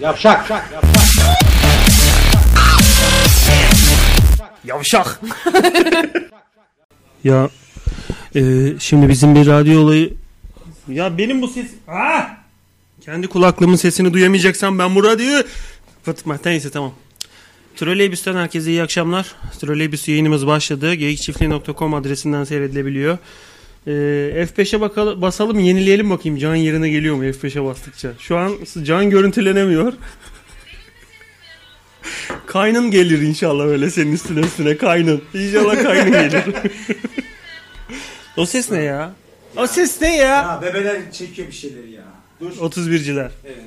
Yavşak. Yavşak. Ya e, şimdi bizim bir radyo olayı Ya benim bu ses... Ah! Kendi kulaklığımın sesini duyamayacaksam ben bu radyoyu... Fatma neyse tamam. Troleybüs'ten herkese iyi akşamlar. Troleybüs yayınımız başladı. Geyikçiftliği.com adresinden seyredilebiliyor. Ee, F5'e bakalım, basalım yenileyelim bakayım can yerine geliyor mu F5'e bastıkça. Şu an can görüntülenemiyor. kaynın gelir inşallah öyle senin üstüne üstüne kaynın. İnşallah kaynın gelir. o ses ne ya? O ses ne ya? Ya bebeler çekiyor bir şeyleri ya. Dur. 31'ciler. Evet.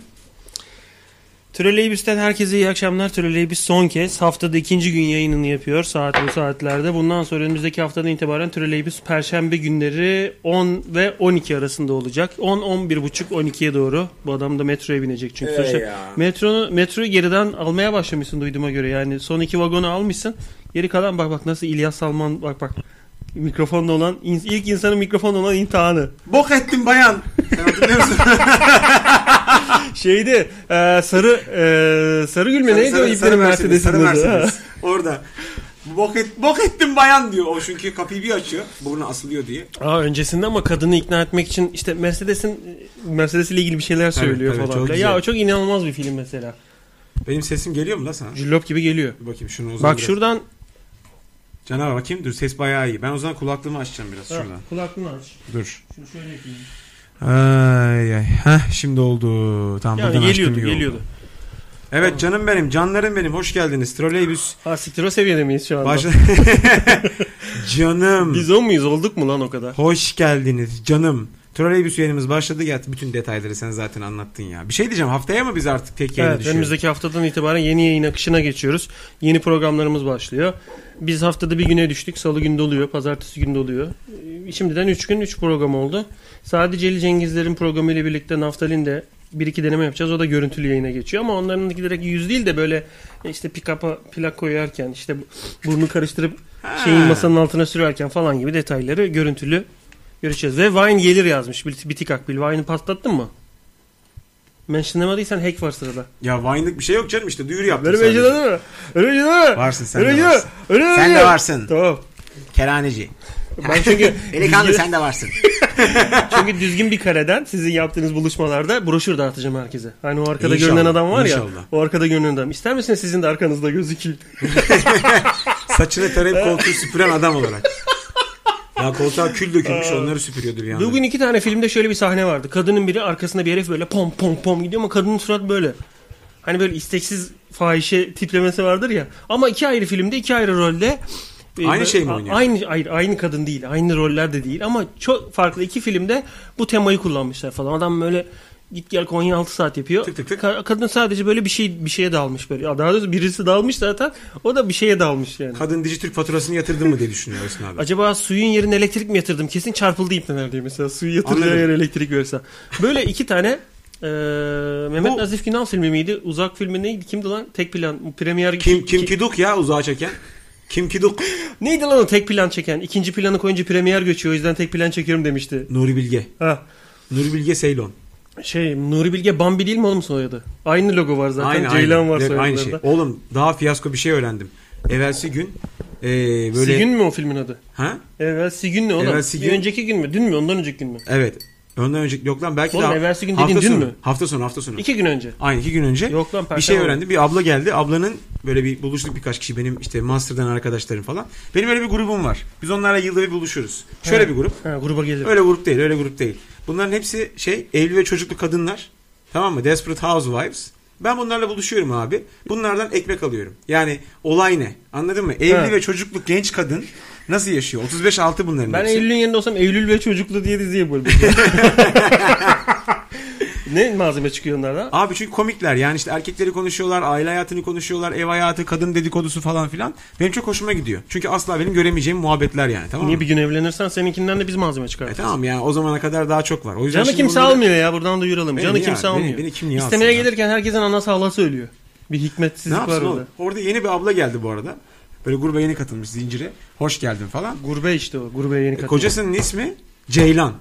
Trolleybüs'ten herkese iyi akşamlar. Trolleybüs son kez haftada ikinci gün yayınını yapıyor saat bu saatlerde. Bundan sonra önümüzdeki haftadan itibaren Trolleybüs perşembe günleri 10 ve 12 arasında olacak. 10, 11 buçuk, 12'ye doğru. Bu adam da metroya binecek çünkü. Ee Sonuçta ya. Metronu, metroyu geriden almaya başlamışsın duyduğuma göre. Yani son iki vagonu almışsın. Geri kalan bak bak nasıl İlyas Salman bak bak. Mikrofonla olan, in- ilk insanın mikrofonla olan imtihanı. Bok ettim bayan. Sen hatırlıyor musun? Şeydi e, sarı e, sarı gülme neydi o Sarı- iplerin Mercedes'in sarı adı? Mercedes. Orada. Bok, et, bok ettim bayan diyor. O çünkü kapıyı bir açıyor. Burnu asılıyor diye. Aa, öncesinde ama kadını ikna etmek için işte Mercedes'in Mercedes ile ilgili bir şeyler söylüyor tabii, falan. çok bile. güzel. ya o çok inanılmaz bir film mesela. Benim sesim geliyor mu la sana? Cüllop gibi geliyor. Bir bakayım şunu uzun Bak biraz. şuradan Canavar bakayım dur ses bayağı iyi. Ben o zaman kulaklığımı açacağım biraz şuradan. kulaklığını aç. Dur. Şunu şöyle yapayım. Ay ay. Heh, şimdi oldu. Tamam Yani buradan geliyordu açtım iyi oldu. geliyordu. Evet canım benim, canlarım benim. Hoş geldiniz. Troleybüs. Ha siktir o seviyede miyiz şu anda? Başla. canım. Biz o muyuz olduk mu lan o kadar? Hoş geldiniz canım. Troleybüs yayınımız başladı. Ya, bütün detayları sen zaten anlattın ya. Bir şey diyeceğim. Haftaya mı biz artık tek yayına Evet, düşüyoruz? önümüzdeki haftadan itibaren yeni yayın akışına geçiyoruz. Yeni programlarımız başlıyor. Biz haftada bir güne düştük. Salı günü doluyor, pazartesi günü doluyor. Ee, Şimdiden 3 gün 3 program oldu. Sadece Ali Cengizler'in programıyla birlikte Naftalin de bir iki deneme yapacağız. O da görüntülü yayına geçiyor ama onların direkt yüz değil de böyle e, işte pick-up'a plak koyarken işte burnu karıştırıp şeyin masanın altına sürerken falan gibi detayları görüntülü göreceğiz. Ve Vine gelir yazmış. Bir- Bitik Akbil. Vine'ı patlattın mı? Mentionlamadıysan hack var sırada. Ya vine'lık bir şey yok canım işte. Duyuru yaptım. Öyle bir sadece. şey değil mi? Öyle bir şey değil mi? Varsın sen Öyle de bir şey değil mi? varsın. Öyle bir Sen şey. de varsın. Tamam. Kerhaneci. Ben çünkü Delikanlı düzgün- sen de varsın. çünkü düzgün bir kareden sizin yaptığınız buluşmalarda broşür dağıtacağım herkese. Hani o arkada İnşallah, görünen adam var ya. inşallah. O arkada görünen adam. İster misiniz sizin de arkanızda gözükeyim? Saçını tarayıp koltuğu süpüren adam olarak. Ya koltuğa kül dökülmüş onları süpürüyordu bir anda. Bugün iki tane filmde şöyle bir sahne vardı. Kadının biri arkasında bir herif böyle pom pom pom gidiyor ama kadının surat böyle. Hani böyle isteksiz fahişe tiplemesi vardır ya. Ama iki ayrı filmde iki ayrı rolde. e, Aynı böyle- şey mi a- oynuyor? Aynı, hayır, aynı kadın değil. Aynı roller de değil. Ama çok farklı iki filmde bu temayı kullanmışlar falan. Adam böyle git gel Konya 6 saat yapıyor. Tık tık tık. Ka- kadın sadece böyle bir şey bir şeye dalmış böyle. Daha doğrusu birisi dalmış zaten. O da bir şeye dalmış yani. Kadın Dijitürk faturasını yatırdın mı diye düşünüyor Ersin abi. Acaba suyun yerine elektrik mi yatırdım? Kesin çarpıldı ipneler diye mesela. Suyu yatıracağı Anladım. yere elektrik verirsen. Böyle iki tane eee, Mehmet Bu- Nazif Günal filmi miydi? Uzak filmi neydi? Kimdi lan? Tek plan. Premier... Kim Kim Kiduk ya uzağa çeken. Kim Kiduk. Neydi lan o tek plan çeken? İkinci planı koyunca premier göçüyor. O yüzden tek plan çekiyorum demişti. Nuri Bilge. Ha. Nuri Bilge Seylon. Şey Nuri Bilge Bambi değil mi oğlum soyadı? Aynı logo var zaten. Ceylan var Direkt soyadlarında. Aynı şey. Oğlum daha fiyasko bir şey öğrendim. Evvelsi gün ee, böyle... Sigün mü o filmin adı? Ha? Evvelsi gün ne oğlum? Evvelsi gün- Bir önceki gün mü? Dün mü? Ondan önceki gün mü? Evet. Ondan önceki yok lan belki Oğlum, daha... evvelsi gün hafta dediğin dün sonu. mü? Hafta sonu hafta sonu. İki gün önce. Aynı iki gün önce Yok lan, bir şey perşembe. öğrendim. Bir abla geldi. Ablanın böyle bir buluştuk birkaç kişi. Benim işte master'dan arkadaşlarım falan. Benim öyle bir grubum var. Biz onlarla yılda bir buluşuruz. Şöyle He. bir grup. Ha, gruba gelirim. Öyle grup değil, öyle grup değil. Bunların hepsi şey evli ve çocuklu kadınlar. Tamam mı? Desperate Housewives. Ben bunlarla buluşuyorum abi. Bunlardan ekmek alıyorum. Yani olay ne? Anladın mı? Evli Ha. ve çocuklu genç kadın nasıl yaşıyor? 35 6 bunların Ben hepsi. Eylül'ün yerinde olsam Eylül ve Çocuklu diye diziye bölmek. ne malzeme çıkıyor onlardan? Abi çünkü komikler yani işte erkekleri konuşuyorlar, aile hayatını konuşuyorlar, ev hayatı, kadın dedikodusu falan filan. Benim çok hoşuma gidiyor. Çünkü asla benim göremeyeceğim muhabbetler yani tamam mı? Niye bir gün evlenirsen seninkinden de biz malzeme E çıkartırız. tamam yani o zamana kadar daha çok var. O yüzden Canı şimdi kimse bunları- almıyor ya buradan duyuralım. Beni Canı niye kimse abi? Beni- almıyor. beni kim niye alsın İstemeye ya? gelirken herkesin anası halası ölüyor. Bir Ne hikmetsizlik var yapsın orada. oğlum? Orada yeni bir abla geldi bu arada. Böyle gruba yeni katılmış zincire. Hoş geldin falan. Gurbe işte o. Gurbe yeni E, katılıyor. kocasının ismi Ceylan.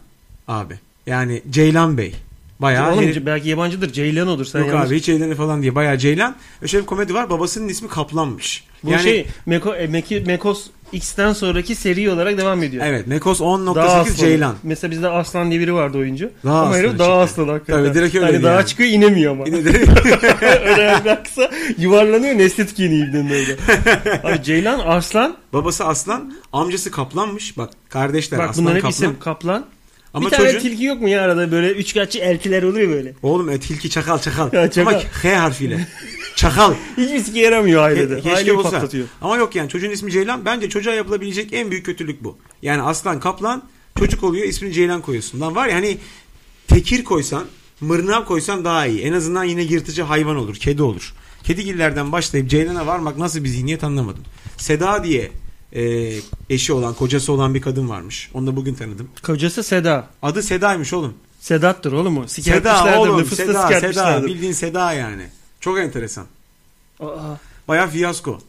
abi. Yani Ceylan Bey. Bayağı Oğlum, herif- belki yabancıdır. Ceylan olur. Sen Yok yanlış- abi hiç eğlenir falan diye. Bayağı Ceylan. Ve şöyle bir komedi var. Babasının ismi Kaplanmış. Bu şey Meko, e, Meki- Mekos X'ten sonraki seri olarak devam ediyor. Evet. Mekos Dağ 10.8 aslanı. Ceylan. Mesela bizde Aslan diye biri vardı oyuncu. Dağ ama aslanı herif daha çıktı. aslan hakikaten. Tabii, direkt öyleydi Hani dağa yani. çıkıyor inemiyor ama. Yine de öyle bıraksa yuvarlanıyor nesli tükeniyor ibnenin öyle. Abi Ceylan Arslan. babası Aslan. Amcası Kaplanmış. Bak kardeşler Bak Aslan bunların hep Kaplan. isim Kaplan. Ama bir tane çocuğun- tilki yok mu ya arada böyle üçkaççı eltiler olur ya böyle. Oğlum e, tilki çakal çakal. Ya, çakal. Ama H harfiyle. çakal. Hiçbir sike yaramıyor Ke- ailede. Keşke Aileyi olsa. patlatıyor. Ama yok yani çocuğun ismi Ceylan. Bence çocuğa yapılabilecek en büyük kötülük bu. Yani Aslan Kaplan çocuk oluyor ismini Ceylan koyuyorsun. Lan var ya hani tekir koysan mırnav koysan daha iyi. En azından yine yırtıcı hayvan olur. Kedi olur. Kedigillerden başlayıp Ceylan'a varmak nasıl bir zihniyet anlamadım. Seda diye e, eşi olan kocası olan bir kadın varmış. Onu da bugün tanıdım. Kocası Seda. Adı Seda'ymış oğlum. Sedat'tır oğlum o. Seda Sikertmişlerdir. oğlum. Nüfusta Seda, Seda. sikertmişlerdir. Bildiğin Seda yani. Çok enteresan. Aa, Baya fiyasko.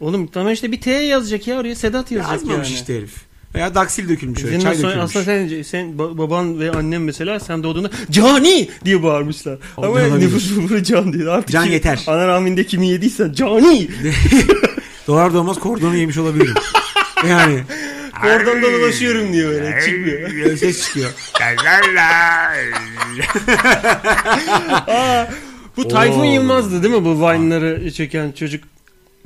Oğlum tamam işte bir T yazacak ya oraya Sedat yazacak Yazmamış yani. işte herif. Veya daksil dökülmüş öyle. Senin Çay sonra- dökülmüş. aslında şey- sen, sen ba- baban ve annem mesela sen doğduğunda cani diye bağırmışlar. Olabilir, Ama olabilir. nüfus bunu can değil. Artık Can kim- yeter. Ana rahminde kimi yediysen cani. Dolar doğmaz kordonu yemiş olabilirim. yani. Oradan da dolaşıyorum diyor böyle. Çıkmıyor. Böyle ses çıkıyor. Aa, bu Tayfun Oo. Yılmaz'dı değil mi bu Vine'ları çeken çocuk?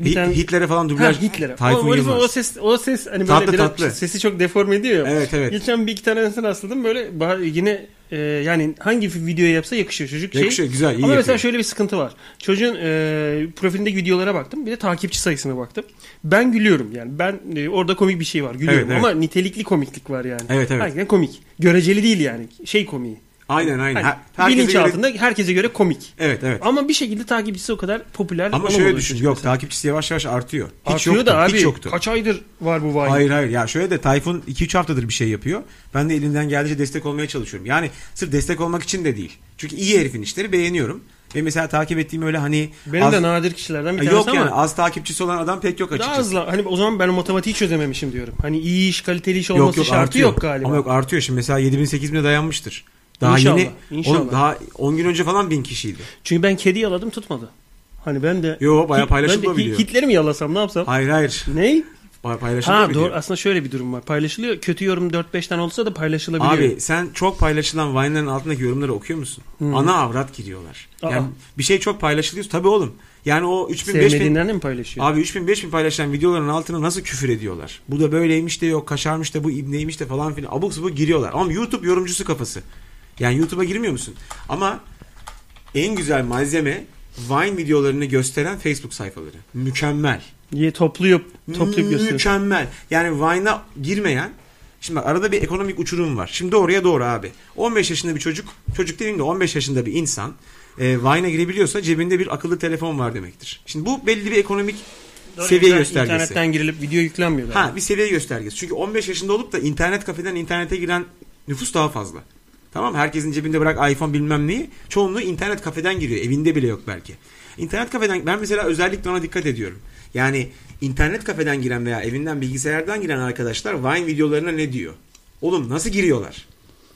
Hit- Hitler'e falan dublaj. Ha, Hitler'e. Tayfun o, herifin Yılmaz. O ses, o ses hani böyle Tatlı, biraz tatlı. sesi çok deforme ediyor ya. Evet evet. Geçen bir iki tanesine rastladım böyle bah- yine e, yani hangi videoya yapsa yakışıyor çocuk şey. Yakışıyor güzel iyi Ama yapıyor. mesela şöyle bir sıkıntı var. Çocuğun e, profilindeki videolara baktım. Bir de takipçi sayısına baktım. Ben gülüyorum yani. Ben e, orada komik bir şey var. Gülüyorum Evet, evet. ama nitelikli komiklik var yani. Evet, evet. Hakikaten komik. Göreceli değil yani. Şey komiği. Aynen aynen. Hani, Her- herkese bilinç göre- altında herkese göre komik. Evet evet. Ama bir şekilde takipçisi o kadar popüler Ama olamadı şöyle o düşün. çocuk Yok mesela. takipçisi yavaş yavaş artıyor. Hiç Artıyor yoktu. da abi hiç yoktu. kaç aydır var bu vay. Hayır hayır ya şöyle de Tayfun 2-3 haftadır bir şey yapıyor. Ben de elimden geldiğince destek olmaya çalışıyorum. Yani sırf destek olmak için de değil. Çünkü iyi herifin işleri beğeniyorum. Ve mesela takip ettiğim öyle hani Benim az, de nadir kişilerden bir tanesi yok yani ama az takipçisi olan adam pek yok daha açıkçası. hızlı. Hani o zaman ben o matematiği çözememişim diyorum. Hani iyi iş, kaliteli iş olması şartı yok galiba. Ama yok artıyor şimdi mesela 7000 8000'e dayanmıştır. Daha İnşallah, yeni inşallah. Oğlum daha 10 gün önce falan 1000 kişiydi. Çünkü ben kedi yaladım tutmadı. Hani ben de Yo, bayağı Hit- ben de paylaşılabiliyor. Hit- Hitler'i mi yalasam ne yapsam? Hayır hayır. Ney? Pa- Ha Paylaşılabiliyor. doğru. Aslında şöyle bir durum var. Paylaşılıyor. Kötü yorum 4-5 tane olsa da paylaşılabiliyor. Abi sen çok paylaşılan Vine'ların altındaki yorumları okuyor musun? Ana avrat giriyorlar. Yani Hmm. Aa. bir şey çok paylaşılıyor. Tabii oğlum. Yani o 3000 5000 Sevmediğinden de mi paylaşıyor? Abi 3000 5000 paylaşılan videoların altına nasıl küfür ediyorlar? Bu da böyleymiş de yok, kaşarmış da bu ibneymiş de falan filan. Abuk sabuk giriyorlar. Ama YouTube yorumcusu kafası. Yani YouTube'a girmiyor musun? Ama en güzel malzeme Vine videolarını gösteren Facebook sayfaları. Mükemmel. Ye, toplayıp Hmm, toplayıp gösteriyor. Mükemmel. Yani Vine'a girmeyen Şimdi bak arada bir ekonomik uçurum var. Şimdi oraya doğru abi. 15 yaşında bir çocuk, çocuk demeyeyim de 15 yaşında bir insan e, Vine'a girebiliyorsa cebinde bir akıllı telefon var demektir. Şimdi bu belli bir ekonomik seviye İnternet- göstergesi. İnternetten girilip video yüklenmiyor. galiba. Ha bir seviye göstergesi. Çünkü 15 yaşında olup da internet kafeden internete giren nüfus daha fazla. Tamam mı? herkesin cebinde bırak iPhone bilmem neyi. Çoğunluğu internet kafeden giriyor. Evinde bile yok belki. İnternet kafeden ben mesela özellikle ona dikkat ediyorum. Yani internet kafeden giren veya evinden bilgisayardan giren arkadaşlar Vine videolarına ne diyor? Oğlum nasıl giriyorlar?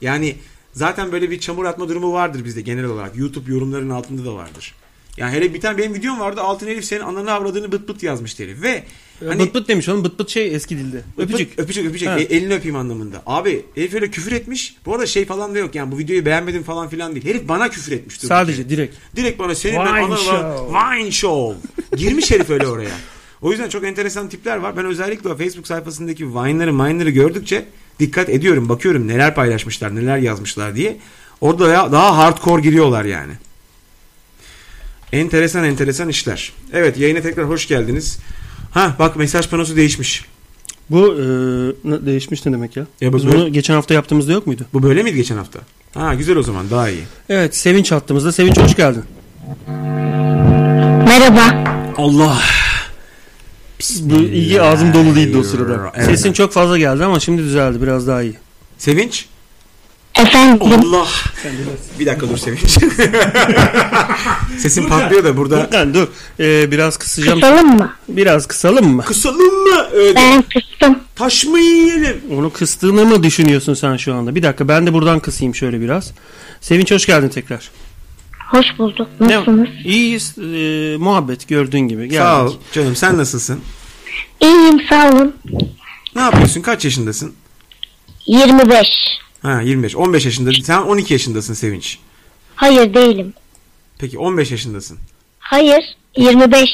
Yani zaten böyle bir çamur atma durumu vardır bizde genel olarak. YouTube yorumların altında da vardır. Yani hele bir tane benim videom vardı. Altın Elif senin ananı avradığını bıt bıt yazmış herif. Ve hani- Bıt bıt demiş oğlum. Bıt bıt şey eski dilde. Öpücük. Öpücük. Öpücük öpücük. Ha. E, elini öpeyim anlamında. Abi herif öyle küfür etmiş. Bu arada şey falan da yok yani bu videoyu beğenmedim falan filan değil. Herif bana küfür etmiş. durduk yere. Sadece direkt. Direkt bana senin Wine ben ana show. Wine show. Girmiş herif öyle oraya. O yüzden çok enteresan tipler var. Ben özellikle o Facebook sayfasındaki Vine'ları Mine'ları gördükçe dikkat ediyorum. Bakıyorum neler paylaşmışlar neler yazmışlar diye. Orada ya, daha hardcore giriyorlar yani. Enteresan enteresan işler. Evet yayına tekrar hoş geldiniz. Ha bak mesaj panosu değişmiş. Bu e, ne- değişmiş ne demek ya? Ya bu- Biz bunu geçen hafta yaptığımızda yok muydu? Bu böyle miydi geçen hafta? Ha güzel o zaman daha iyi. Evet Sevinç hattımızda. Sevinç hoş geldin. Merhaba. Allah. Bu iyi ağzım dolu değildi o sırada. Evet. Sesin çok fazla geldi ama şimdi düzeldi biraz daha iyi. Sevinç. Efendim. Allah. Bir dakika dur Sevinç. Sesin patlıyor da burada. Furkan dur. Ee, biraz kısacağım. Kısalım mı? Biraz kısalım mı? Kısalım mı? Öyle. Ben kıstım. Taş mı yiyelim? Onu kıstığını mı düşünüyorsun sen şu anda? Bir dakika ben de buradan kısayım şöyle biraz. Sevinç hoş geldin tekrar. Hoş bulduk. Ne- Nasılsınız? İyiyiz. Ee, muhabbet gördüğün gibi. Geldik. Sağ ol canım sen nasılsın? İyiyim sağ olun. Ne yapıyorsun? Kaç yaşındasın? 25. Ha 25. 15 yaşında. Sen 12 yaşındasın Sevinç. Hayır değilim. Peki 15 yaşındasın. Hayır. 25.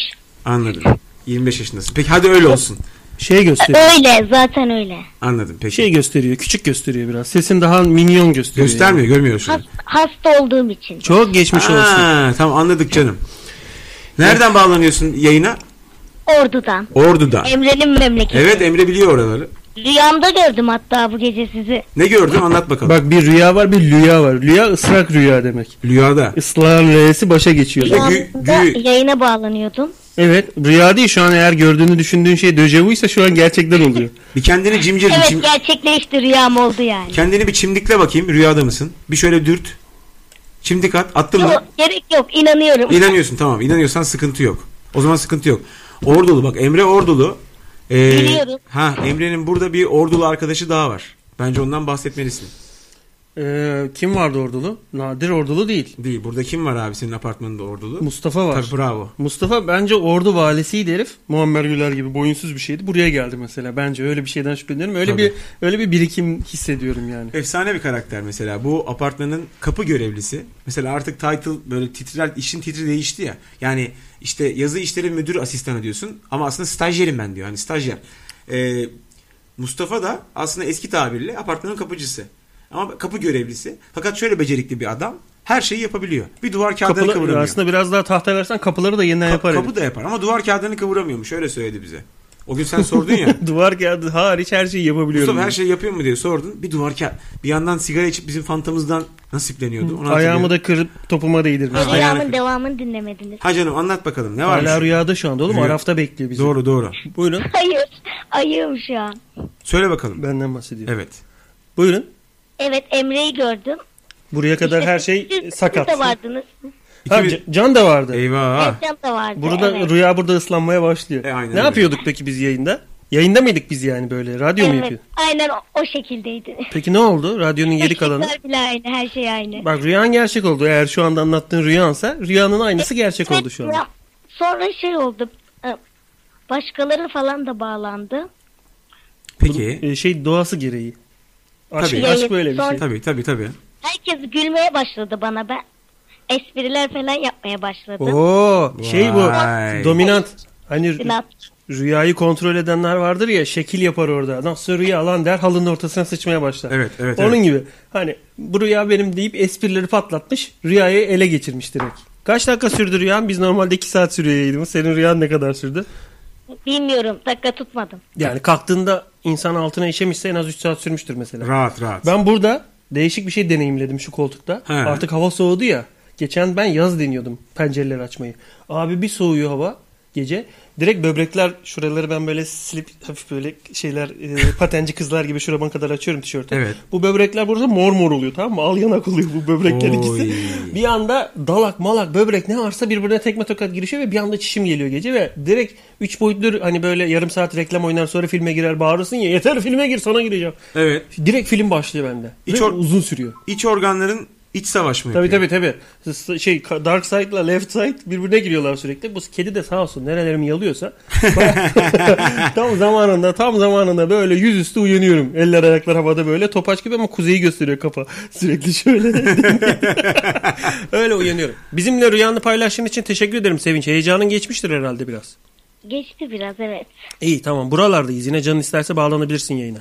Anladım. 25 yaşındasın. Peki hadi öyle olsun. Şey gösteriyor. Öyle zaten öyle. Anladım. Peki. Şey gösteriyor. Küçük gösteriyor biraz. Sesin daha minyon gösteriyor. yani. Göstermiyor, görmüyor şunu. Has- hasta olduğum için. Çok geçmiş olsun. Ha, tamam anladık canım. Nereden bağlanıyorsun yayına? Ordu'dan. Ordu'da. Emre'nin memleketi. Evet e- Emre biliyor oraları. Rüyamda gördüm hatta bu gece sizi. Ne gördün anlat bakalım. Bak bir rüya var bir lüya var. Lüya ısrak rüya demek. Rüyada. Islağın re'si başa geçiyor. Ya- gü- Rüyamda gü- yayına bağlanıyordum. Evet rüya değil şu an eğer gördüğünü düşündüğün şey döcevuysa şu an gerçekten oluyor. Bir kendini cimcir. bir Evet çim- gerçekleşti rüyam oldu yani. Kendini bir çimdikle bakayım rüyada mısın? Bir şöyle dürt. Çimdik at. Attın mı? Yok, gerek yok inanıyorum. İnanıyorsun tamam. İnanıyorsan sıkıntı yok. O zaman sıkıntı yok. Ordulu bak Emre Ordulu. Ee, Biliyorum. Ha Emre'nin burada bir Ordulu arkadaşı daha var. Bence ondan bahsetmelisin. Ee, kim vardı ordulu? Nadir ordulu değil. Değil. Burada kim var abi senin apartmanında Ordulu? Mustafa var. Tabii bravo. Mustafa bence ordu valisiydi herif. Muammer Güler gibi boyunsuz bir şeydi. Buraya geldi mesela. Bence öyle bir şeyden şüpheleniyorum. Öyle Tabii. bir öyle bir birikim hissediyorum yani. Efsane bir karakter mesela. Bu apartmanın kapı görevlisi. Mesela artık title böyle titrer, işin titri değişti ya. Yani işte yazı işleri müdür asistanı diyorsun ama aslında stajyerim ben diyor. Hani stajyer. Ee, Mustafa da aslında eski tabirle apartmanın kapıcısı. Ama kapı görevlisi. Fakat şöyle becerikli bir adam. Her şeyi yapabiliyor. Bir duvar kağıdını Kapıları, kıvıramıyor. aslında biraz daha tahta versen kapıları da yeniden Ka- yapar. kapı herif. da yapar ama duvar kağıdını kıvıramıyormuş. Öyle söyledi bize. O gün sen sordun ya. Duvar kağıdı hariç her şeyi yapabiliyorum. Mustafa her yani. şeyi yapıyor mu diye sordun. Bir duvar kağıdı. Bir yandan sigara içip bizim fantamızdan nasipleniyordu. Onu hatırlıyorum. Ayağımı da kırıp topuma değdirmiş. Ha, hayal- Rüyamın devamını dinlemediniz. Ha canım anlat bakalım ne varmış? Hala rüyada şu anda oğlum. Rüya. Arafta bekliyor bizi. Doğru doğru. Buyurun. Hayır ayığım şu an. Söyle bakalım. Benden bahsediyor. Evet. Buyurun. Evet Emre'yi gördüm. Buraya kadar İşte her şey siz- sakat. Siz de vardınız. İki Ha, bir- Can- Can da vardı. Eyvah. Ercan da vardı. Burada evet. rüya burada ıslanmaya başlıyor. E, aynen ne öyle. yapıyorduk peki biz yayında? Yayında mıydık biz yani böyle? Radyo mu Evet, yapıyorduk? aynen o, o şekildeydi. Peki ne oldu? Radyonun geri kalanı. Işıklar bile aynı, her şey aynı. Bak rüyan gerçek oldu. Eğer şu anda anlattığın rüyansa rüyanın aynısı gerçek oldu şu anda. Ya, Sonra şey oldu. e, Başkaları falan da bağlandı. Peki. Ee, şey doğası gereği. Aşk, Tabii. aşk böyle bir şey. Tabii tabii tabii. Herkes gülmeye başladı bana ben. Espriler falan yapmaya başladım. Oo, şey bu. Vay. Dominant. Hani Sinan, rüyayı kontrol edenler vardır ya şekil yapar orada. Adam sonra rüya alan der halının ortasına sıçmaya başlar. Evet, evet, Onun evet. gibi. Hani bu rüya benim deyip esprileri patlatmış. Rüyayı ele geçirmiş direkt. Kaç dakika sürdü rüyan? Biz normalde 2 saat sürüyor yayınımız. Senin rüyan ne kadar sürdü? Bilmiyorum dakika tutmadım. Yani kalktığında insan altına işemişse en az 3 saat sürmüştür mesela. Rahat rahat. Ben burada değişik bir şey deneyimledim şu koltukta. He. Artık hava soğudu ya. Geçen ben yaz deniyordum pencereleri açmayı. Abi bir soğuyor hava gece. Direkt böbrekler şuraları ben böyle silip hafif böyle şeyler e, patenci kızlar gibi şuraban kadar açıyorum tişörtü. Evet. Bu böbrekler burada mor mor oluyor tamam mı? Al yanak oluyor bu böbrekler Oy. ikisi. Bir anda dalak malak böbrek ne varsa birbirine tekme tokat girişiyor ve bir anda çişim geliyor gece ve direkt 3 boyutlu hani böyle yarım saat reklam oynar sonra filme girer bağırırsın ya yeter filme gir sonra gireceğim. Evet. Direkt film başlıyor bende. İç Ve or- uzun sürüyor. İç organların iç savaş mı Tabii yapıyor? tabii tabii. S- Şey Dark Side'la Left Side birbirine giriyorlar sürekli. Bu kedi de sağ olsun nerelerimi yalıyorsa. tam zamanında tam zamanında böyle yüzüstü uyanıyorum. Eller ayaklar havada böyle topaç gibi ama kuzeyi gösteriyor kafa. Sürekli şöyle. Öyle uyanıyorum. Bizimle rüyanı paylaştığın için teşekkür ederim Sevinç. Heyecanın geçmiştir herhalde biraz. Geçti biraz evet. İyi tamam buralardayız. Yine canın isterse bağlanabilirsin yayına.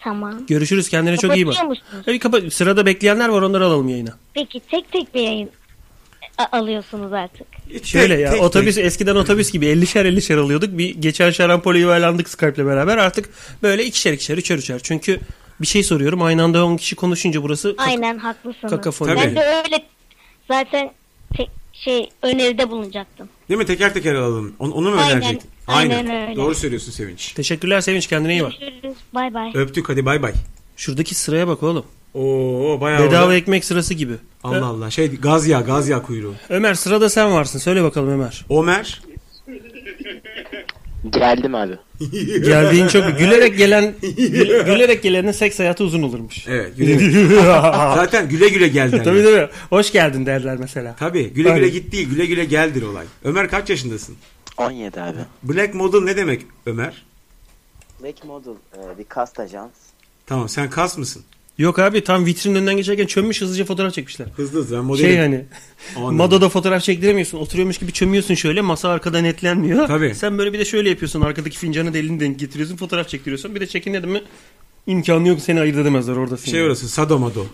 Tamam. Görüşürüz kendine çok iyi bak. Kapatıyor musunuz? Evet, kapa- Sırada bekleyenler var onları alalım yayına. Peki tek tek bir yayın a- alıyorsunuz artık. Tek- Şöyle ya tek- otobüs tek. eskiden otobüs gibi 50'şer 50'şer alıyorduk. Bir geçen şarampole yuvarlandık Skype'le beraber. Artık böyle ikişer ikişer üçer üçer. Çünkü bir şey soruyorum. Aynı anda 10 kişi konuşunca burası kak- Aynen haklısınız. kakafoni. Tabii. Ben de öyle zaten tek şey öneride bulunacaktım. Değil mi? Teker teker alalım. Onu, onu mu Aynen, önerecektin? aynen öyle. Doğru söylüyorsun Sevinç. Teşekkürler Sevinç kendine iyi bak. Görüşürüz. Bay bay. Öptük hadi bay bay. Şuradaki sıraya bak oğlum. Oo bayağı Bedava orada- ekmek sırası gibi. Allah Allah. Şey gaz yağı gaz yağı kuyruğu. Ömer sırada sen varsın. Söyle bakalım Ömer. Ömer. Geldim abi. Geldiğin çok gülerek gelen gül- gülerek gelenin seks hayatı uzun olurmuş. Evet. Güle güle. Zaten güle güle geldi. Tabii tabii. Hoş geldin derler mesela. Tabii. Güle güle Tabii. git değil. Güle güle geldir olay. Ömer kaç yaşındasın? 17 abi. Black model ne demek Ömer? Black Model e, bir kast ajans. Tamam sen kas mısın? Yok abi tam vitrinin önünden geçerken çömmüş hızlıca fotoğraf çekmişler. Hızlı hızlı ben modelim. Şey hani Anladım. Mado'da fotoğraf çektiremiyorsun. Oturuyormuş gibi çömüyorsun şöyle. Masa arkada netlenmiyor. Tabii. Sen böyle bir de şöyle yapıyorsun. Arkadaki fincanı da elini denk getiriyorsun. Fotoğraf çektiriyorsun. Bir de çekin dedim mi imkanı yok. Seni ayırt edemezler orada. Şey orası Sadomado.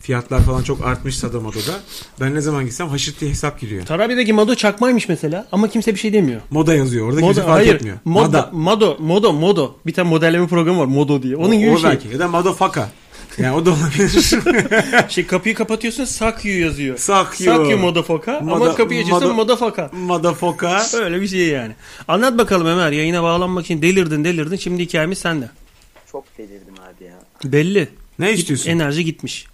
Fiyatlar falan çok artmış Sadomado'da. Ben ne zaman gitsem haşır diye hesap giriyor. Tarabya'daki Mado çakmaymış mesela. Ama kimse bir şey demiyor. Moda yazıyor orada kimse Moda, fark hayır. etmiyor. Moda, Mada. Modo, Modo, Modo. Bir tane modelleme programı var Modo diye. Onun gibi o, bir şey. belki. Ya da Madofaka. Yani o da olabilir. şey kapıyı kapatıyorsun Sakyu yazıyor. Sakyu. Sakyu Modofoka. Moda- Ama kapıyı açıyorsun Modo- Modofoka. Madofoka. Öyle bir şey yani. Anlat bakalım Ömer yayına bağlanmak için delirdin delirdin. Şimdi hikayemiz sende. Çok delirdim abi ya. Belli. Ne istiyorsun? Enerji gitmiş.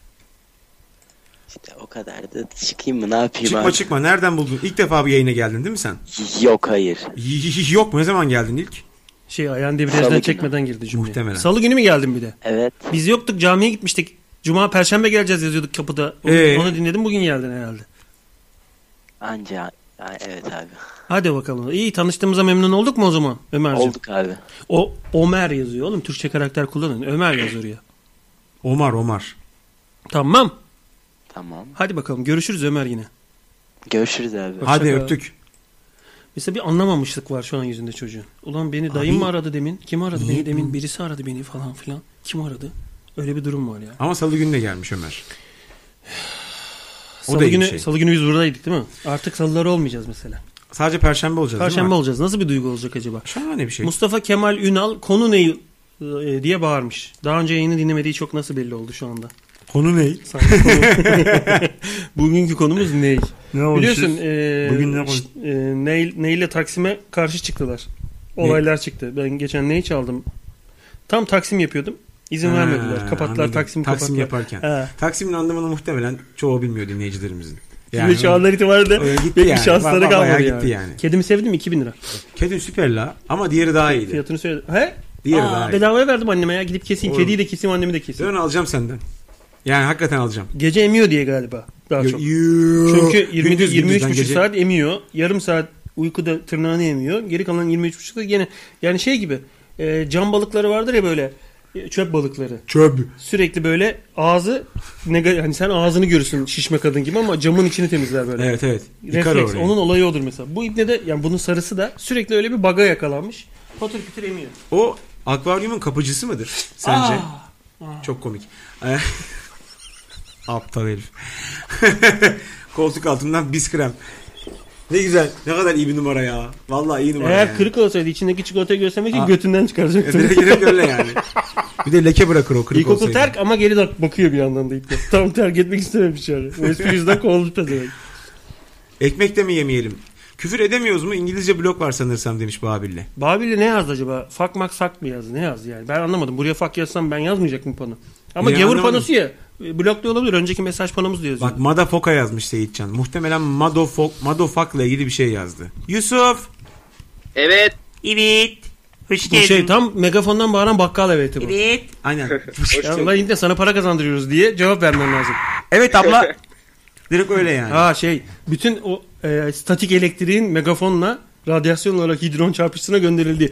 İşte o kadar da çıkayım mı ne yapayım Çıkma abi? çıkma nereden buldun? İlk defa bir yayına geldin değil mi sen? Yok hayır. Y- y- Yok mu? Ne zaman geldin ilk? Şey ayağını Salı debriyajdan günü. çekmeden girdi cümleye. Muhtemelen. Salı günü mü geldin bir de? Evet. Biz yoktuk camiye gitmiştik. Cuma perşembe geleceğiz yazıyorduk kapıda. Onu, Ee? onu dinledim bugün geldin herhalde. Anca Ay, evet abi. Hadi bakalım. İyi tanıştığımıza memnun olduk mu o zaman Ömerciğim? Olduk abi. O Ömer yazıyor oğlum. Türkçe karakter kullanın. Ömer yazıyor ya. Omar Omar. Tamam. Tamam. Hadi bakalım görüşürüz Ömer yine. Görüşürüz abi. Hoşça Hadi kal. öptük. Mesela bir anlamamışlık var şu an yüzünde çocuğun. Ulan beni dayım mı aradı demin? Kim aradı beni demin? Birisi aradı beni falan filan. Kim aradı? Öyle bir durum var ya. Ama salı günü de gelmiş Ömer. O salı da iyi günü bir şey. salı günü biz buradaydık değil mi? Artık salıları olmayacağız mesela. Sadece perşembe olacağız değil mi? Perşembe olacağız. Nasıl bir duygu olacak acaba? Şahane bir şey. Mustafa Kemal Ünal konu ne e, diye bağırmış. Daha önce yayını dinlemediği çok nasıl belli oldu şu anda. Konu ne? Sanki konu- Bugünkü konumuz ney? Ne Biliyorsun e, Bugün ne ş- e, Ney- Ney ile Taksim'e karşı çıktılar. Olaylar çıktı. Ben geçen Ney'i çaldım. Tam Taksim yapıyordum. İzin Ha, vermediler. Kapattılar anladım. Taksim Taksim kapattılar. yaparken. He. Taksim'in anlamını muhtemelen çoğu bilmiyor dinleyicilerimizin. Şimdi şu anlar itibariyle Öyle gitti belki yani. şansları Ba- ba- bayağı kalmadı gitti yani. yani. Kedimi sevdim 2000 lira. Kedin süper la ama diğeri daha iyiydi. Fiyatını söyledim. He? Diğeri Aa, daha iyi. bedavaya verdim anneme ya. Gidip keseyim. Oğlum. Kediyi de keseyim annemi de keseyim. Dön alacağım senden. Yani hakikaten alacağım. Gece emiyor diye galiba. Daha çok. Yoo. Çünkü 20 Gündüz, 23,5 gündüzden gece. saat emiyor. Yarım saat uykuda tırnağını emiyor. Geri kalan 23,5 da gene yani şey gibi e, cam balıkları vardır ya böyle e, çöp balıkları. Çöp. Sürekli böyle ağzı nega- hani sen ağzını görürsün şişme kadın gibi ama camın içini temizler böyle. Evet evet. Yıkar Refleks orayı. onun olayı odur mesela. Bu ibne de yani bunun sarısı da sürekli öyle bir baga yakalanmış. Patır kütür emiyor. O akvaryumun kapıcısı mıdır sence? Aa! Çok komik. Eh, Aptal herif. Koltuk altından biz krem. Ne güzel. Ne kadar iyi bir numara ya. Vallahi iyi numara. Eğer yani. kırık olsaydı içindeki çikolatayı göstermek için Aa. götünden E, çıkaracaktı. Direkt, direkt öyle yani. Bir de leke bırakır o kırık İlkokul olsaydı. terk ama geri de bakıyor bir yandan da ilkokul. Tam terk etmek istememiş yani. Bu espri yüzünden kovulmuş pezevenk. Ekmek de mi yemeyelim? Küfür edemiyoruz mu? İngilizce blok var sanırsam demiş Babil'le. Babil'le ne yazdı acaba? Fak mak sak mı yazdı? Ne yazdı yani? Ben anlamadım. Buraya fak yazsam ben yazmayacak mı pano? Ama Ya, gavur anlamadım. panosu ya. E, Bloklu olabilir. Önceki mesaj panomuz diyor. Bak Madafoka yazmış Seyitcan. Muhtemelen Madofok, Madofak'la ilgili bir şey yazdı. Yusuf. Evet. Evet. Hoş Bu şey tam megafondan bağıran bakkal eveti bu. Evet. Aynen. Ya Allah yine sana para kazandırıyoruz diye cevap vermen lazım. evet abla. Direkt öyle yani. Ha şey bütün o e, statik elektriğin megafonla radyasyon olarak hidron çarpışısına gönderildiği.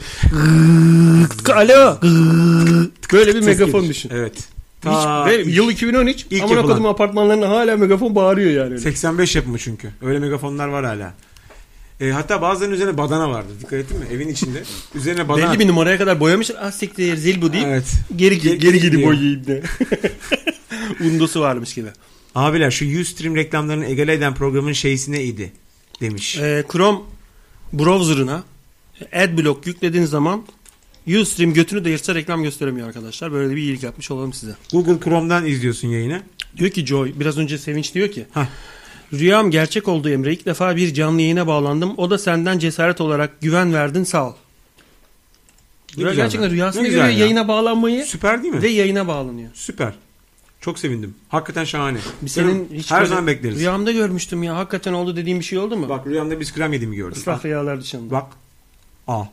Alo. Böyle bir şey. Ses megafon gelir. düşün. Evet. Ta Hiç, ve yıl 2013 ilk amına yapılan. kodum apartmanlarında hala megafon bağırıyor yani. Öyle. 85 yapımı çünkü. Öyle megafonlar var hala. E, hatta bazılarının üzerine badana vardı. Dikkat ettin mi? Evin içinde. Üzerine badana. Belli bir numaraya kadar boyamışlar. Ah siktir zil bu deyip Evet. geri geri, Geri- geri, geri geri boyayayım de. Undosu varmış gibi. Abiler şu Ustream reklamlarını egale eden programın şeysine idi demiş. Ee, Chrome browser'ına adblock yüklediğiniz zaman Ustream götünü de yırtsa reklam gösteremiyor arkadaşlar. Böyle bir iyilik yapmış olalım size. Google Chrome'dan izliyorsun yayını. Diyor ki Joy biraz önce Sevinç diyor ki Hah. Rüyam gerçek oldu Emre. İlk defa bir canlı yayına bağlandım. O da senden cesaret olarak güven verdin sağ ol. Ne Rüya güzel gerçekten ya. rüyasını Ne güzel görüyor ya. yayına bağlanmayı Süper değil mi? ve yayına bağlanıyor. Süper. Çok sevindim. Hakikaten şahane. Bir senin Canım, hiç her böyle- zaman bekleriz. Rüyamda görmüştüm ya. Hakikaten oldu dediğim bir şey oldu mu? Bak rüyamda biz krem yediğimi gördüm. Israf rüyalar dışında. Bak. Aa.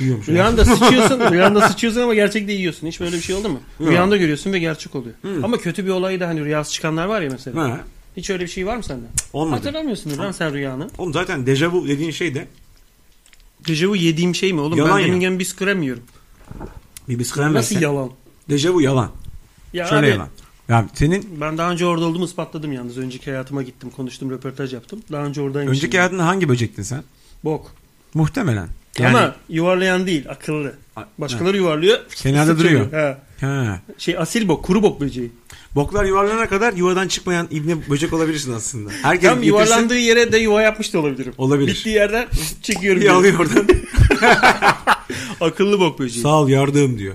Yiyormuş. Rüyanda sıçıyorsun, rüyanda sıçıyorsun ama gerçekte yiyorsun. Hiç böyle bir şey oldu mu? Yok. Rüyanda görüyorsun ve gerçek oluyor. Hı. Ama kötü bir olayı da hani rüyası çıkanlar var ya mesela. Ha, Hiç öyle bir şey var mı sende? olmadı. Hatırlamıyorsundur lan sen rüyanı. Oğlum zaten dejavu dediğin şey de Dejavu yediğim şey mi oğlum? Yalan ben ya. demin gene bisküvi mi yiyorum. bir biz krem Nasıl versen. yalan? Dejavu yalan. Ya Şöyle abi, yalan. Ya senin Ben daha önce orada olduğumu ispatladım yalnız. Önceki hayatıma gittim, konuştum, röportaj yaptım. Daha önce oradaymışım. önceki hayatında hangi böcektin sen? Bok. Muhtemelen. Yani, Ama yuvarlayan değil, akıllı. A- Başkaları yuvarlıyor. Kenarda sıçıyor. duruyor. He. Ha. Şey asil bok, kuru bok böceği. Boklar yuvarlanana kadar yuvadan çıkmayan ibne böcek olabilirsin aslında. Herkes Tam yuvarlandığı yere de yuva yapmış da olabilirim. Olabilir. Bittiği yerden çekiyorum. diye böyle. alıyor oradan. Akıllı bok böceği. Sağ ol yardım diyor.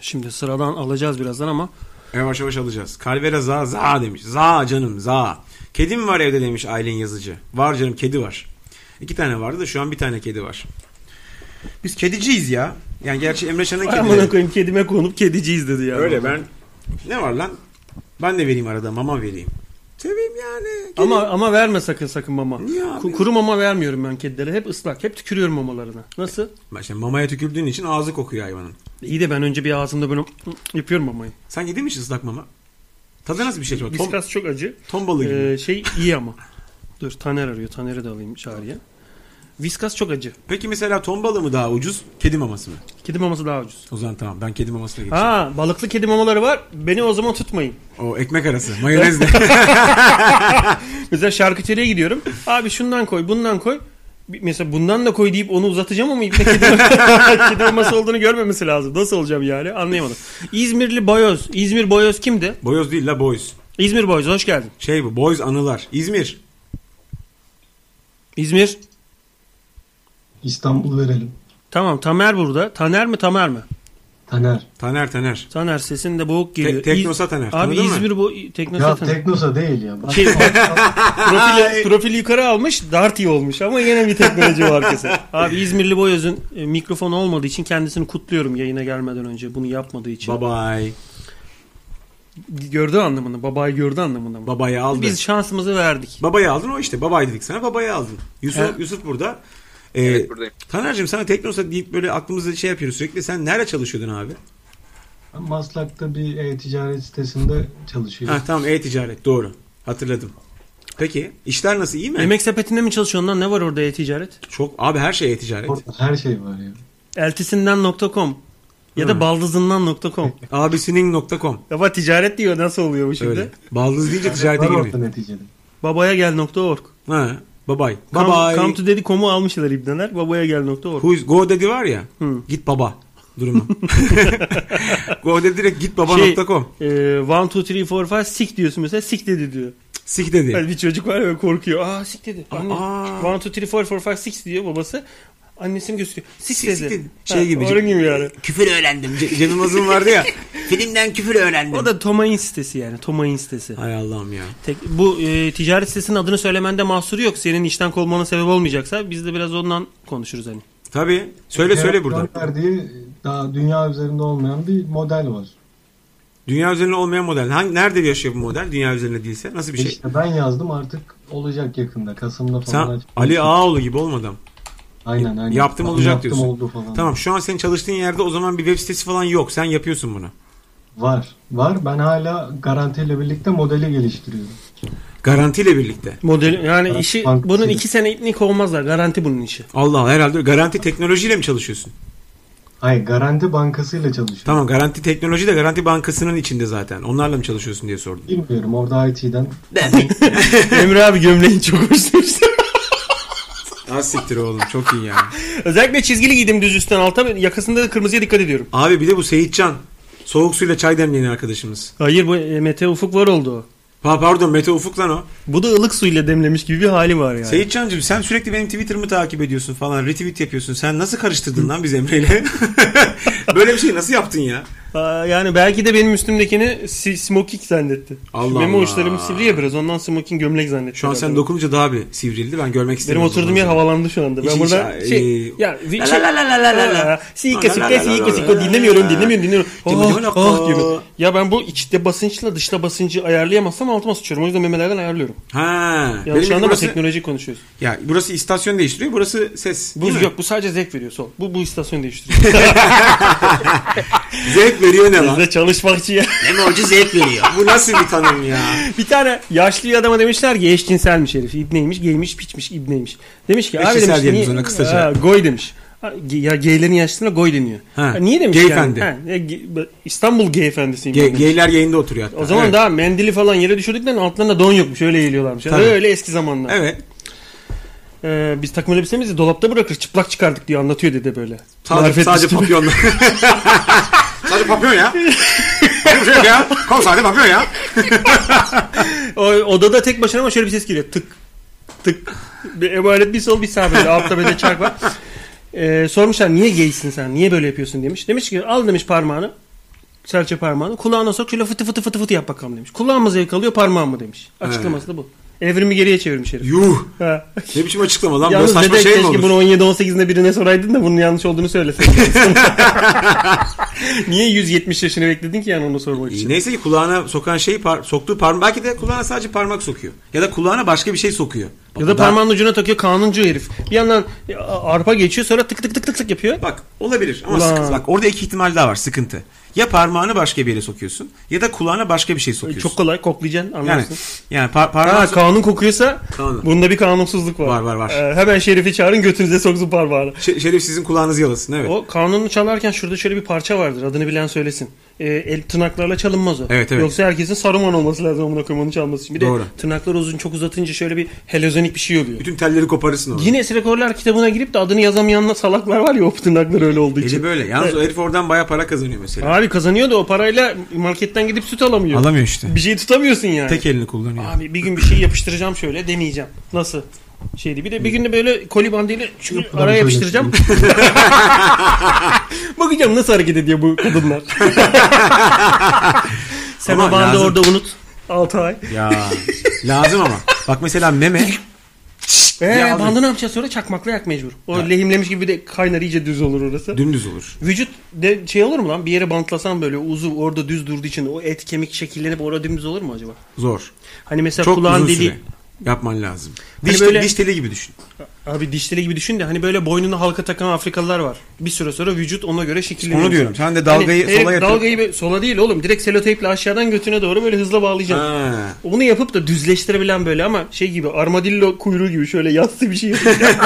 Şimdi sıradan alacağız birazdan ama Yavaş yavaş alacağız. Kalvera za za demiş. Za canım za. Kedi mi var evde demiş Aylin yazıcı. Var canım kedi var. İki tane vardı da şu an bir tane kedi var. Biz kediciyiz ya. Yani gerçi Emre Şan'ın Ay amına kedileri. koyayım kedime konup kediciyiz dedi ya. Öyle ben. Ne var lan? Ben de vereyim arada mama vereyim. Seveyim yani. Kedi- Ama ama verme sakın sakın mama. Niye abi? Ku- Kuru mama vermiyorum ben kedilere. Hep ıslak. Hep tükürüyorum mamalarına. Nasıl? Bak şimdi mamaya tükürdüğün için ağzı kokuyor hayvanın. İyi de ben önce bir ağzımda böyle yapıyorum mamayı. Sen yedin mi hiç ıslak mama? Tadı nasıl bir şey? acaba? Tom, Viskas çok acı. ton balığı gibi. Ee, şey iyi ama. Dur Taner arıyor. Taner'i de alayım çağrıya. Viskas çok acı. Peki mesela ton balığı mı daha ucuz? Kedi maması mı? Kedi maması daha ucuz. O zaman tamam ben kedi mamasına geçeyim. Ha balıklı kedi mamaları var. Beni o zaman tutmayın. O ekmek arası. Mayonezle. Mesela şarküteriye gidiyorum. Abi şundan koy, bundan koy. Bir- Mesela bundan da koy deyip onu uzatacağım ama ipte kedi, kedi olması olduğunu görmemesi lazım. Nasıl olacağım yani anlayamadım. İzmirli Boyoz. İzmir Boyoz kimdi? Boyoz değil la boys. İzmir Boyoz hoş geldin. Şey bu boys anılar. İzmir. İzmir. İstanbul verelim. Tamam Tamer burada. Taner mi Tamer mi? Taner. Taner Taner. Taner sesin de boğuk geliyor. Te- Teknosa Taner. Abi Tanıdın mı? İzmir bu Ya Teknosa Taner. Teknosa değil ya. Bak, Şey, profili, profili yukarı almış dart iyi olmuş ama yine bir teknoloji var arkası. Abi İzmirli Boyoz'un e, mikrofonu olmadığı için kendisini kutluyorum yayına gelmeden önce bunu yapmadığı için. Bye bye. gördü anlamında. Babayı gördü anlamında mı? Babayı aldın. Biz şansımızı verdik. Babayı aldın o işte. Babay dedik sana babayı aldın. Yusuf, He. Yusuf burada. Ee, Evet buradayım. Taner'cim sana Teknosa deyip böyle aklımızda şey yapıyoruz sürekli. Sen nerede çalışıyordun abi? ben Maslak'ta bir e-ticaret sitesinde çalışıyorum. Ha tamam e-ticaret doğru. Hatırladım. Peki işler nasıl iyi mi? Yemek sepetinde mi çalışıyorsun lan? Ne var orada e-ticaret? Çok abi her şey e-ticaret. Orada her şey var ya. Eltisinden.com ya da Hı. baldızından.com. Abisinin.com Baba ticaret diyor nasıl oluyor bu şimdi? Öyle. Baldız deyince ticarete Var orada girmiyor. neticede. Babaya gel.org. Ha. Babay. Come, Babay. come to dedi komu almışlar ibneler. Babaya gel.org. Who is- Go dedi var ya. Hı. Git baba durumu. Go dedi direkt git baba.com. Şey, e, one, two, three, four, five, sik diyorsun mesela. Sik dedi diyor. Sik dedi. Hani bir çocuk var ya böyle korkuyor. Aa sik dedi. Anne. Aa. One, two, three, four, four, five, six diyor babası. Annesim gözüküyor. Sik, Sik dedi. dedi. Ha, Şey gibi. Onun gibi yani. Küfür öğrendim. Ce- Cem Yılmaz'ın vardı ya. Filmden küfür öğrendim. O da Tomay'ın sitesi yani. Tomay'ın sitesi. Hay Allah'ım ya. Tek, bu e, ticaret sitesinin adını söylemende mahsuru yok. Senin işten kovulmanın sebebi olmayacaksa biz de biraz ondan konuşuruz hani. Tabii. Söyle söyle burada. Teknofa'nın verdiği daha dünya üzerinde olmayan bir model var. Dünya üzerinde olmayan model. Hangi, nerede yaşıyor bu model? Dünya üzerinde değilse. Nasıl bir şey? İşte ben yazdım artık olacak yakında. Kasım'da falan. Sen açık- Ali Ağaoğlu gibi olmadım. Aynen aynen. Yaptım Ben olacak yaptım diyorsun. oldu falan. Tamam şu an senin çalıştığın yerde o zaman bir web sitesi falan yok. Sen yapıyorsun bunu. Var. Var. Ben hala garantiyle birlikte modeli geliştiriyorum. Garantiyle birlikte. Model yani Evet, işi bankası. bunun iki sene ipni kovmazlar. Garanti bunun işi. Allah Allah, herhalde garanti teknolojiyle mi çalışıyorsun? Hayır garanti bankasıyla çalışıyorum. Tamam garanti teknoloji de garanti bankasının içinde zaten. Onlarla mı çalışıyorsun diye sordum. Bilmiyorum orada IT'den Emre abi gömleğin çok hoşmuş. Az siktir oğlum çok iyi yani. Özellikle çizgili giydim düz üstten alta. Yakasında da kırmızıya dikkat ediyorum. Abi bir de bu Seyitcan. Soğuk suyla çay demleyen arkadaşımız. Hayır bu e, Mete Ufuk var oldu o. Pa pardon Mete Ufuk lan o. Bu da ılık suyla demlemiş gibi bir hali var yani. Seyitcan'cığım sen sürekli benim Twitter'ımı takip ediyorsun falan. Retweet yapıyorsun. Sen nasıl karıştırdın lan biz Emre'yle? Böyle bir şey nasıl yaptın ya? Aa, yani belki de benim üstümdekini si- smoking zannetti. Allah Memo Allah. uçlarım sivri ya biraz ondan smoking gömlek zannetti. Şu an sen herhalde. dokununca daha bir sivrildi. Ben görmek istedim. Benim oturduğum yer havalandı şu anda. İşin Ben burada içi- şey ee, ya şey, la la la la la la la. Sike La la sike la la la sike sike la la. dinlemiyorum dinlemiyorum dinlemiyorum. Dinlemiyorum. Ah, ah diyorum. Ya ben bu içte basınçla dışta basıncı ayarlayamazsam altıma sıçıyorum. O yüzden memelerden ayarlıyorum. Ha. Ya Benim şu anda bu burası, teknoloji konuşuyoruz. ya burası istasyon değiştiriyor. Burası ses. Bu değil mi? yok bu sadece zevk veriyor sol. Bu bu istasyonu değiştiriyor. Zevk veriyor ne lan? Bizde çalışmakçı ya. Emoji zevk veriyor. Bu nasıl bir tanım ya? bir tane yaşlı bir adama demişler ki eşcinselmiş herif. İbneymiş, geymiş, piçmiş, ibneymiş. Demiş ki abi Eşcinsel demiş diyelim niye- ona kısaca. Ha, goy demiş. Ha, ge- Ya geylerin yaşlısına goy deniyor. Ha, Ha, niye demiş geyefendi. yani? Ha, ya ge- İstanbul geyefendisiyim. Ge- ben demiş. geyler yayında oturuyor hatta. o zaman evet. daha mendili falan yere düşürdükten altlarında don yokmuş. Öyle eğiliyorlarmış. Tabii. Öyle eski zamanlar. Evet. Ee, biz takım elbisemizi dolapta bırakır çıplak çıkardık diye anlatıyor dede böyle. Sadece, Marifet sadece üstüne. papyonla. sadece papyon ya. Papyon ya. Kom sadece papyon ya. O, odada tek başına ama şöyle bir ses geliyor. Tık tık. Bir emanet bir sol bir sağ böyle. Altta böyle çark var. Ee, sormuşlar niye geysin sen? Niye böyle yapıyorsun demiş. Demiş ki al demiş parmağını. Serçe parmağını. Kulağına sok şöyle fıtı fıtı fıtı fıtı yap bakalım demiş. Kulağın mı zevk alıyor parmağın mı demiş. Açıklaması da bu. Evrimi geriye çevirmiş herif. Yuh. Ha. Ne biçim açıklama lan? Böyle Yalnız saçma dede şey mi keşke olur? bunu 17-18'inde birine soraydın da bunun yanlış olduğunu söyleseydin. Niye 170 yaşını bekledin ki yani onu sormak için? Neyse ki kulağına sokan şey par- soktuğu parmak belki de kulağına sadece parmak sokuyor. Ya da kulağına başka bir şey sokuyor. Bak, Ya da daha- parmağının ucuna takıyor kanuncu herif. Bir yandan e, arpa geçiyor sonra tık tık tık tık tık yapıyor. Bak olabilir ama Ulan. sıkıntı. Bak orada iki ihtimal daha var sıkıntı. Ya parmağını başka bir yere sokuyorsun ya da kulağına başka bir şey sokuyorsun. Çok kolay koklayacaksın yani anlarsın. yani par- parmağı Ha kanun kokuyorsa Kanun. bunda bir kanunsuzluk var. Var, var, var. Ee, hemen şerifi çağırın götünüze soksun parmağını. Şe- Şerif sizin kulağınız yalasın evet. O kanunu çalarken şurada şöyle bir parça vardır. Adını bilen söylesin. Ee, el tırnaklarla çalınmaz o. Evet, evet. Yoksa herkesin saruman olması lazım amına koymanın çalması için. Bir Doğru. de tırnaklar uzun çok uzatınca şöyle bir helozonik bir şey oluyor. Bütün telleri koparırsın orada. Yine Rekorlar kitabına girip de adını yazamayan salaklar var ya o tırnaklar öyle olduğu için. Eli böyle. Yalnız o herif oradan baya para kazanıyor mesela. Abi kazanıyor da o parayla marketten gidip süt alamıyor. Alamıyor işte. Bir şey tutamıyorsun yani. Tek elini kullanıyor. Abi bir gün bir şey yapıştıracağım şöyle deneyeceğim. Nasıl? Şeydi. Bir de bir gün de böyle koli bandıyla şu Yok, araya yapıştıracağım. Bakacağım nasıl hareket ediyor bu kadınlar. Sen Ama o bandı lazım. orada unut. 6 ay. Ya lazım ama. Bak mesela meme Eee lazım. Ee, bandı ne yapacağız sonra? Çakmakla yak mecbur. O lehimlemiş gibi de kaynar iyice düz olur orası. dümdüz olur. Vücut de şey olur mu lan? Bir yere bantlasan böyle uzuv orada düz durduğu için o et kemik şekillenip orada dümdüz olur mu acaba? Zor. Hani mesela Çok kulağın uzun deliği. süre. Yapman lazım. Hani Diş, böyle- diş teli gibi düşün. Abi diş teli gibi düşün de hani böyle boynuna halka takan Afrikalılar var. Bir süre sonra vücut ona göre şekilleniyor. Onu diyorum. Sen de dalgayı Hani, e, sola yatır. Dalgayı be- sola değil oğlum. Direkt seloteyple aşağıdan götüne doğru böyle hızla bağlayacaksın. Ha. Onu yapıp da düzleştirebilen böyle ama şey gibi armadillo kuyruğu gibi şöyle yassı bir şey.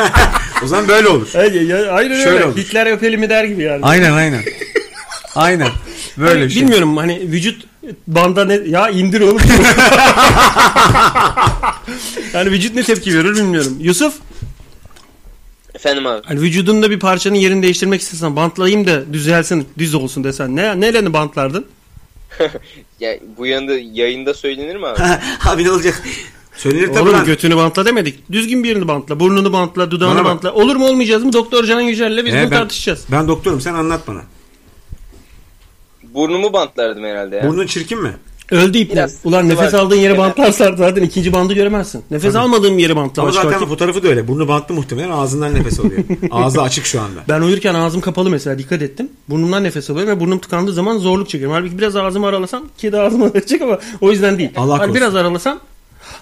O zaman böyle olur. Hayır, ya, aynen Şöyle öyle. olur. Hitler öpelimi der gibi yani. Aynen aynen. Aynen. Böyle bir şey. Bilmiyorum hani vücut banda ne ya indir oğlum. yani vücut ne tepki verir bilmiyorum. Yusuf Efendim abi. hani vücudunda bir parçanın yerini değiştirmek istesen bantlayayım da düzelsin düz olsun desen ne nereni bantlardın? Ya, bu yanında yayında söylenir mi abi? Abi ne olacak? Söylenir E, tabii Oğlum lan. götünü bantla demedik. Düzgün bir yerini bantla. Burnunu bantla. Dudağını Bana bak. bantla. Olur mu olmayacağız mı? Doktor Can Yücel'le biz Ee, bunu ben- tartışacağız. Ben doktorum sen anlat bana. Burnumu bantlardım herhalde ya. Burnun çirkin mi? Öldü ipler. Biraz Ulan nefes var. aldığın yere Evet. bantlarsan zaten ikinci bandı göremezsin. Nefes almadığım yere bantla. Ama başka zaten vakit. fotoğrafı da öyle. Burnu bantlı muhtemelen ağzından nefes alıyor. Ağzı açık şu anda. Ben uyurken ağzım kapalı mesela dikkat ettim. Burnumdan nefes alıyorum ve burnum tıkandığı zaman zorluk çekiyorum. Halbuki biraz ağzımı aralasam kedi ağzıma açacak ama o yüzden değil. Allah Hani korusun. biraz aralasam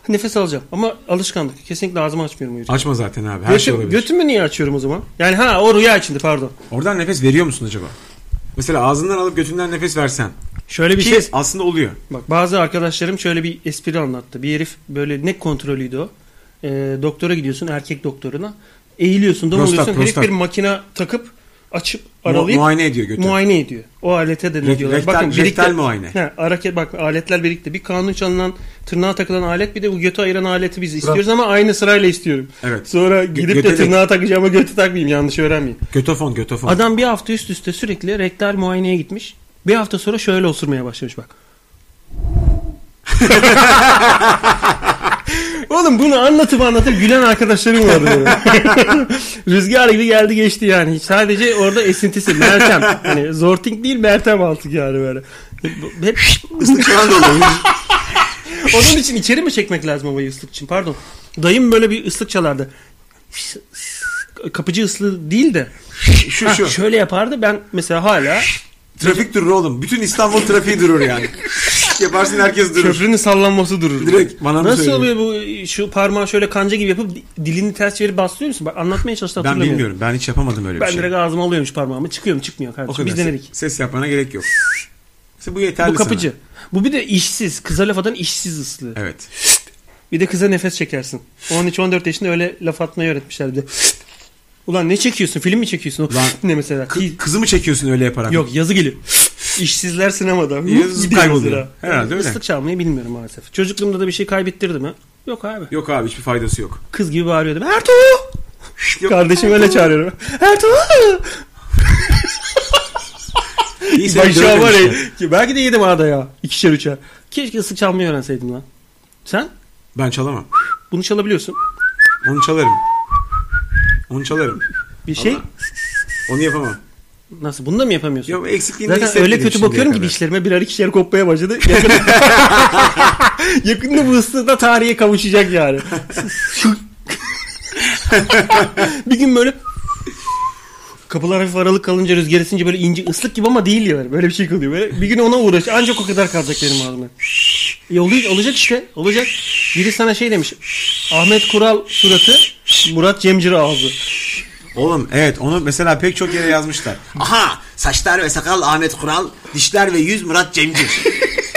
nefes alacağım. Ama alışkanlık. Kesinlikle ağzımı açmıyorum uyurken. Açma zaten abi. Her Götüm, şey olabilir. götümü niye açıyorum o zaman? Yani ha o rüya içinde pardon. Oradan nefes veriyor musun acaba? Mesela ağzından alıp götünden nefes versen. Şöyle bir Ki şey aslında oluyor. Bak bazı arkadaşlarım şöyle bir espri anlattı. Bir herif böyle ne kontrolüydü o? Ee, doktora gidiyorsun erkek doktoruna. Eğiliyorsun Prostat, domalıyorsun. Herif prostat. bir makine takıp açıp Mu- aralayıp muayene ediyor götü. muayene ediyor. O alete de ne Rek- diyorlar? rektal- rektal muayene. He, hareket bak aletler birlikte. Bir kanun çalınan tırnağa takılan alet bir de bu götü ayıran aleti biz istiyoruz ama aynı sırayla istiyorum. Evet. Sonra gidip de göte de- tırnağa takacağıma götü takmayayım yanlış öğrenmeyeyim. Götofon götofon. Adam bir hafta üst üste sürekli rektal muayeneye gitmiş. Bir hafta sonra şöyle osurmaya başlamış bak. o Oğlum bunu anlatıp anlatıp gülen arkadaşlarım vardı benim. Rüzgar gibi geldi geçti yani. Hiç Sadece orada esintisi Meltem. Hani Zorting değil Meltem Altık yani böyle. Hep Islık falan da oluyor. onun için içeri mi çekmek lazım havayı ıslık için? Pardon. Dayım böyle bir ıslık çalardı. Kapıcı ıslığı değil de Şu ha, şu. şöyle yapardı. Ben mesela hala Trafik durur oğlum. Bütün İstanbul trafiği durur yani. Yaparsın herkes durur. köprünün sallanması durur. Direkt bana mı Nasıl söylüyor? oluyor bu şu parmağı şöyle kanca gibi yapıp dilini ters çevirip bastırıyor musun? Bak anlatmaya çalıştı Ben hatırlamıyorum. bilmiyorum. Ben hiç yapamadım öyle bir Ben şey. direkt ağzıma alıyormuş parmağımı. Çıkıyorum çıkmıyor o kardeşim. kadar. Biz denedik. Ses yapmana gerek yok. İşte bu yeterli Bu kapıcı. sana. Bu bir de işsiz. Kıza laf atan işsiz ıslığı. Evet. Bir de kıza nefes çekersin. 13-14 yaşında öyle laf atmayı öğretmişler bir de. Ulan ne çekiyorsun? Film mi çekiyorsun? O Lan ne mesela? Kı- kızı mı çekiyorsun öyle yaparak? Yok yazı geliyor. İşsizler sinemada. Yazı Gidiyor kayboluyor. mesela. Herhalde öyle. Islık çalmayı bilmiyorum maalesef. Çocukluğumda da bir şey kaybettirdim ha. Yok abi. Yok abi hiçbir faydası yok. Kız gibi bağırıyordum. Ertuğ! Yok. Kardeşim öyle çağırıyorum. Ertuğ! İyi seni Başa var ya. dövmemişler. Ki belki de yedim arada ya. İkişer üçer. Keşke ıslık çalmayı öğrenseydim lan. Sen Ben çalamam. bunu çalabiliyorsun. Onu çalarım. Onu çalarım. Bir şey Onu yapamam. nasıl bunu da mı yapamıyorsun? Ya eksikliğini de Zaten hissetmedim öyle kötü şimdiye bakıyorum ki kadar. dişlerime birer ikişer kopmaya başladı. Yakında, Yakında bu ıslığı da tarihe kavuşacak yani. bir gün böyle kapılar hafif aralık kalınca rüzgar esince böyle ince ıslık gibi ama değil yani. Böyle bir şey kalıyor. Böyle bir gün ona uğraş. Ancak o kadar kalacak benim ağzımda. E olacak, olacak işte. Olacak. Biri sana şey demiş. Ahmet Kural suratı, Murat Cemcir ağzı. Oğlum evet onu mesela pek çok yere yazmışlar. Aha saçlar ve sakal Ahmet Kural, dişler ve yüz Murat Cemcir.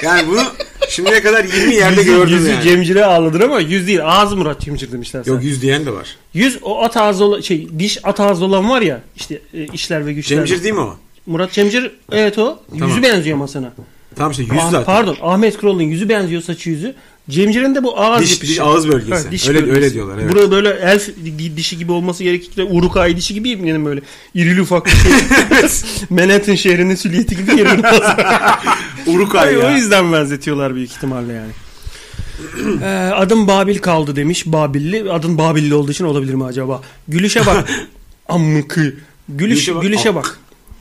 yani bunu şimdiye kadar 20 yerde Yüzü, gördüm yüzü yani. Cemcir'e ağladın ama yüz değil. Ağzı Murat Cemcir demişler sana. Yok yüz diyen de var. Yüz o at ağzı olan şey diş at ağzı olan var ya işte e, işler ve güçler. Cemcir değil mi o? Murat Cemcir evet o. Tamam. Yüzü benziyor ama sana. Tamam işte yüz Ah, zaten. Pardon Ahmet Kural'ın yüzü benziyor saçı yüzü. Cemcir'in de bu ağız Diş- yapışı. diş- ağız bölgesi. Öyle- öyle diyorlar, evet. Burada böyle elf di- dişi gibi olması gerekirken Urukay dişi gibi yani böyle irili ufaklı şey. Manhattan şehrinin süliyeti gibi yerin Urukay Ay, o ya. yüzden benzetiyorlar büyük ihtimalle yani. Ee, adım Babil kaldı demiş Babilli. Adın Babilli olduğu için olabilir mi acaba? Gülüşe bak. Amkı. Gülüş, Gülüşe bak. gülüşe Ak. bak.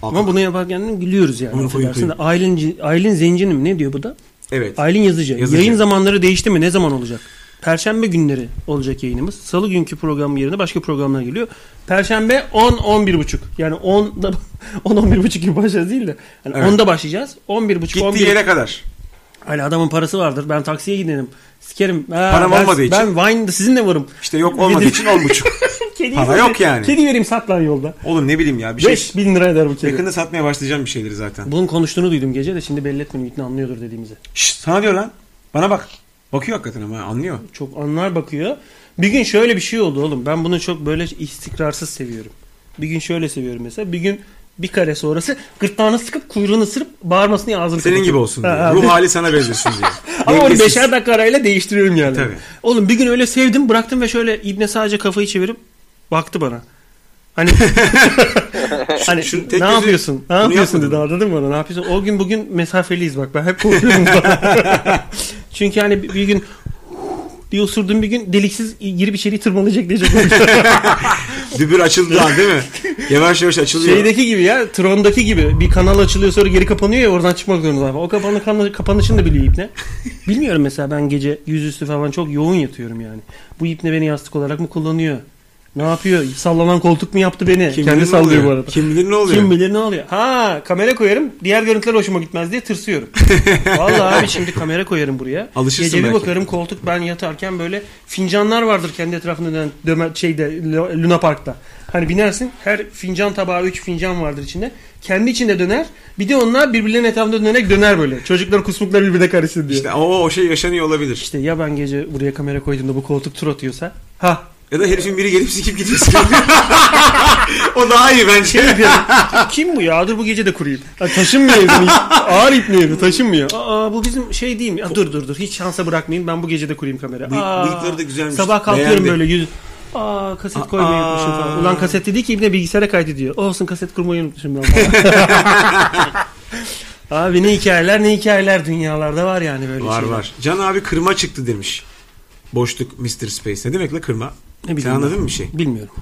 Ak. Ama bunu yaparken gülüyoruz yani. Bunu affedersin de. koyayım. Aylin, Ci- Aylin Zencini mi? Ne diyor bu da? Evet. Aylin yazıcı. Yazıcı. Yayın zamanları değişti mi? Ne zaman olacak? Perşembe günleri olacak yayınımız. Salı günkü program yerine başka programlar geliyor. Perşembe 10-11.30. Yani 10'da 10-11.30 gibi başlayacağız değil de. Yani Evet. 10'da başlayacağız. 11.30 Gittiği 11 yere kadar. Hani adamın parası vardır. Ben taksiye giderim. Sikerim. Ha, Param ben, olmadığı Ben için. Vine'da sizinle varım. İşte yok olmadığı Gidip- için on buçuk. Kedi Para yok yani. Kedi vereyim sat lan yolda. Oğlum ne bileyim ya bir şey. 5 bin lira eder bu kedi. Yakında satmaya başlayacağım bir şeyleri zaten. Bunun konuştuğunu duydum gece de şimdi belli etmedim. Hütnü anlıyordur dediğimizi. Şşş sana diyor lan. Bana bak. Bakıyor hakikaten ama anlıyor. Çok anlar bakıyor. Bir gün şöyle bir şey oldu oğlum. Ben bunu çok böyle istikrarsız seviyorum. Bir gün şöyle seviyorum mesela. Bir gün bir kare sonrası gırtlağını sıkıp kuyruğunu ısırıp bağırmasını diye ağzını Senin kapatıyorum. gibi olsun Ha, ha. diyor. Ruh hali sana benzesin diyor. Ama onu Dengesiz. beşer dakika arayla değiştiriyorum yani. Tabii. Oğlum bir gün öyle sevdim bıraktım ve şöyle İbne sadece kafayı çevirip baktı bana. Hani hani şu tek ne gözü- yapıyorsun? Ne bunu yapıyorsun yapmadın dedi mı? anladın mı bana? Ne yapıyorsun? O gün bugün mesafeliyiz bak ben hep korkuyorum. Çünkü hani bir bir gün diye osurduğum bir gün deliksiz girip içeri tırmalayacak diyecek. Dübür açıldı lan değil mi? Yavaş yavaş açılıyor. Şeydeki gibi ya Tron'daki gibi bir kanal açılıyor sonra geri kapanıyor ya oradan çıkmak zorunda abi. O kapanı, kanal- kapanışını da biliyor İbne. Bilmiyorum mesela ben gece yüzüstü falan çok yoğun yatıyorum yani. Bu İbne beni yastık olarak mı kullanıyor? Ne yapıyor? Sallanan koltuk mu yaptı beni? Kim Kendi bilir ne sallıyor oluyor? bu arada. Kim, Kim bilir ne oluyor? bilir ne oluyor? Ha kamera koyarım diğer görüntüler hoşuma gitmez diye tırsıyorum. Vallahi abi şimdi kamera koyarım buraya. Alışırsın Gece bir belki. bakarım koltuk ben yatarken böyle fincanlar vardır kendi etrafında dönen döme- şeyde lo- Luna Park'ta. Hani binersin her fincan tabağı 3 fincan vardır içinde. Kendi içinde döner. Bir de onlar birbirlerinin etrafında dönerek döner böyle. Çocuklar kusmuklar birbirine karışsın diye. İşte, İşte o, o şey yaşanıyor olabilir. ya ben gece buraya kamera koyduğumda bu koltuk tur atıyorsa. Ha Ya da herifin biri gelip sikip gidiyor. sikip gidiyor. o daha iyi bence. şey yapıyorum. Kim bu ya? Dur bu gece de kurayım. Ya taşınmıyor evden. hiç. Ağır ipni evi taşınmıyor. Aa bu bizim şey değil mi? Ya dur dur dur. Hiç şansa bırakmayayım. Ben bu gece de kurayım kamera. Bıyık- Aa, bıyıkları da güzelmiş. Sabah kalkıyorum Beğendim. böyle yüz... Aa kaset koymayı Aa. unutmuşum falan. Ulan kaset dedi ki ibne bilgisayara kaydediyor. Olsun kaset kurmayı unutmuşum ben falan. Abi ne hikayeler ne hikayeler dünyalarda var yani böyle Var şeyler. var. Can abi kırma çıktı demiş. Boşluk Mr. Space. Ne demekle kırma? Ne bileyim Sen anladın ben. mı bir şey? Bilmiyorum.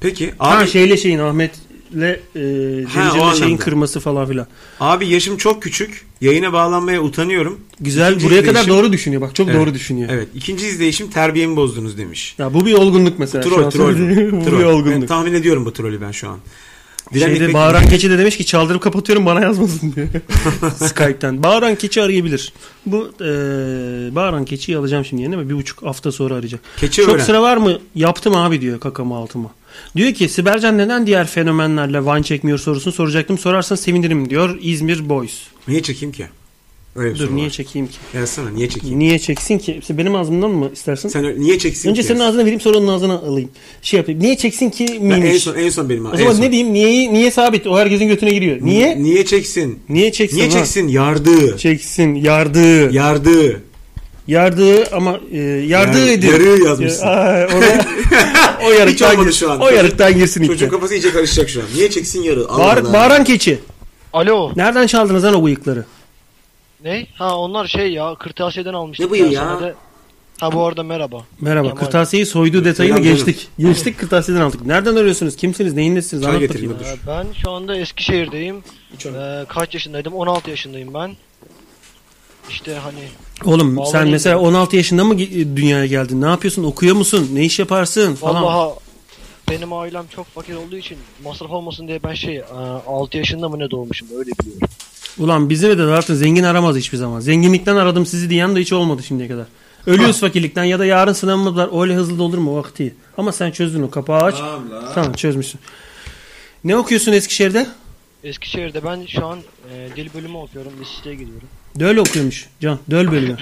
Peki abi, Ha şey- şeyle şeyin Ahmet'le e, Cemcir'le şeyin anlamda. kırması falan filan. abi yaşım çok küçük. Yayına bağlanmaya utanıyorum. Güzel İkinci buraya kadar izleyişim- doğru düşünüyor bak çok Evet. doğru düşünüyor. Evet. ikinci izleyişim terbiyemi bozdunuz demiş. Ya bu bir olgunluk mesela. şu an Troll troll. söylediğim- bu bir troll. Ben olgunluk. tahmin ediyorum bu trolü ben şu an. Dilan Şeyde İpek- bağıran keçi de demiş ki çaldırıp kapatıyorum bana yazmasın diye. Skype'ten. Bağıran keçi arayabilir. Bu eee bağıran keçiyi alacağım şimdi yerine ama bir buçuk hafta sonra arayacak. Keçi Çok öğren. sıra var mı? Yaptım abi diyor kakama altıma. Diyor ki Sibercan neden diğer fenomenlerle van çekmiyor sorusunu soracaktım. Sorarsan sevinirim diyor İzmir Boys. Niye çekeyim ki? Öyle bir Dur soru niye var. çekeyim ki? Yazsana niye çekeyim? Niye çeksin ki? İşte benim ağzımdan mı istersin? Sen ö- niye çeksin Önce ki? senin ağzına vereyim sonra onun ağzına alayım. Şey yapayım. Niye çeksin ki? Ben en miymiş? son, en son benim O en zaman son. ne diyeyim? Niye niye sabit? O herkesin götüne giriyor. Niye? Niye çeksin? Niye çeksin? Niye lan? çeksin? Yardığı. Çeksin. Yardığı. Yardığı. yardığı ama e, yardığı Yar- edin. yarığı yazmışsın. Aa, oraya- o Hiç yarıktan olmadı girsin. şu an. O yarıktan girsin Çocuğun iple. kafası iyice karışacak şu an. Niye çeksin yarı? Allah Bağır, Allah. bağıran keçi. Alo. Nereden çaldınız lan o bıyıkları? Ne? Ha onlar şey ya kırtasiyeden almıştık. Ne bu ya? personelde. Ha bu arada merhaba. Merhaba. Kemal. Kırtasiyeyi soyduğu detayını Selam canım. geçtik. Geçtik kırtasiyeden aldık. Nereden arıyorsunuz? Kimsiniz? Neyin nesiniz? Çay Anlat getireyim, bakayım. dur. Ee, Ben şu anda Eskişehir'deyim. Ee, kaç yaşındaydım? 16 yaşındayım ben. İşte hani Oğlum Vallahi sen iyi mesela ya. 16 yaşında mı ge- dünyaya geldin? Ne yapıyorsun? Okuyor musun? Ne iş yaparsın? Falan. vallahi benim ailem çok fakir olduğu için masraf olmasın diye ben şey e, 6 yaşında mı ne doğmuşum öyle biliyorum. Ulan bizi de zaten zengin aramaz hiçbir zaman. Zenginlikten aradım sizi diyen de hiç olmadı şimdiye kadar. Ölüyoruz fakirlikten ya da yarın sınavımız var. Öyle hızlı da olur mu o vakti? Ama sen çözdün o kapağı aç. Tamam lan. Tamam çözmüşsün. Ne okuyorsun Eskişehir'de? Eskişehir'de ben şu an e, dil bölümü okuyorum. Liseye gidiyorum. Döl okuyormuş Can. Döl bölümü.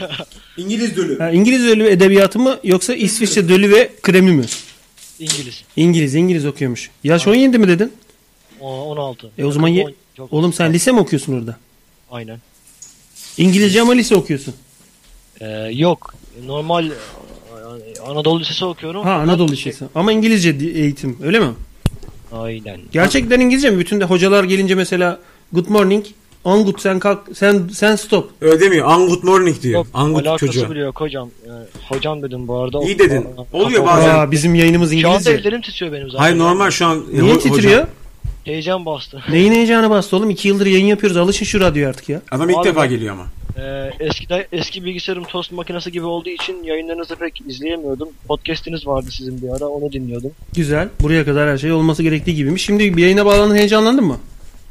İngiliz dölü. Ha, İngiliz dölü edebiyatı mı yoksa İsviçre dölü ve kremi mi? İngiliz. İngiliz İngiliz okuyormuş. Yaş 17 mi dedin? O- 16. E o zaman ye- On- çok- Oğlum sen lise mi okuyorsun orada? Aynen. İngilizce ama lise okuyorsun. Ee, yok. Normal e, Anadolu Lisesi okuyorum. Ha Anadolu Lisesi. Ama İngilizce di- eğitim öyle mi? Aynen. Gerçekten İngilizce mi? Bütün de hocalar gelince mesela good morning, on good sen kalk, sen sen stop. Öyle demiyor. An good morning diyor. Yok, An good alakası çocuğa. bile yok hocam. Yani, hocam dedim bu arada. İyi dedin. Aa, Oluyor kafam- bazen. Aa, bizim yayınımız Şu anda İngilizce. ellerim titriyor benim zaten. Hayır normal şu an. Niye Ho- titriyor? hocam. Heyecan bastı. Neyin heyecanı bastı oğlum? İki yıldır yayın yapıyoruz. Alışın şu radyoya artık ya. Adam ilk Abi defa ben- geliyor ama. Ee, eskide, eski bilgisayarım tost makinesi gibi olduğu için yayınlarınızı pek izleyemiyordum. Podcast'iniz vardı sizin bir ara onu dinliyordum. Güzel. Buraya kadar her şey olması gerektiği gibiymiş. Şimdi bir yayına bağlandın heyecanlandın mı?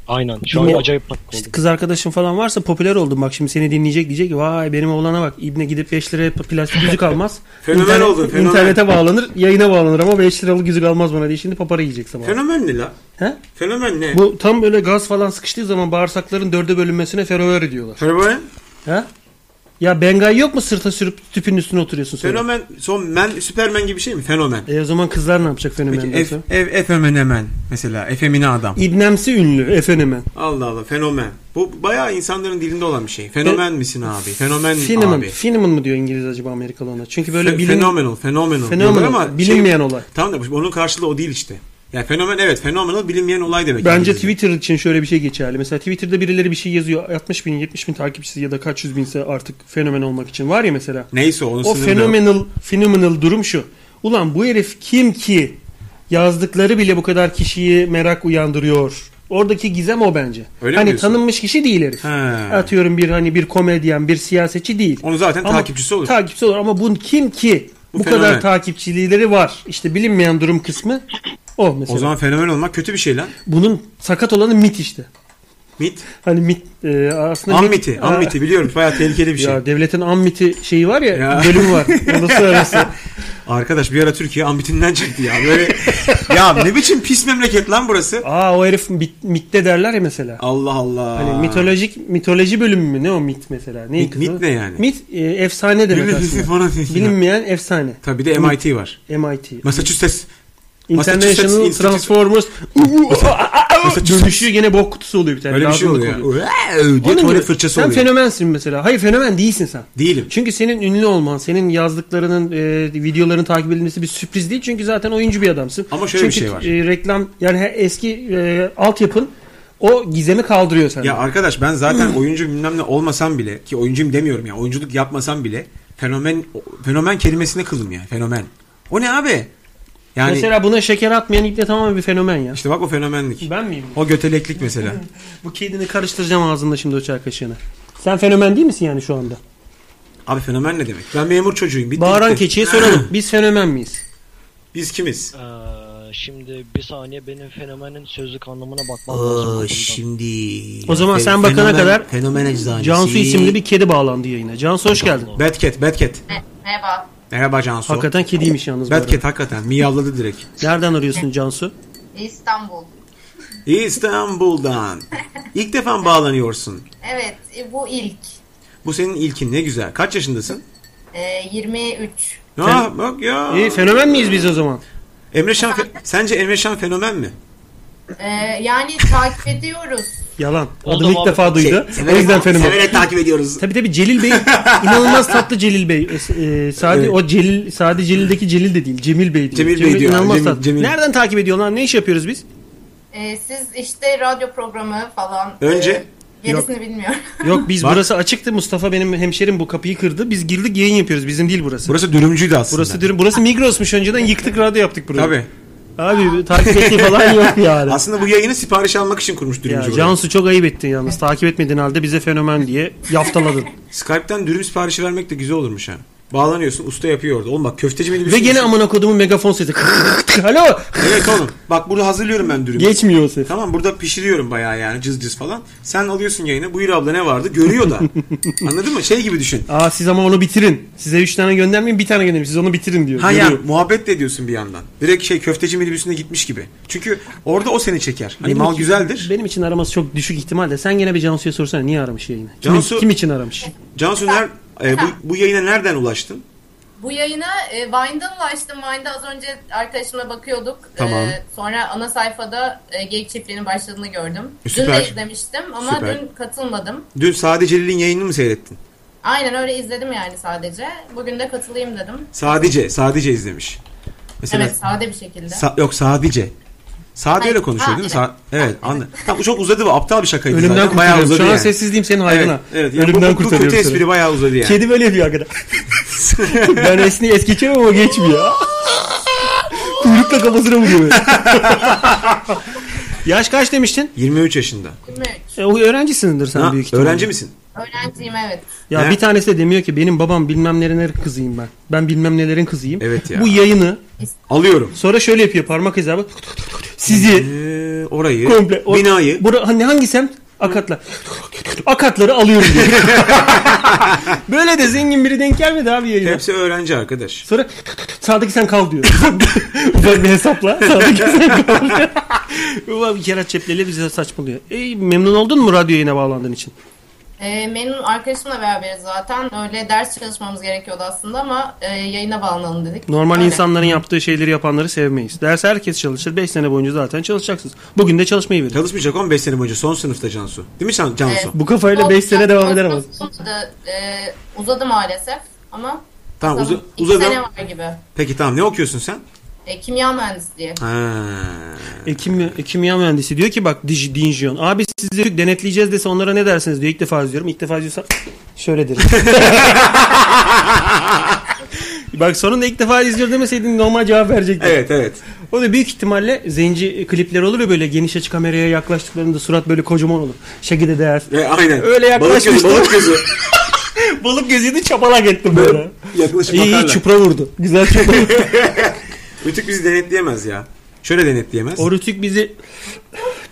Aynen. Şu an Dinle- acayip patlak İşte oldum. kız arkadaşın falan varsa popüler oldun. Bak şimdi seni dinleyecek diyecek ki vay benim oğlana bak. İbne gidip 5 liraya plastik yüzük almaz. Fenomen oldun, fenomen. İnternete bağlanır. Yayına bağlanır ama 5 liralık yüzük almaz bana diye. Şimdi papara yiyecek sabah. Fenomen ne la? He? Fenomen ne? Bu tam böyle gaz falan sıkıştığı zaman bağırsakların dörde bölünmesine ferover diyorlar. Fenomen, He? Ya bengay yok mu sırta sürüp tüpün üstüne oturuyorsun sonra? fenomen son men, Süpermen gibi bir şey mi? Fenomen. E o zaman kızlar ne yapacak fenomenden Peki sonra? ev, ev, efemenemen mesela. Efemine adam. İbnemsi ünlü e, efenomen. Allah Allah fenomen. Bu bayağı insanların dilinde olan bir şey. Fenomen misin abi? Fenomen Phenomen. abi. Phenomen mı diyor İngiliz acaba Amerikalı ona? Çünkü böyle Fe- bilin... Phenomenal, phenomenal. Phenomenal, Diyorlar ama şey- bilinmeyen olay. Tamam da bu- onun karşılığı o değil işte. Yani fenomen evet fenomenal bilinmeyen olay demek. Bence İngilizce. Twitter için şöyle bir şey geçerli. Mesela Twitter'da birileri bir şey yazıyor. 60 bin, 70 bin takipçisi ya da kaç yüz binse artık fenomen olmak için var ya mesela. Neyse onun O sınırı da- phenomenal, phenomenal durum şu. Ulan bu herif kim ki yazdıkları bile bu kadar kişiyi merak uyandırıyor. Oradaki gizem o bence. Öyle mi hani diyorsun? tanınmış kişi değil herif. He. Atıyorum bir hani bir komedyen, bir siyasetçi değil. Onu zaten takipçisi olur. Takipçisi olur ama bunun kim ki bu, Bu kadar fenomen. takipçilileri var. İşte bilinmeyen durum kısmı o mesela. o zaman fenomen olmak kötü bir şey lan. Bunun sakat olanı mit işte. Mit. Hani mit e, aslında mit- Ammiti. Aa, Ammiti biliyorum. Bayağı tehlikeli bir şey. Ya devletin ammiti şeyi var ya, Ya. bölümü var. Uluslararası. Arkadaş bir ara Türkiye ambitinden çıktı ya. Böyle ya ne biçim pis memleket lan burası? Aa o herif mit, mitte derler ya mesela. Allah Allah. Hani mitolojik mitoloji bölümü mü ne o mit mesela? Ne Mit- mit ne yani? Mit e, efsane demek Bilinmesi aslında. falan değil. Bilinmeyen efsane. Tabii bir de MIT var. MIT. Massachusetts. International Massachusetts Transformers Massachusetts- dönüşüyor gene bok kutusu oluyor bir tane. Öyle bir şey Ağzında oluyor. koyuyor. ya. Diye Onun tuvalet gibi, fırçası sen oluyor. fenomensin mesela. Hayır fenomen değilsin sen. Değilim. Çünkü senin ünlü olman, senin yazdıklarının, e, videoların takip edilmesi bir sürpriz değil. Çünkü zaten oyuncu bir adamsın. Ama şöyle bir Çünkü, şey var. e, reklam yani he- eski e, altyapın o gizemi kaldırıyor sende. Ya arkadaş ben zaten oyuncu bilmem ne olmasam bile ki oyuncuyum demiyorum ya oyunculuk yapmasam bile Fenomen fenomen kelimesine kıldım ya. Fenomen. O ne abi? Yani Mesela buna şeker atmayan ipne tamamen bir fenomen ya. işte bak o fenomenlik. Ben miyim? O göteleklik mesela. Bu kedini karıştıracağım ağzında şimdi o çay kaşığını. Sen fenomen değil misin yani şu anda? Abi fenomen ne demek? Ben memur çocuğuyum. Bitti, Bağıran gitti. keçiye soralım. Biz fenomen miyiz? Biz kimiz? Ee, şimdi bir saniye benim fenomenin sözlük anlamına bakmam lazım. bu konuda. O zaman sen bakana kadar fenomen eczanesi. Cansu isimli bir kedi bağlandı yayına. Cansu hoş geldin. Bad Cat, Bad Cat. Merhaba. Merhaba Cansu. Hakikaten kediymiş yalnız. bu Bad arada. Cat hakikaten miyavladı direkt. Nereden arıyorsun Cansu? İstanbul. İstanbul'dan. İlk defa bağlanıyorsun. Evet e, bu ilk. Bu senin ilkin ne güzel. Kaç yaşındasın? E, 23. Ya bak ya. İyi fenomen miyiz biz o zaman? Emre Şan fe- sence Emre Şan fenomen mi? E, yani takip ediyoruz. Yalan. Oldu Adını ilk muhabbet. defa duydu. o yüzden Şey, fenomen. Şey, takip ediyoruz. Tabii tabii Celil Bey inanılmaz tatlı Celil Bey. Ee, Sadi Evet. o Celil Sadi Celil'deki Celil de değil. Cemil Bey diyor. Cemil Bey diyor. inanılmaz Cemil- tatlı. Cemil. Nereden takip ediyor lan? Ne iş yapıyoruz biz? E, siz işte radyo programı falan. Önce- E, gerisini bilmiyorum. Yok biz Bak. burası açıktı. Mustafa benim hemşerim bu kapıyı kırdı. Biz girdik yayın yapıyoruz. Bizim değil burası. Burası dürümcüydü aslında. Burası diyorum burası Migros'muş önceden yıktık radyo yaptık burayı. Tabii. Abi takip ettiği falan yok yani. Aslında bu yayını sipariş almak için kurmuş Ya dürümcü. orayı. Cansu çok ayıp ettin yalnız. Takip etmediğin halde bize fenomen diye yaftaladın. Skype'ten dürüm siparişi vermek de güzel olurmuş ha. Bağlanıyorsun usta yapıyor orada. Oğlum bak köfteci miydi? bir Ve şey gene misin? amına kodumun megafon sesi. Alo. Evet oğlum. Bak burada hazırlıyorum ben dürümü. Geçmiyor o ses. Tamam burada pişiriyorum bayağı yani cız cız falan. Sen alıyorsun yayını. Buyur abla ne vardı? Görüyor da. Anladın mı? Şey gibi düşün. Aa siz ama onu bitirin. Size 3 tane göndermeyin bir tane gönderin. Siz onu bitirin diyor. Ha Görüyor. yani muhabbet de ediyorsun bir yandan. Direkt şey köfteci minibüsüne gitmiş gibi. Çünkü orada o seni çeker. Hani Benim mal için- güzeldir. Benim için araması çok düşük ihtimalle. Sen gene bir Cansu'ya sorsana niye aramış yayını? Kim, Cansu- kim için aramış? Cansu ner, e, bu, bu yayına nereden ulaştın? Bu yayına e, Vine'da ulaştım. Vine'da az önce arkadaşımla bakıyorduk. Tamam. E, sonra ana sayfada e, geyik çiftliğinin başladığını gördüm. E, süper. Dün de izlemiştim ama Süper. dün katılmadım. Dün Sade Celil'in yayınını mı seyrettin? Aynen öyle izledim yani sadece. Bugün de katılayım dedim. Sadece, sadece izlemiş. Mesela Evet sade bir şekilde. Sa- yok sadece. Sade öyle Hayır, konuşuyor ha, değil mi? evet. Sa- evet, anladım. Tamam, bu çok uzadı ve aptal bir şakaydı Ölümden zaten. Bayağı kurtarıyorum. uzadı Şu an yani. sessizliğim senin Evet, hayrına. evet. Yani bu- Ölümden bu, bu, kurtarıyorum kötü seni. espri bayağı uzadı yani. Kedi böyle yapıyor hakikaten. ben esni es geçiyorum ama geçmiyor. Kuyrukla kafasına vuruyor böyle. Yaş kaç demiştin? 23 yaşında. 23. E, o öğrencisindir sen Ha, büyük ihtimalle. öğrenci misin? Öğrenciyim evet. Ya Ne? bir tanesi de demiyor ki benim babam bilmem nelerin kızıyım ben. Ben bilmem nelerin kızıyım. Evet ya. Bu yayını Alıyorum. sonra şöyle yapıyor parmak izi abi. Sizi Ee, orayı, komple o- binayı. Bura, hani hangi semt? Akatlar. Akatları alıyorum diyor. Böyle de zengin biri denk gelmedi abi yayına. Hepsi öğrenci arkadaş. Sonra sağdaki sen kal diyor. Ufak bir hesapla. Sağdaki sen kal. Ulan bir kere çepleli bize saçmalıyor. E, memnun oldun mu radyo yayına bağlandığın için? Ee, memnun arkadaşımla beraberiz zaten. Öyle ders çalışmamız gerekiyordu aslında ama e, yayına bağlanalım dedik. Normal Öyle. insanların yaptığı şeyleri yapanları sevmeyiz. Ders herkes çalışır. 5 sene boyunca zaten çalışacaksınız. Bugün de çalışmayı verin. Çalışmayacak 15 sene boyunca son sınıfta Cansu. Değil mi Can- Cansu? Evet. Bu kafayla 5 sene devam eder ama. Olmadı, e, uzadı maalesef ama Tamam, uza- iki uzadı. sene var gibi. Peki tamam ne okuyorsun sen? E, kimya mühendisliği. Ha. E, kimya, e, kimya mühendisi diyor ki bak Dij- Dinjon. Abi sizi denetleyeceğiz dese onlara ne dersiniz diyor. İlk defa izliyorum. İlk defa izliyorsan şöyle derim. bak sonunda ilk defa izliyor demeseydin normal cevap verecektin. Evet evet. O da büyük ihtimalle zenci klipler olur ya böyle geniş açı kameraya yaklaştıklarında surat böyle kocaman olur. Şekilde değer. E, aynen. Öyle yaklaşmıştım. Balık gözü. Balık Balık gözüydü çapalak ettim böyle. gözü. Yaklaşık İyi iyi bakarlar. çupra vurdu. Güzel çupra vurdu. Ütük bizi denetleyemez ya. Şöyle denetleyemez. o rütük bizi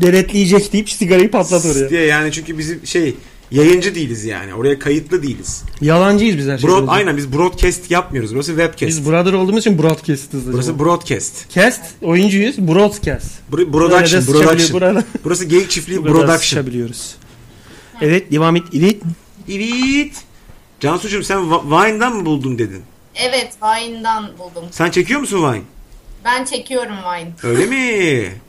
denetleyecek deyip sigarayı patlat oraya. diye yani çünkü bizim şey yayıncı değiliz yani. Oraya kayıtlı değiliz. Yalancıyız biz her şeyden Broad, önce. aynen biz broadcast yapmıyoruz. Burası webcast. Biz brother olduğumuz için broadcast'iz. acaba. Burası broadcast. Cast, oyuncuyuz. Broadcast. Bur- Böyle de production, sıçabiliyor production. buralar. Burası geyik çiftliği Burada production. sıçabiliyoruz. Evet devam et. Evet. Evet. Cansucuğum sen Va- Vine'dan mı buldun dedin? Evet Vine'dan buldum. Sen çekiyor musun Vine? Ben çekiyorum Vine. Öyle mi?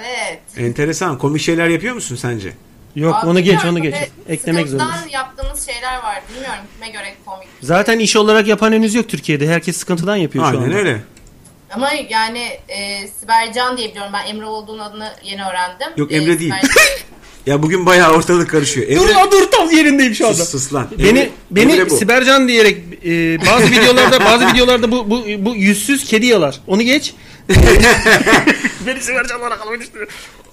Evet. Enteresan. Komik şeyler yapıyor musun sence? Yok Abi, onu geç bilmiyorum, onu geç. böyle Eklemek sıkıntıdan zorundayız. yaptığımız şeyler var. Bilmiyorum kime göre komik. Zaten iş olarak yapan henüz yok Türkiye'de. Herkes sıkıntıdan yapıyor şu Aynen anda. öyle. Ama yani e, Sibercan diye biliyorum. Ben Emre olduğunun adını yeni öğrendim. Yok, E, Emre değil. Sibercan. Ya bugün bayağı ortalık karışıyor. Emre Dur lan dur tam yerindeyim şu anda. sus, sus lan. Beni Emre- beni Emre bu. Sibercan diyerek e, bazı videolarda bazı videolarda bu, bu bu yüzsüz kedi yalar. Onu geç. Birisi vereceğim bana kalmayı düşünüyor.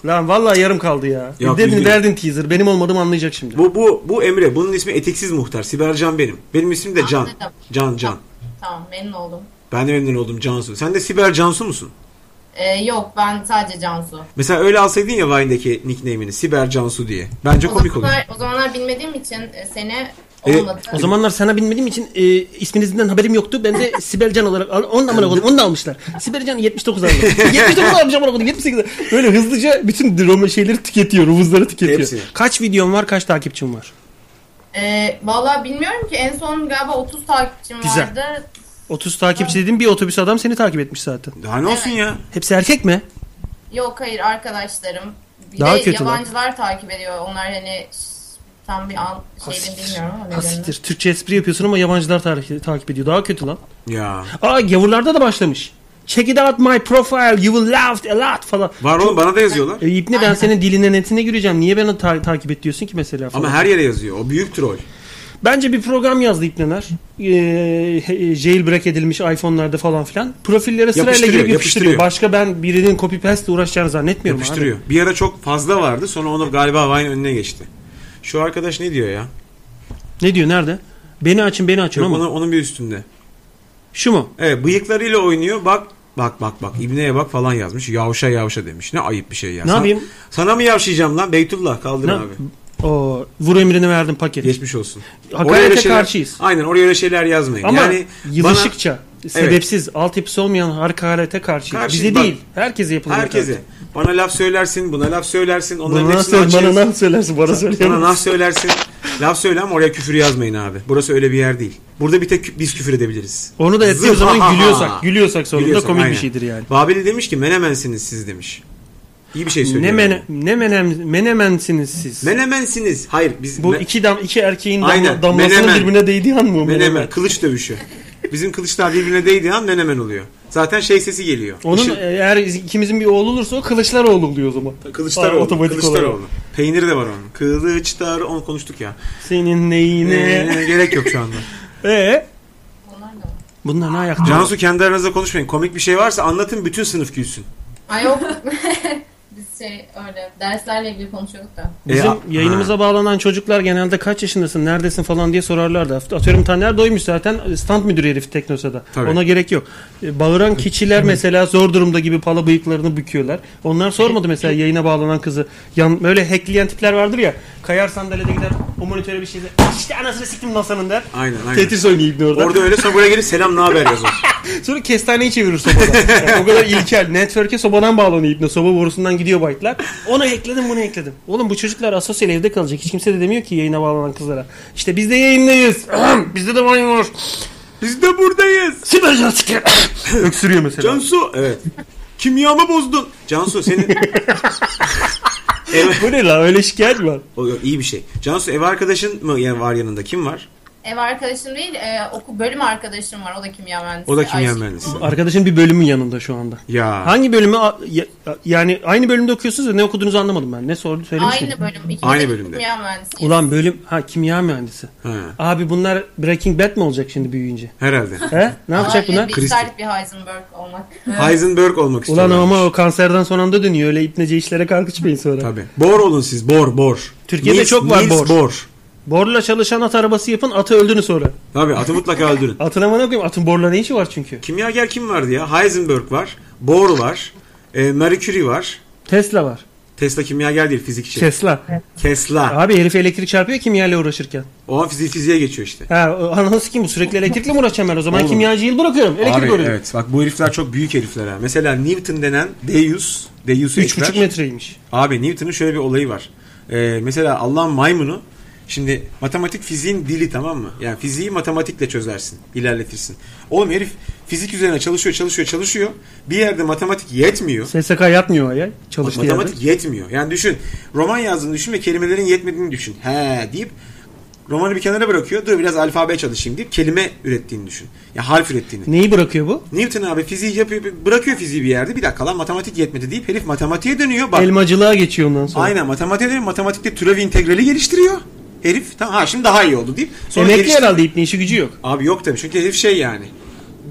şey. Lan vallahi yarım kaldı ya. Yok, Demin üzgünüm. verdin teaser. Benim olmadığımı anlayacak şimdi. Bu, bu, bu Emre. Bunun ismi Eteksiz Muhtar. Sibel Can benim. Benim ismim de Can. Anladım. Can Can. Tamam memnun oldum. Ben de memnun oldum Cansu. Sen de Sibel Cansu musun? Ee, yok ben sadece Cansu. Mesela öyle alsaydın ya Vine'deki nickname'ini. Sibel Cansu diye. Bence O komik olur. zamanlar, o zamanlar bilmediğim için e, seni Evet, olmadı. O zamanlar sana bilmediğim için e, isminizden haberim yoktu. Ben de Sibelcan olarak al, onun amına koydum. Onu da almışlar. Sibelcan 79 aldı. 79 almış amına koydum. 78. Böyle hızlıca bütün drama şeyleri tüketiyor. Rumuzları tüketiyor. Hepsini. Kaç videom var? Kaç takipçim var? Ee, Valla bilmiyorum ki en son galiba 30 takipçim Güzel. vardı. 30 takipçi dedim. Bir otobüs adam seni takip etmiş zaten. Daha ne olsun ya? Hepsi erkek mi? Yok hayır arkadaşlarım. Bir Daha de kötü lan. yabancılar takip ediyor. Onlar hani s- tam bir an Ah, şeyini bilmiyorum ama nedenini. Hasiktir. Türkçe espri yapıyorsun ama yabancılar tar- takip ediyor. Daha kötü lan. Ya. Aa gavurlarda da başlamış. Check it out my profile. You will laugh a lot falan. Var oğlum bana da yazıyorlar. E, İbni ben senin diline netine gireceğim. Niye beni ta- takip et diyorsun ki mesela falan. Ama her yere yazıyor. O büyük troll. Bence bir program yazdı İpnener. Ee, jailbreak edilmiş iPhone'larda falan filan. Profillere sırayla girip Yapıştırıyor, yapıştırıyor. yapıştırıyor. Başka ben birinin copy paste uğraşacağını zannetmiyorum Yapıştırıyor. Bir ara çok fazla vardı. Sonra onu galiba Vine önüne geçti. Şu arkadaş ne diyor ya? abi. Ne diyor nerede? Beni açın beni açın Yok, ama. onun, onun bir üstünde. Şu mu? Evet bıyıklarıyla oynuyor. Bak bak bak bak. İbne'ye bak falan yazmış. Yavşa yavşa demiş. Ne ayıp bir şey ya. Ne Sana- yapayım? Sana mı yavşayacağım lan? Beytullah kaldır Ne? abi. Oo, vur emrini verdim paket. Geçmiş olsun. Hakarete Oraya öyle şeyler- karşıyız. Aynen oraya öyle şeyler yazmayın. ama yani yılışıkça sebepsiz altyapısı olmayan harkarete karşı. Karşı- Bize bak- değil. Herkese bana, yapılan herkese hakaret. bana laf söylersin, buna laf söylersin, onların Bana hepsini nasıl, açayım. bana nasıl söylersin bana söyleyemezsin. Bana laf söylersin. laf söyle ama oraya küfür yazmayın abi. Burası öyle bir yer değil. Burada bir tek kü- biz küfür edebiliriz. Onu da ettiğimiz Zıp- ha, ha, zaman ha. gülüyorsak. Gülüyorsak sonunda Gülüyorsan, komik bir aynen. şeydir yani. Babil demiş ki menemensiniz siz demiş. İyi bir şey söylüyor. Ne, yani. mene, ne menem, menemensiniz siz. Menemensiniz. Hayır biz Bu me- iki dam iki erkeğin damla, Aynen, damlasının menemen. birbirine değdiği an mı? o menemen. menemen? Kılıç dövüşü. Bizim kılıçlar birbirine değdiği an menemen oluyor. Zaten şey sesi geliyor. Onun e, İşin- eğer ikimizin bir oğlu olursa o Kılıçdaroğlu oluyor o zaman. Aa, Kılıçdaroğlu. otomatik Kılıçdaroğlu. olarak. Peyniri de var onun. Kılıçdaroğlu. Onu konuştuk ya. Senin neyine? Ee, gerek yok şu anda. Ee? Bunlar ne? Bunlar ne ayakta? Cansu kendi aranızda konuşmayın. Komik bir şey varsa anlatın bütün sınıf gülsün. Ay yok. Biz şey öyle derslerle ilgili konuşuyorduk da. Bizim E, a- yayınımıza bağlanan çocuklar genelde kaç yaşındasın, neredesin falan diye sorarlardı. Atıyorum Taner doymuş zaten e, stand müdürü herif Teknosa'da. Tabii. Ona gerek yok. E, Bağıran keçiler mesela zor durumda gibi pala bıyıklarını büküyorlar. Onlar sormadı mesela yayına bağlanan kızı. Yan, böyle hackleyen tipler vardır ya. Kayar sandalyede gider o monitöre bir şey der. İşte anasını siktim lan senin der. Aynen aynen. Tetris oynayayım diyor orada. Orada öyle sobaya gelip selam ne haber yazıyor. Sonra kestaneyi çevirir sobadan. Yani o kadar ilkel. Network'e sobadan bağlanıyor ipne. Soba borusundan gidiyor byte'lar. Onu ekledim bunu ekledim. Oğlum bu çocuklar asosyal evde kalacak. Hiç kimse de demiyor ki yayına bağlanan kızlara. İşte biz de yayındayız. Ahem, Bizde de vay var. Biz de buradayız. Siber can siker. Öksürüyor mesela. Cansu. Evet. Kimyamı bozdun. Cansu senin... ev... Bu ne la öyle şikayet mi var? O, yok, iyi bir şey. Cansu ev arkadaşın mı ya- var yanında? Kim var? Ev arkadaşım değil, e, okul bölüm arkadaşım var. O da kimya mühendisi. O da kimya Ayşe. mühendisi. Arkadaşın bir bölümün yanında şu anda. Ya. Hangi bölümü a- ya- yani aynı bölümde okuyorsunuz da ne okuduğunuzu anlamadım ben. Ne sordu söylemiş Aynı miydim? bölüm. İkimiz Aynı de bölümde. Kimya mühendisi. Ulan bölüm ha kimya mühendisi. Ha, Abi bunlar Breaking Bad mi olacak şimdi büyüyünce? herhalde. He? Ne yapacak bunlar? Christie. Kristal bir Heisenberg olmak. Heisenberg olmak Ulan istiyorlar. ama o kanserden son anda dönüyor. Öyle ipnece işlere kalkışmayın sonra. Tabii. Bor olun siz. Bor, bor. Türkiye'de çok var Nils bor. bor. Borla çalışan at arabası yapın. Atı öldürün sonra. Tabii atı mutlaka öldürün. Atın amına koyayım. Atın borla ne işi var çünkü? Kimyager kim vardı ya? Heisenberg var. Bohr var. E, Marie Curie var. Tesla var. Tesla kimyager değil fizikçi. Tesla. Tesla. Abi herif elektrik çarpıyor kimyayla uğraşırken. O an fiziği fiziğe geçiyor işte. Ha, o- ananı sikeyim bu sürekli elektrikle mi uğraşacağım ben o zaman Oğlum. kimyacıyı bırakıyorum. Elektrik Abi öğreniyorum. evet bak bu herifler çok büyük herifler ha. Mesela Newton denen Deus. Deus'u Üç 3,5 ekler. metreymiş. Abi Newton'un şöyle bir olayı var. Ee, mesela Allah'ın maymunu şimdi matematik fiziğin dili tamam mı? Yani fiziği matematikle çözersin, ilerletirsin. Oğlum herif fizik üzerine çalışıyor, çalışıyor, çalışıyor. Bir yerde matematik yetmiyor. SSK yatmıyor ya çalıştığı yerde. matematik yetmiyor. Yani düşün. Roman yazdığını düşün ve kelimelerin yetmediğini düşün. He deyip romanı bir kenara bırakıyor. Dur biraz alfabeye çalışayım deyip kelime ürettiğini düşün. Ya harf ürettiğini. Neyi bırakıyor bu? Newton abi fiziği yapıyor, bırakıyor fiziği bir yerde. Bir dakika lan matematik yetmedi deyip herif matematiğe dönüyor. Bak Elmacılığa geçiyor ondan sonra. Aynen matematiğe dönüyor. Matematikte türev integrali geliştiriyor. Herif tamam ha şimdi daha iyi oldu deyip sonra Emekli geliştirme- herhalde ipin işi gücü yok. Abi yok tabii çünkü herif şey yani.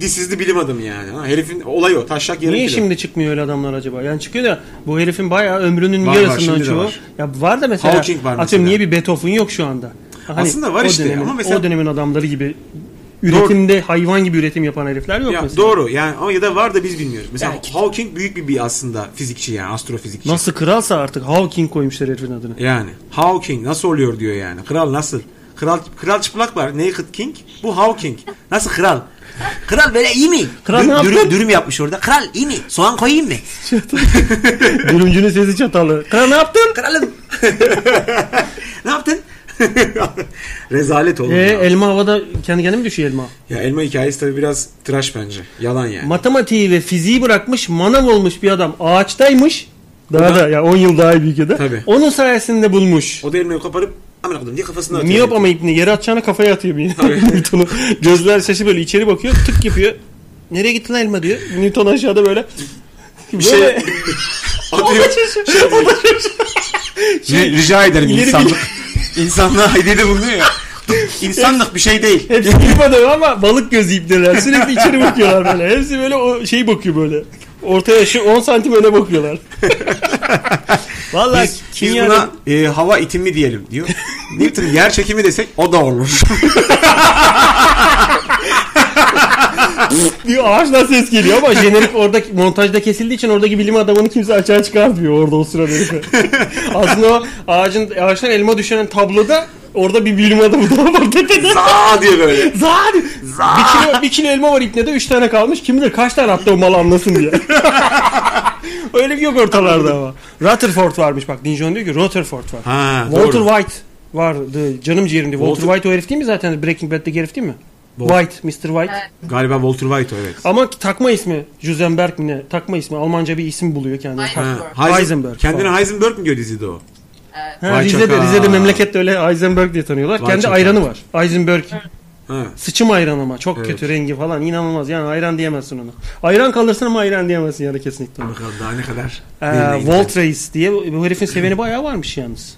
Disizli bilim adamı yani. Ha, herifin olayı o. Taşlak yarım Niye kilo. şimdi çıkmıyor öyle adamlar acaba? Yani çıkıyor da bu herifin bayağı ömrünün Var, var, yarısından şimdi de çoğu. var. Ya var da mesela. Hawking var atıyorum mesela. niye bir Beethoven yok şu anda? Hani Aslında var o işte dönemin- ama mesela- o dönemin adamları gibi üretimde hayvan gibi üretim yapan herifler yok Ya, mesela. doğru yani ama ya da var da biz bilmiyoruz. Mesela Belki. Hawking büyük bir, bir aslında fizikçi yani astrofizikçi. Nasıl kralsa artık Hawking koymuşlar herifin adını. Yani Hawking nasıl oluyor diyor yani. Kral nasıl? Kral kral çıplak var. Naked King. Bu Hawking. Nasıl kral? Kral böyle iyi mi? Kral ne yaptı? dürüm, dürüm yapmış orada. Kral iyi mi? Soğan koyayım mı? Dürümcünün sesi çatalı. Kral ne yaptın? Kralım. ne yaptın? Rezalet oldu. Ee, ya. elma havada kendi kendine mi düşüyor elma? ya elma hikayesi tabii biraz tıraş bence. Yalan yani. Matematiği ve fiziği bırakmış manav olmuş bir adam ağaçtaymış. Daha da ya 10 yıl daha büyük ya da. Tabii. Onun sayesinde bulmuş. o da elmayı koparıp amına kodum diye kafasına atıyor. Miyop ama ipini yere atacağına kafaya atıyor bir Newton'u. Gözler şaşı böyle içeri bakıyor tık yapıyor. Nereye gitti lan elma diyor. Newton aşağıda böyle. Bir şey Böyle- atıyor. Ri- Şey, Rica ederim İleri insanlık. İnsanlığa hediyede bulunuyor ya. İnsanlık bir şey değil. Hepsi ipade ama balık gözü ipneler. Sürekli içeri bakıyorlar böyle. Hepsi böyle o şey bakıyor böyle. Ortaya şu 10 santim öne bakıyorlar. Vallahi Biz, biz kimya buna e, hava itimi diyelim diyor. Newton yer çekimi desek o da olur. diyor ağaçtan ses geliyor ama jenerik oradaki montajda kesildiği için oradaki bilim adamını kimse açığa çıkartmıyor orada o sırada. Aslında o ağacın ağaçtan elma düşen tabloda orada bir bilim adamı daha var tepede. Aa diye böyle. Zaa diyor. Bir kilo, bir kilo elma var ipnede 3 tane kalmış. Kim bilir kaç tane attı o mal anlasın diye. Öyle bir yok ortalarda ama. Rutherford varmış bak. Dinjon diyor ki Rutherford var. Ha, Walter doğru. White vardı. Canım ciğerimdi. Walter, Walter- White o herif değil mi zaten? Breaking Bad'deki herif değil mi? Walter- White, Mr. White. Evet. Galiba Walter White o evet. Ama takma ismi Jusenberg mi ne? Takma ismi. Almanca bir isim buluyor kendine. Aynen. Ha, Heisenberg. Kendine Falan. Heisenberg mi diyor dizide o? Ha, Vay Rize'de, çaka. Rize'de memlekette öyle Heisenberg diye tanıyorlar. Vay Kendi çaka. ayranı var. Heisenberg. Ha. Sıçım ayran ama. Çok Evet. kötü rengi falan. inanılmaz. Yani ayran diyemezsin ona. Ayran kalırsın ama ayran diyemezsin yani kesinlikle. ona. Bakalım daha ne kadar. Ee, derine Volt Reis diye bu bu herifin seveni bayağı varmış yalnız.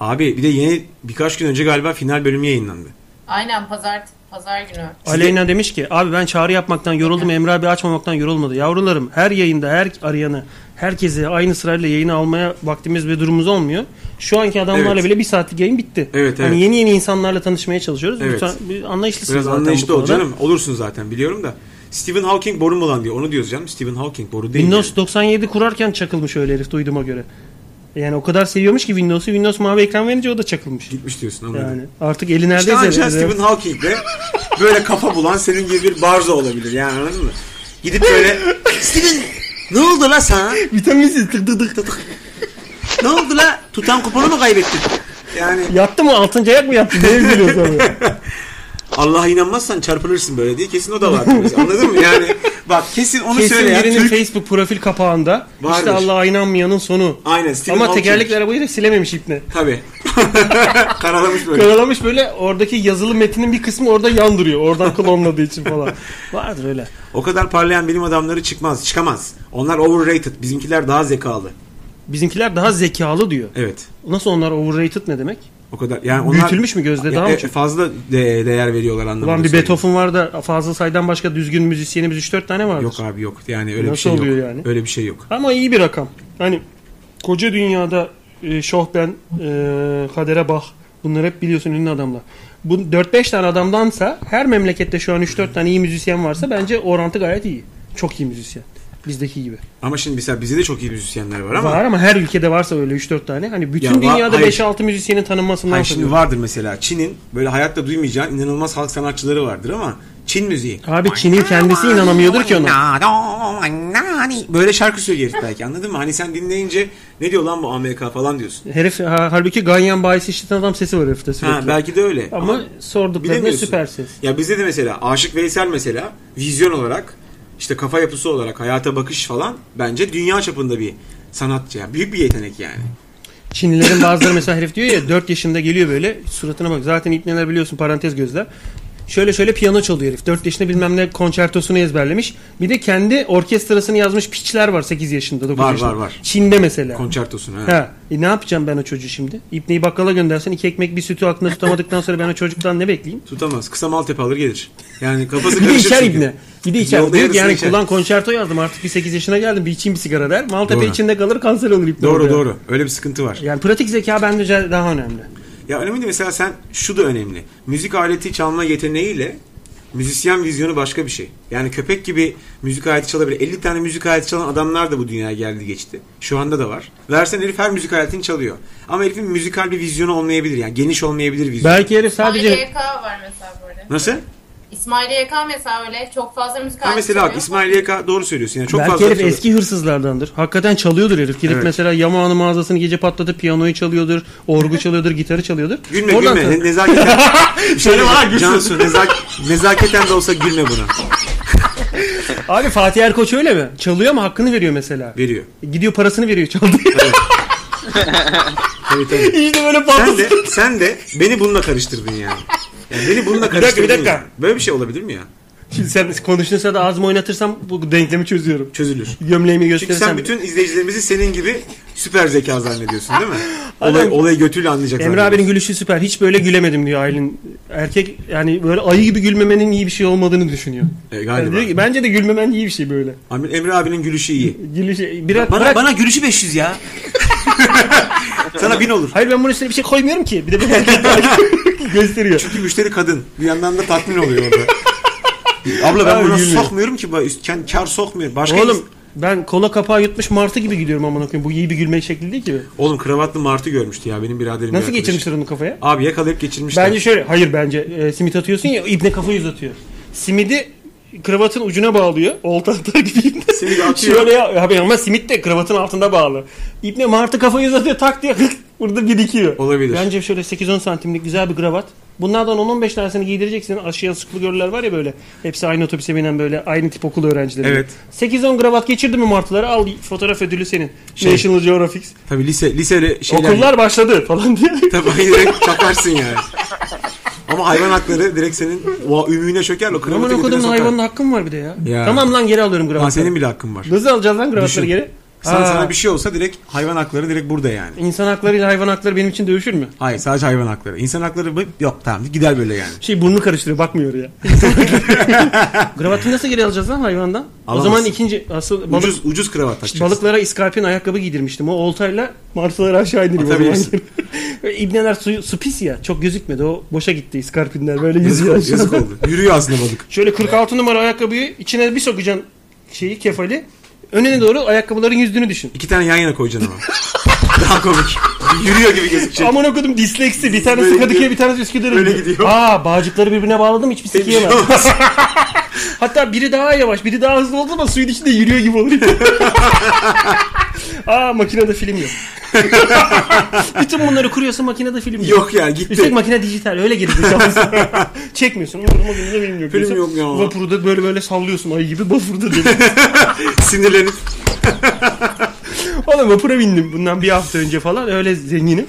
Abi bir de yeni birkaç gün önce galiba final bölümü yayınlandı. Aynen pazar pazar günü. Aleyna demiş ki abi ben çağrı yapmaktan yoruldum Emre abi açmamaktan yorulmadı. Yavrularım her yayında her arayanı herkese aynı sırayla yayını almaya vaktimiz ve durumumuz olmuyor. Şu anki adamlarla Evet. bile bir saatlik yayın bitti. Evet, Hani evet. yeni yeni insanlarla tanışmaya çalışıyoruz. Evet. Lütfen bir anlayışlısınız Biraz zaten bu anlayışlı ol konuda. canım. Olursun zaten biliyorum da. Stephen Hawking boru mu lan diyor. Onu diyoruz canım. Stephen Hawking boru değil. Windows yani. 97 kurarken çakılmış öyle herif duyduğuma göre. Yani o kadar seviyormuş ki Windows'u Windows mavi ekran verince o da çakılmış. Gitmiş diyorsun anladım. Yani artık eli neredeyse. İşte Evet. ancak Stephen Hawking'le böyle kafa bulan senin gibi bir barzo olabilir yani anladın mı? Gidip böyle Stephen ne oldu la sana? Vitaminsiz tık tık tık tık. Ne oldu la? Tutan kuponu mu kaybettin? Yani Yattı mı altıncı ayak mı yattı? Ne üzülüyorsun abi? Allah'a inanmazsan çarpılırsın böyle diye kesin o da var. tabii. Anladın mı? Yani bak kesin onu Kesin söyle ya. birinin Türk- Facebook profil kapağında işte Vardır. Allah'a inanmayanın sonu. Aynen Stephen Ama Hawking. tekerlekli arabayı da silememiş ipne. Tabii. Karalamış böyle. Karalamış böyle oradaki yazılı metinin bir kısmı orada yandırıyor. Oradan klonladığı için falan. Vardır öyle. O kadar parlayan bilim adamları çıkmaz. Çıkamaz. Onlar overrated. Bizimkiler daha zekalı. Bizimkiler daha zekalı diyor. Evet. Nasıl onlar overrated ne demek? O kadar. Yani onlar Büyütülmüş mü gözde? Daha mı E, çok? Fazla de- değer veriyorlar anlamında. Ulan bir söylüyorum. Beethoven var da Fazıl Say'dan başka düzgün müzisyenimiz 3-4 tane vardır. Yok abi yok. Yani öyle bir Nasıl şey yok. oluyor yani? Öyle bir şey yok. Ama iyi bir rakam. Hani koca dünyada e, Şohben, e, Kadere Bah bunlar hep biliyorsun ünlü adamlar. Bu 4-5 tane adamdansa her memlekette şu an 3-4 tane iyi müzisyen varsa bence orantı gayet iyi. Çok iyi müzisyen. Bizdeki gibi. Ama şimdi mesela bizde de çok iyi müzisyenler var ama var ama her ülkede varsa öyle 3-4 tane. Hani bütün Ya var- dünyada hayır. 5-6 müzisyenin tanınmasından Hayır, şimdi bahsediyorum. vardır mesela Çin'in böyle hayatta duymayacağın inanılmaz halk sanatçıları vardır ama Çin müziği. Abi Çin'in kendisi inanamıyordur ki ona. Böyle şarkı söylüyor herif belki anladın mı? Hani sen dinleyince ne diyor lan bu AMK falan diyorsun. Herif ha, halbuki Ganyan bayisi işleten adam sesi var herifte sürekli. Ha, belki de öyle. Ama, sorduklarında bilemiyorsun. süper ses. Ya bizde de mesela Aşık Veysel mesela vizyon olarak işte kafa yapısı olarak hayata bakış falan bence dünya çapında bir sanatçı. Yani büyük bir yetenek yani. Çinlilerin bazıları mesela herif diyor ya 4 yaşında geliyor böyle suratına bak. Zaten ipneler biliyorsun parantez gözler. Şöyle şöyle piyano çalıyor herif. 4 yaşında bilmem ne konçertosunu ezberlemiş. Bir de kendi orkestrasını yazmış piçler var 8 yaşında 9 Var, yaşında. var, var. Çin'de mesela. Konçertosunu. Ha. Ha, e ne yapacağım ben o çocuğu şimdi? İpneyi bakkala göndersen iki ekmek bir sütü aklına tutamadıktan sonra ben o çocuktan ne bekleyeyim? Tutamaz. Kısa Maltepe alır gelir. Yani kafası Bir şey de karışır içer çünkü. ibne. Bir de içer. Yolda Diyor ki yarısını yani içer. kullan konçerto yazdım artık bir 8 yaşına geldim bir içeyim bir sigara der. Maltepe Doğru. içinde kalır kanser olur ibne. Doğru orada. doğru. Öyle bir sıkıntı var. Yani pratik zeka bence daha önemli. Ya önemli değil. mesela sen şu da önemli. Müzik aleti çalma yeteneğiyle müzisyen vizyonu başka bir şey. Yani köpek gibi müzik aleti çalabilir. 50 tane müzik aleti çalan adamlar da bu dünyaya geldi geçti. Şu anda da var. Versen herif her müzik aletini çalıyor. Ama herifin müzikal bir vizyonu olmayabilir. Yani geniş olmayabilir vizyonu. Belki herif İsmail sadece YK var mesela böyle. Nasıl? İsmail YK mesela öyle çok fazla müzik Ha aleti mesela bak çalıyor. İsmail YK doğru söylüyorsun. Yani çok Belki fazla herif çalıyor. eski hırsızlardandır. Hakikaten çalıyordur herif. Gidip Evet. mesela Yamahan'ın mağazasını gece patlatıp piyanoyu çalıyordur, orgu çalıyordur, gitarı çalıyordur. Gülme Oradan gülme. tanı- Ne- Nezaketen. Şöyle var, gülsün. Cansu nezak nezaketen de olsa gülme buna. Abi Fatih Erkoç öyle mi? Çalıyor ama hakkını veriyor mesela. Veriyor. Gidiyor parasını veriyor çaldı. Tabii tabii. işte böyle Sen patladı. de, sen de beni bununla karıştırdın yani. yani beni bununla dakika, bir karıştırdın. dakika. yani. Böyle bir şey olabilir mi ya? Şimdi sen konuştuğun sırada ağzımı oynatırsam bu denklemi çözüyorum. Çözülür. Gömleğimi Çünkü gösterirsem. sen bütün izleyicilerimizi senin gibi süper zeka zannediyorsun değil mi? Adam- Olay, olayı götüyle anlayacak Emre abinin gülüşü süper. Hiç böyle gülemedim diyor Aylin. Erkek yani böyle ayı gibi gülmemenin iyi bir şey olmadığını düşünüyor. E, Yani galiba. diyor ki, bence de gülmemen iyi bir şey böyle. Amir- Emre abinin gülüşü iyi. Gülüşü, biraz, Bana, bırak- bana gülüşü 500 ya. Sana bin olur. Hayır ben bunun üstüne bir şey koymuyorum ki. Bir de beni gösteriyor. Çünkü müşteri kadın. Bir yandan da tatmin oluyor orada. Abla ben Abi buna gülmüyor. sokmuyorum ki. ba- üst- Kendi kar sokmuyor. Başka Oğlum ben kola kapağı yutmuş martı gibi gidiyorum aman okuyayım. Bu iyi bir gülme şekli değil ki. Oğlum kravatlı martı görmüştü ya benim biraderim. bir Nasıl arkadaşı. geçirmişler onu kafaya? Abi yakalayıp geçirmişler. Bence şöyle. Hayır bence e, simit atıyorsun ya ibne kafayı uzatıyor. Simidi kravatın ucuna bağlıyor. Olta atar gibi ibne. Simidi atıyor. Şöyle ya, abi ama simit de kravatın altında bağlı. İbne martı kafayı uzatıyor tak diye burada birikiyor. Olabilir. Bence şöyle 8-10 santimlik güzel bir kravat. Bunlardan 10-15 tanesini giydireceksin. Aşıya sıklı görüler var ya böyle. Hepsi aynı otobüse binen böyle aynı tip okul öğrencileri. Evet. 8-10 kravat geçirdi mi martıları al fotoğraf ödülü senin. Şey- National Geographic. Tabii lise liseli şeyler. Okullar başladı falan diye. Tabii direkt çakarsın yani. Ama hayvan hakları direkt senin o ümüğüne çöker o Aman kravatı götüne okuduğumun sokar. hayvanın hakkım var bir de ya. Ya. Tamam lan geri alıyorum Lan kravatları. senin bile hakkın var. Nasıl alacağız lan Düşün. kravatları geri? Sana, Aa, sana bir şey olsa direkt hayvan hakları direkt burada yani. İnsan hakları ile hayvan hakları benim için dövüşür mü? Hayır sadece hayvan hakları. İnsan hakları bu- yok tamam gider böyle yani. Şey burnu karıştırıyor bakmıyor ya. Kravatı nasıl geri alacağız lan hayvandan? Alamazsın. O zaman ikinci asıl balık, Ucuz ucuz kravat işte takacaksın. balıklara iskarpin ayakkabı giydirmiştim. O oltayla martıları aşağı indiriyor. Atabilirsin. İbneler su, su pis ya çok gözükmedi o boşa gitti iskarpinler böyle Yazık, yüzüyor. oldu, aşağı. yazık oldu. Yürüyor aslında balık. Şöyle 46 numara ayakkabıyı içine bir sokacaksın şeyi kefali. Önüne doğru ayakkabıların yüzdüğünü düşün. İki tane yan yana koyacaksın ama. Daha komik. Yürüyor gibi gözükecek. Aman okudum disleksi. Bir tanesi Şey- Böyle Kadıköy'e gidiyor. bir tanesi Üsküdar'a Böyle gidiyor. Aa bağcıkları birbirine bağladım hiçbir Bir şey sikiyemez. olmaz. Hatta biri daha yavaş biri daha hızlı oldu ama suyun içinde yürüyor gibi olur. Aa makinede film yok. Bütün bunları kuruyorsun makinede film yok. Yok yani Üstelik gitti. makine dijital öyle girdi. şansı. Çekmiyorsun. Umarım o gün de film yok. Film diyorsun. yok ya. Vapuru da böyle böyle sallıyorsun ayı gibi. Vapuru da dönüyor. Sinirlenip. Oğlum vapura bindim bundan bir hafta önce falan. Öyle zenginim.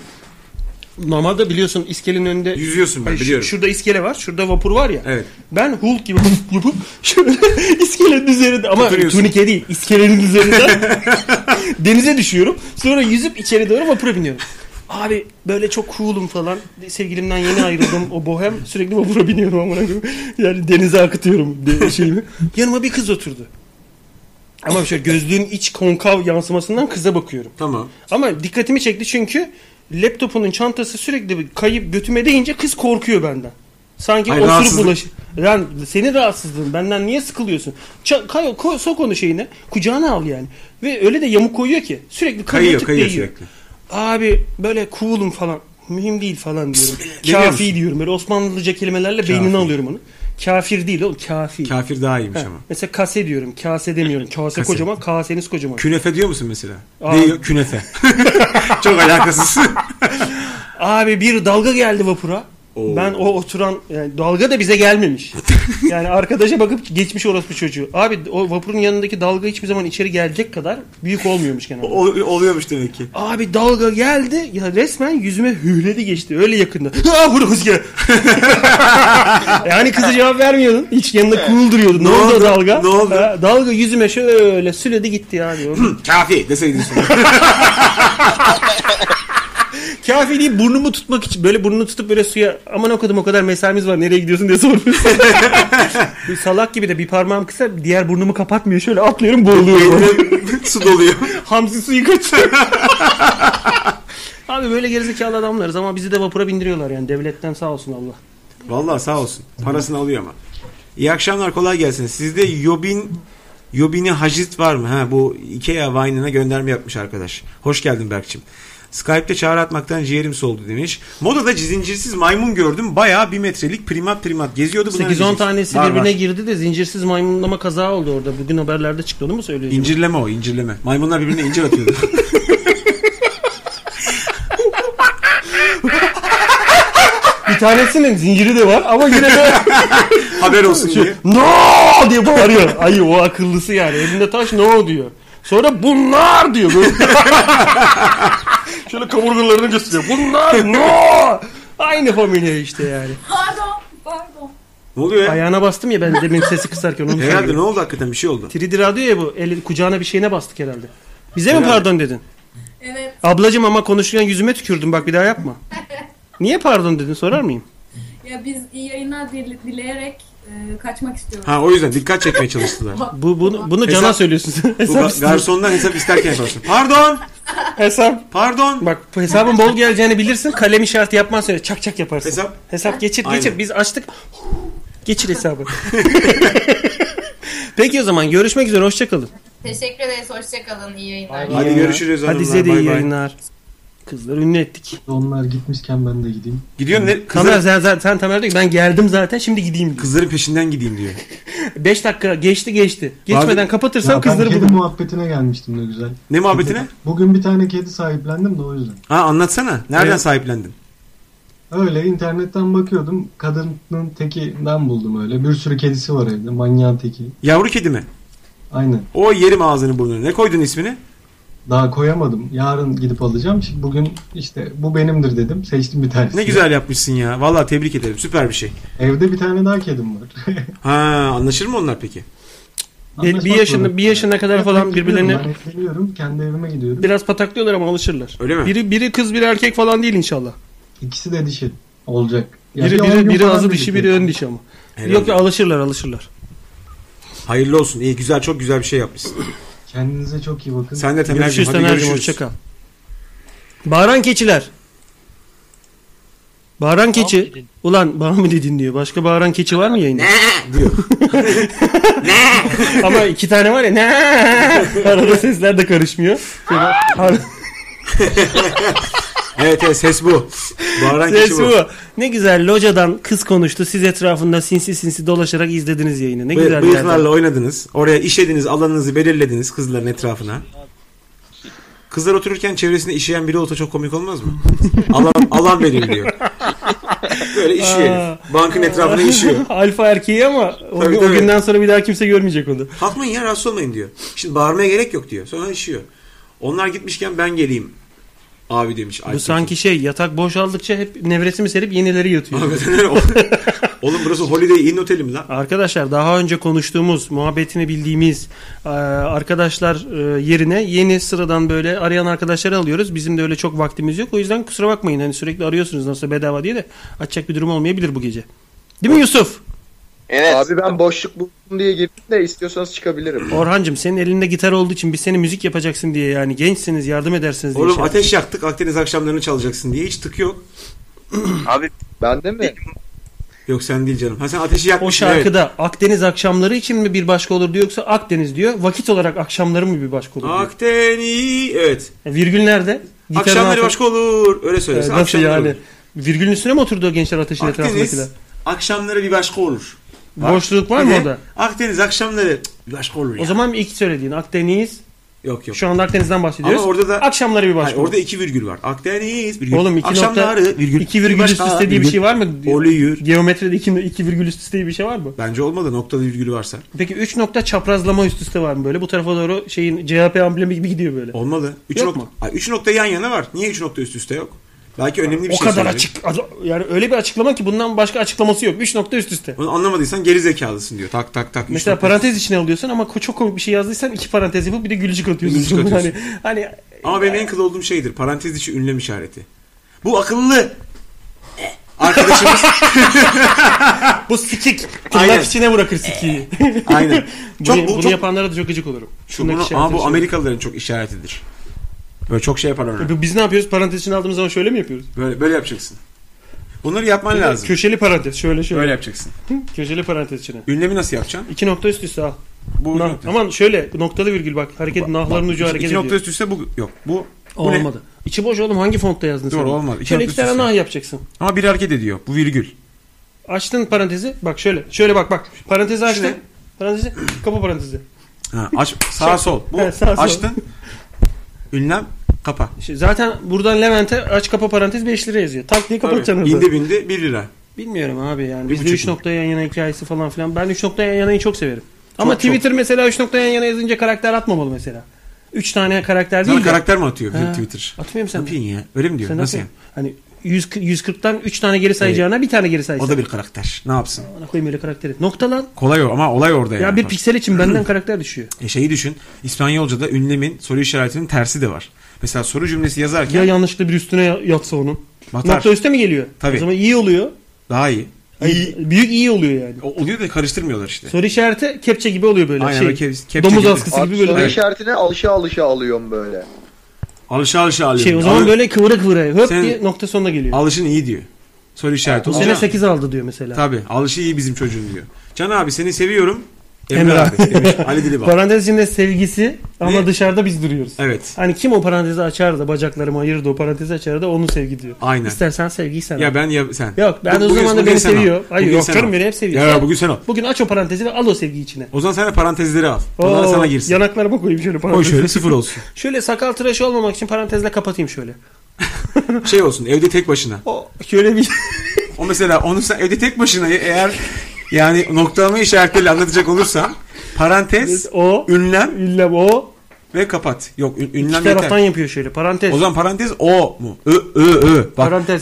Normalde biliyorsun iskelenin önünde Yüzüyorsun ben Ay, şu- biliyorum. Şurada iskele var. Şurada vapur var ya. Evet. Ben Hulk gibi yapıp şöyle iskelenin üzerinde ama Oturuyorsun. turnike değil iskelenin üzerinde denize düşüyorum. Sonra yüzüp içeri doğru vapura biniyorum. Abi böyle çok cool'um falan. Sevgilimden yeni ayrıldım. O bohem sürekli vapura biniyorum amına koyayım. Yani denize akıtıyorum de- şeyimi. Yanıma bir kız oturdu. Ama şöyle gözlüğün iç konkav yansımasından kıza bakıyorum. Tamam. Ama dikkatimi çekti çünkü laptopunun çantası sürekli bir kayıp götüme değince kız korkuyor benden. Sanki Hayır, osurup rahatsızlık. bulaş. Lan senin rahatsızlığın benden niye sıkılıyorsun? Ça- kay- ko- sok onu şeyine kucağına al yani. Ve öyle de yamuk koyuyor ki sürekli kayıyor, Kayıyor tık kayıyor değiyor. sürekli. Abi böyle cool'um falan. Mühim değil falan diyorum. Geliyor Kafi musun? diyorum. Böyle Osmanlıca kelimelerle beynini alıyorum onu. Kafir değil oğlum kafi. Kafir daha iyiymiş Ha, ama. Mesela kase diyorum. Kase demiyorum. Kase, Kase. kocaman. Kaseniz kocaman. Künefe diyor musun mesela? Aa. Değil künefe. Çok alakasız. Abi bir dalga geldi vapura. Oo. Ben o oturan yani dalga da bize gelmemiş. yani arkadaşa bakıp geçmiş orospu çocuğu. Abi o vapurun yanındaki dalga hiçbir zaman içeri gelecek kadar büyük olmuyormuş genelde. Ol- oluyormuş demek ki. Abi dalga geldi ya resmen yüzüme hühledi geçti öyle yakında. Ha vur Hızkı. yani kıza cevap vermiyordun. Hiç yanında cool duruyordun. Ne, Ne oldu, o oldu? dalga? Ne oldu? Ha, dalga yüzüme şöyle süledi gitti ya diyor. Kafi deseydin sonra. Kafi değil burnumu tutmak için böyle burnunu tutup böyle suya aman okudum o kadar mesaimiz var nereye gidiyorsun diye soruyorsun. Bir Salak gibi de bir parmağım kısa diğer burnumu kapatmıyor şöyle atlıyorum boğuluyorum. Su doluyor. Hamsi suyu kaçıyor. Abi böyle gerizekalı adamlarız ama bizi de vapura bindiriyorlar yani devletten sağ olsun Allah. Vallahi sağ olsun. Parasını alıyor ama. İyi akşamlar kolay gelsin. Sizde Yobin Yobini Hacit var mı? Ha bu Ikea Vine'ına gönderme yapmış arkadaş. Hoş geldin Berkçim. Skype'te çağrı atmaktan ciğerim soldu demiş. Modada zincirsiz maymun gördüm. Bayağı bir metrelik primat primat geziyordu. Buna ne 8-10 diyeceksin? tanesi Var, birbirine var. girdi de zincirsiz maymunlama kaza oldu orada. Bugün haberlerde çıktı onu mu söylüyorsun? İncirleme o incirleme. Maymunlar birbirine incir atıyordu. Bir tanesinin zinciri de var ama yine de Haber olsun diye. no diye bağırıyor. Ay o akıllısı yani. Elinde taş no diyor. Sonra bunlar diyor. Böyle. Şöyle kaburgalarını gösteriyor. Bunlar no. Aynı familya işte yani. Pardon, pardon. Ne oluyor ya? Ayağına bastım ya ben demin sesi kısarken onu Herhalde söylüyorum. ne oldu hakikaten bir şey oldu. 3D radyo ya bu. Eli, kucağına bir şeyine bastık herhalde. Bize mi Herhalde. pardon dedin? Evet, Ablacım ama konuşurken yüzüme tükürdün bak bir daha yapma. Niye pardon dedin sorar mıyım? ya biz iyi yayınlar dil- dileyerek e, kaçmak istiyoruz. Ha o yüzden dikkat çekmeye çalıştılar. Bu bunu bunu cana Hesap- söylüyorsun sen. Bu hesap ga- garsondan hesap isterken yaparsın. Pardon. hesap. Pardon. Bak bu hesabın bol geleceğini bilirsin. Kalem işareti yapmazsan öyle çak çak yaparsın. Hesap. Hesap geçir Aynen. geçir. Biz açtık. Geçir hesabı. Peki o zaman görüşmek üzere hoşçakalın. Teşekkür ederiz. Hoşçakalın. İyi yayınlar. Hadi Ya. görüşürüz hanımlar, Hadi size de bay iyi bay. yayınlar. Kızları ünlü ettik. Onlar gitmişken ben de gideyim. Gidiyorum ne? Tamer Kızların, sen, sen, sen Tamer diyor ki ben geldim zaten şimdi gideyim diyor. kızların peşinden gideyim diyor. 5 dakika geçti geçti. Geçmeden Bazen- kapatırsam Ya ben kızları kedi bulurum. muhabbetine gelmiştim ne güzel. Ne muhabbetine? Bugün bir tane kedi sahiplendim de o yüzden. Ha anlatsana. Nereden Evet. sahiplendin? Öyle internetten bakıyordum. Kadının tekinden buldum öyle. Bir sürü kedisi var evde. Manyağın teki. Yavru kedi mi? Aynen. O yerim ağzını burnunu. Ne koydun ismini? Daha koyamadım. Yarın gidip alacağım. Şimdi bugün işte bu benimdir dedim. Seçtim bir tanesini. Ne güzel yapmışsın ya. Vallahi tebrik ederim. Süper bir şey. Evde bir tane daha kedim var. Ha anlaşır mı onlar peki? Bir, bir yaşında bir yaşına kadar falan birbirlerini Ben ekleniyorum. Kendi evime gidiyorum. biraz pataklıyorlar ama alışırlar. Öyle mi? Biri biri kız biri erkek falan değil inşallah. İkisi de dişi olacak. Ya Biri bir on biri gün biri falan azı birlikte. dişi biri ön dişi ama. Herhalde. Yok ya alışırlar alışırlar. Hayırlı olsun. İyi güzel çok güzel bir şey yapmışsın. Kendinize çok iyi bakın. Sen de Temel'cim Görüşürüz hadi Tamer'cim görüşürüz. hoşçakal. Bağıran keçiler. Bağıran keçi. dedin? Ulan bağır mı dedin diyor. Başka bağıran keçi var mı yayında? Diyor. Ama iki tane var ya. Ne? Arada sesler de karışmıyor. Şöyle- Ar- Evet evet ses bu. Bağıran Ses kişi bu. bu. Ne güzel locadan kız konuştu. Siz etrafında sinsi sinsi dolaşarak izlediniz yayını. Ne Bıy- güzel. bıyıklarla oynadınız. Oraya işediniz, alanınızı belirlediniz kızların etrafına. Kızlar otururken çevresinde işeyen biri olsa çok komik olmaz mı? alan, alan belirliyor. Böyle işiyor. Aa. herif. Bankın etrafında işiyor. Alfa erkeği ama o, Tabii, o tabii. günden sonra bir daha kimse görmeyecek onu. Kalkmayın ya rahatsız olmayın diyor. Şimdi bağırmaya gerek yok diyor. Sonra işiyor. Onlar gitmişken ben geleyim. Abi demiş. Bu sanki şey yatak boşaldıkça hep nevresimi serip yenileri yatıyor. Oğlum burası Holiday Inn Oteli mi lan? Arkadaşlar daha önce konuştuğumuz, muhabbetini bildiğimiz e, arkadaşlar e, yerine yeni sıradan böyle arayan arkadaşları alıyoruz. Bizim de öyle çok vaktimiz yok. O yüzden kusura bakmayın. Hani sürekli arıyorsunuz nasıl bedava diye de açacak bir durum olmayabilir bu gece. Değil mi Yusuf? Evet. Abi ben boşluk buldum diye girdim de istiyorsanız çıkabilirim. Orhancım senin elinde gitar olduğu için biz seni müzik yapacaksın diye yani gençsiniz yardım edersiniz diye. Oğlum şey ateş yaktık Akdeniz akşamlarını çalacaksın diye hiç tık yok. Abi Ben de mi? Yok sen değil canım. Ha sen ateşi yakmışsın. O evet. şarkıda Akdeniz akşamları için mi bir başka olur diyor yoksa Akdeniz diyor. Vakit olarak akşamları mı bir başka olur diyor. Akdeniz. Evet. E, Virgül nerede? Gitarın akşamları altı- başka olur. Öyle E, söylesin. Nasıl akşamları yani? olur. Virgülün üstüne mi oturdu o gençler ateşin etrafındakiler? Akdeniz akşamları bir başka olur. Boşluk var Bir mı de orada? Akdeniz akşamları cık, bir başka olur ya. O zaman ilk söylediğin Akdeniz Yok yok. Şu anda Akdeniz'den bahsediyoruz. Ama orada da- akşamları bir Hayır, başka. orada iki virgül var. Akdeniz virgül. Oğlum iki Akşamları nokta, virgül. iki virgül üst üste diye bir şey var mı? Oluyor. Geometride iki, iki virgül üst üste diye bir şey var mı? Bence olmadı noktada virgülü varsa. Peki 3 nokta çaprazlama üst üste var mı böyle? Bu tarafa doğru şeyin CHP amblemi gibi gidiyor böyle. Olmadı. 3 Yok nokta. mu? Ay, üç nokta yan yana var. Niye 3 nokta üst üste yok? Belki önemli bir o şey kadar söyleyecek. açık. az- Yani öyle bir açıklama ki bundan başka açıklaması yok. 3 nokta üst üste. Onu anlamadıysan geri zekalısın diyor. Tak tak tak. üç Mesela nokta parantez içine alıyorsun ama ko- çok komik bir şey yazdıysan iki parantez yapıp bir de gülücük atıyorsun. Gülücük atıyorsun. hani, hani üst- Ama benim en kıl olduğum şeydir. Parantez içi ünlem işareti. Bu akıllı. Arkadaşımız bu sikik Aynen. tırnak içine bırakır sikiyi. aynen. Çok bunu, bu bunu çok yapanlara da çok gıcık olurum. şu Tırnak bunu, işareti ama bu şey. Amerikalıların çok işaretidir. Böyle çok şey yaparlar. ona. Biz ne yapıyoruz? Parantez içine aldığımız zaman şöyle mi yapıyoruz? Böyle böyle yapacaksın. Bunları yapman lazım. Köşeli parantez şöyle şöyle. Böyle yapacaksın. Köşeli parantez içine. Ünlemi nasıl yapacaksın? İki nokta üst üste al. Bu Nah- nokta. aman şöyle noktalı virgül bak hareket nahların ucu hareket İki ediyor. nokta üst üste bu yok. Bu bu ne? olmadı. İçi boş oğlum hangi fontta yazdın Doğru, sen? olmadı. İki Şöyle nokta iki tane üst üste. nah yapacaksın. Ama bir hareket ediyor. Bu virgül. Açtın parantezi bak şöyle şöyle bak bak parantezi açtın. Şöyle. Parantezi kapa parantezi. Ha, aç sağ sol. Bu Evet, Şey- sağ, sol. açtın. Ünlem kapa. İşte Şey, zaten buradan Levent'e aç kapa parantez 5 lira yazıyor. Tak diye kapatacaksın orada. İndi bindi 1 lira. Bilmiyorum abi yani. Bir Bizde buçuk 3 mu? nokta yan yana hikayesi falan filan. Ben 3 nokta yan yanayı çok severim. Ama çok. Twitter mesela 3 nokta yan yana yazınca karakter atmamalı mesela. 3 tane karakter değil Sana de. karakter mi atıyor bizim Ha. Twitter? Atmıyor musun sen? Ne de? yapıyorsun ya? Öyle mi diyor? Sen nasıl? Nasıl yani? Hani 100, 140'tan 3 tane geri sayacağına bir tane geri saysan. O da bir karakter. Ne yapsın? Bana koyayım öyle karakteri. Nokta lan. Kolay o ama olay orada yani. Ya bir Bak, piksel için benden karakter düşüyor. e şeyi düşün. İspanyolca'da ünlemin soru işaretinin tersi de var. Mesela soru cümlesi yazarken Ya yanlışlıkla bir üstüne ya- yatsa onun. batar. Nokta üste mi geliyor? Tabii. O zaman iyi oluyor. Daha iyi. Hayır, büyük iyi oluyor yani. O- oluyor da karıştırmıyorlar işte. Soru işareti kepçe gibi oluyor böyle. Aynen, şey, böyle kep- kepçe domuz gibi. askısı Abi gibi soru böyle. Şey, işaretine alışa alışa alıyorum böyle. Alışa alışa alıyorum. Şey, o zaman Alı- böyle kıvıra kıvıra hop Sen- diye nokta sonuna geliyor. Alışın iyi diyor. Soru işareti. Bu O sene zaman- 8 aldı diyor mesela. Tabii. Alışı iyi bizim çocuğun diyor. Can abi seni seviyorum. Emre, Emre abi. demiş. Ali Dilibağ. Parantez içinde sevgisi ama Ne? dışarıda biz duruyoruz. Evet. Hani kim o parantezi açar da bacaklarımı ayırır da o parantezi açar da onun sevgi diyor. Aynen. İstersen sevgiyi sen al. Ya ben ya sen. Yok ben Bu- o bugün- zaman da bugün beni sen al. seviyor. Hayır Bugün yok sen canım al. beni hep seviyor. Ya, Sen- ya bugün sen al. Bugün aç o parantezi ve al o sevgi içine. O zaman sen de parantezleri al. Bunlar Oo, sana girsin. Yanaklarıma koyayım şöyle Koy parantezi. şöyle sıfır olsun. Şöyle sakal tıraşı olmamak için parantezle kapatayım şöyle. Şey olsun evde tek başına. O şöyle bir O mesela onu sen evde tek başına eğer yani noktalama işaretleriyle anlatacak olursan parantez, o ünlem ünlem o ve kapat. Yok ün- iki ünlem taraftan yeter. yapıyor şöyle parantez. O zaman parantez o mu? Ö ö ö. Bak, Parantez. parantez.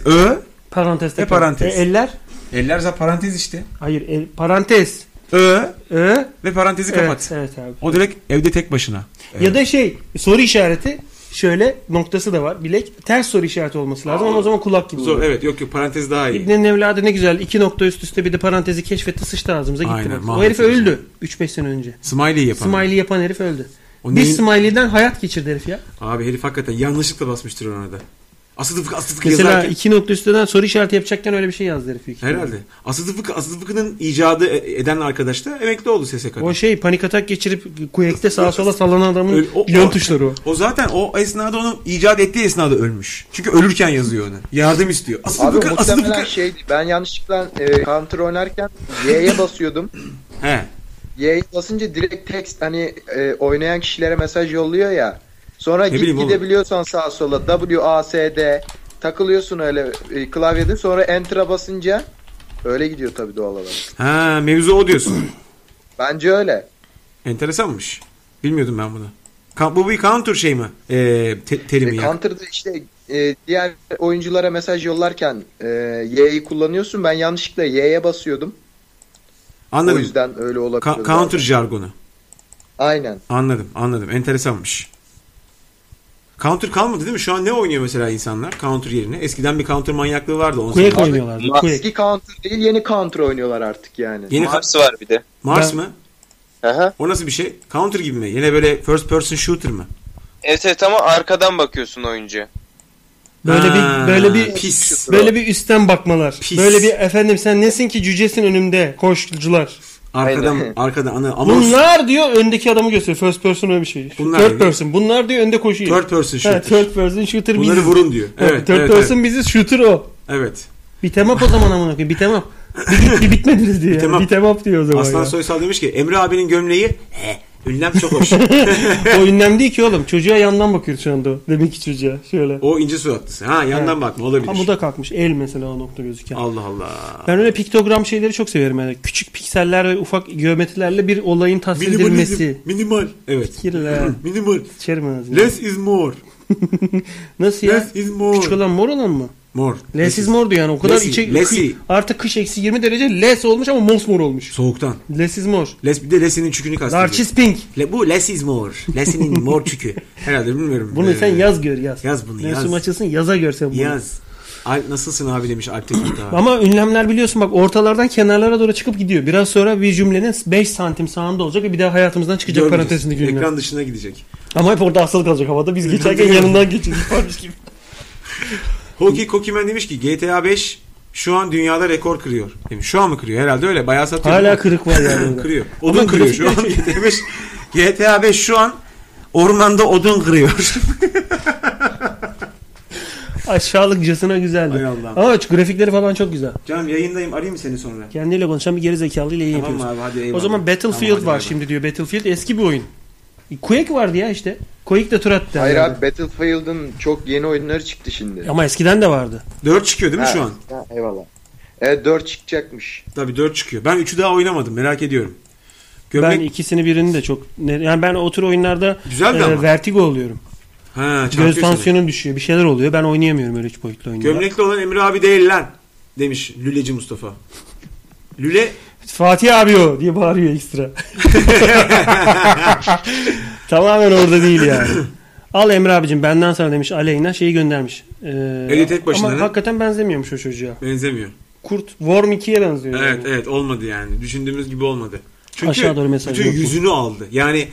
Parantez ö. parantez E, parantez. E, eller Eller zaten parantez işte. hayır el, parantez. Ö Ö ve parantezi kapat. Evet, evet abi. O direkt evde tek başına. Ya da şey soru işareti şöyle noktası da var bilek ters soru işareti olması lazım ama o zaman kulak gibi. Zor, oluyor. evet yok yok parantez daha iyi. İbnenin evladı ne güzel iki nokta üst üste bir de parantezi keşfetti sıçtı ağzımıza gitti. Aynen, bak. O maalesef. herif öldü 3-5 sene önce. Smiley yapalım. Smiley yapan herif öldü. O Bir neyin- smiley'den hayat geçirdi herif ya. Abi herif hakikaten yanlışlıkla basmıştır ona da. Asıl fıkı asıl fıkı Mesela yazarken. iki nokta üsteden soru işareti yapacakken öyle bir şey yazdı herif. büyük ihtimalle. Herhalde. Aslı Fıkı, Aslı Fıkı'nın icadı e- eden arkadaş da emekli oldu SSK'da. O şey panik atak geçirip kuyekte sağa sola sallanan adamın Öyle- o- yön o- tuşları o. O zaten o esnada onu icat ettiği esnada ölmüş. Çünkü ölürken yazıyor onu. Yardım istiyor. Aslı Abi Fıkı, Aslı muhtemelen Fıkı. şeydi. Ben yanlışlıkla e, counter oynarken Y'ye basıyordum. He. Y'ye basınca direkt text hani e, oynayan kişilere mesaj yolluyor ya. Sonra git bileyim oğlum. gidebiliyorsan sağa sola W A S D takılıyorsun öyle e, klavyede sonra enter'a basınca öyle gidiyor tabii doğal olarak. Ha mevzu o diyorsun. Bence öyle. Enteresanmış. Bilmiyordum ben bunu. Ka- bu bir counter şey mi? Ee, te- terimi E, ya. Counter'da işte e, diğer oyunculara mesaj yollarken e, Y'yi kullanıyorsun. Ben yanlışlıkla Y'ye basıyordum. O Anladım. yüzden öyle olabiliyor. Ka- counter jargonu. Aynen. Anladım anladım. Enteresanmış. Counter kalmadı değil mi? Şu an ne oynuyor mesela insanlar counter yerine? Eskiden bir counter manyaklığı vardı. on Kuyek sene- oynuyorlardı. Kuyek. Eski counter değil yeni counter oynuyorlar artık yani. Yeni ka- Mars var bir de. Mars Ben- mı? Aha. O nasıl bir şey? Counter gibi mi? Yine böyle first person shooter mı? Evet evet ama arkadan bakıyorsun oyuncuya. Böyle Ha, bir böyle bir pis. böyle bir üstten bakmalar. Pis. Böyle bir efendim sen nesin ki cücesin önümde koşucular. Arkadan arkadan ana ama Bunlar diyor öndeki adamı gösteriyor. First person öyle bir şey. Bunlar third ne? person. Bunlar diyor önde koşuyor. third person Ha, shooter. third person shooter Bunları biziz. vurun diyor. Evet, Evet. third evet, person biziz shooter o. evet. evet. Bitem up o zaman amına koyayım. Bitem up. Bir, bir bitmediniz diyor. Bitem Bitem up. up. Bitem up diyor o zaman. Aslan ya. Soysal demiş ki Emre abinin gömleği he, Ünlem çok hoş. o ünlem değil ki oğlum. Çocuğa yandan bakıyor şu anda. o. Demek ki çocuğa. Şöyle. o ince suratlısı. Ha yandan Evet. bakma olabilir. Ama bu da kalkmış. El mesela o nokta gözüken. Allah Allah. Ben öyle piktogram şeyleri çok severim. Yani küçük pikseller ve ufak geometrilerle bir olayın tasvir edilmesi. Minimalizm. Minimal. Evet. Kirle. Minimal. İçerim ağzını. Less is more. Nasıl ya? Less is more. Küçük olan mor olan mı? More. Less is mor'du yani. O kadar Less'i, içe, Less'i. kı- artık kış eksi 20 derece less olmuş ama mosmor olmuş. Soğuktan. Less is mor. Less, bir de Less'inin çükünü kastediyor. Darchis pink. Le, bu less is more. Less'inin more çükü. Herhalde bilmiyorum. Bunu Ee, sen yaz gör yaz. yaz bunu, Mevsim yaz. açılsın yaza gör sen bunu. Yaz. Alp nasılsın abi demiş Alp Tekin daha. Ama ünlemler biliyorsun bak ortalardan kenarlara doğru çıkıp gidiyor. Biraz sonra bir cümlenin 5 santim sağında olacak ve bir daha hayatımızdan çıkacak Görmeyeceğiz. parantezindeki ünlem. Ekran dışına gidecek. Ama hep orada asılı kalacak havada. Biz geçerken yanından geçeceğiz. Varmış gibi. Hoki Kokimen demiş ki GTA 5 şu an dünyada rekor kırıyor. Demiş. Şu an mı kırıyor? Herhalde öyle. Bayağı satıyor. Hala kırık var yani. orada. kırıyor. Odun kırıyor şu an. GTA 5, GTA 5 şu an ormanda odun kırıyor. Aşağılıkçasına Hay güzeldi. Allah'ım. Ama şu grafikleri falan çok güzel. Canım yayındayım. Arayayım mı seni sonra? Kendiyle konuşan bir gerizekalı ile yayın Tamam yapıyoruz. abi hadi eyvallah. O zaman Battlefield Tamam, var hadi bay bay. şimdi diyor. Battlefield eski bir oyun. E, Quake vardı ya işte. Quake de tur attı. Hayır herhalde. abi Battlefield'ın çok yeni oyunları çıktı şimdi. Ama eskiden de vardı. 4 çıkıyor değil mi Ha, şu an? ha, eyvallah. Evet 4 çıkacakmış. Tabii 4 çıkıyor. Ben 3'ü daha oynamadım. Merak ediyorum. Gömlek Ben ikisini birini de çok... ne- Yani ben o tür oyunlarda güzeldi e, ama. vertigo oluyorum. ha, çarpıyor Göz seni. tansiyonum düşüyor. Bir şeyler oluyor. Ben oynayamıyorum öyle üç boyutlu oyunları. Gömlekli olan Emre abi değil lan. Demiş Lüleci Mustafa. Lüle Fatih abi o diye bağırıyor ekstra. Tamamen orada değil yani. Al Emre abicim benden sana demiş Aleyna şeyi göndermiş. Ee, Eli tek başına Ama ne? hakikaten benzemiyormuş o çocuğa. benzemiyor. Kurt Worm 2'ye benziyor. Evet yani. evet olmadı yani. Düşündüğümüz gibi olmadı. Çünkü Aşağı doğru mesaj bütün yok mu? yüzünü aldı. Yani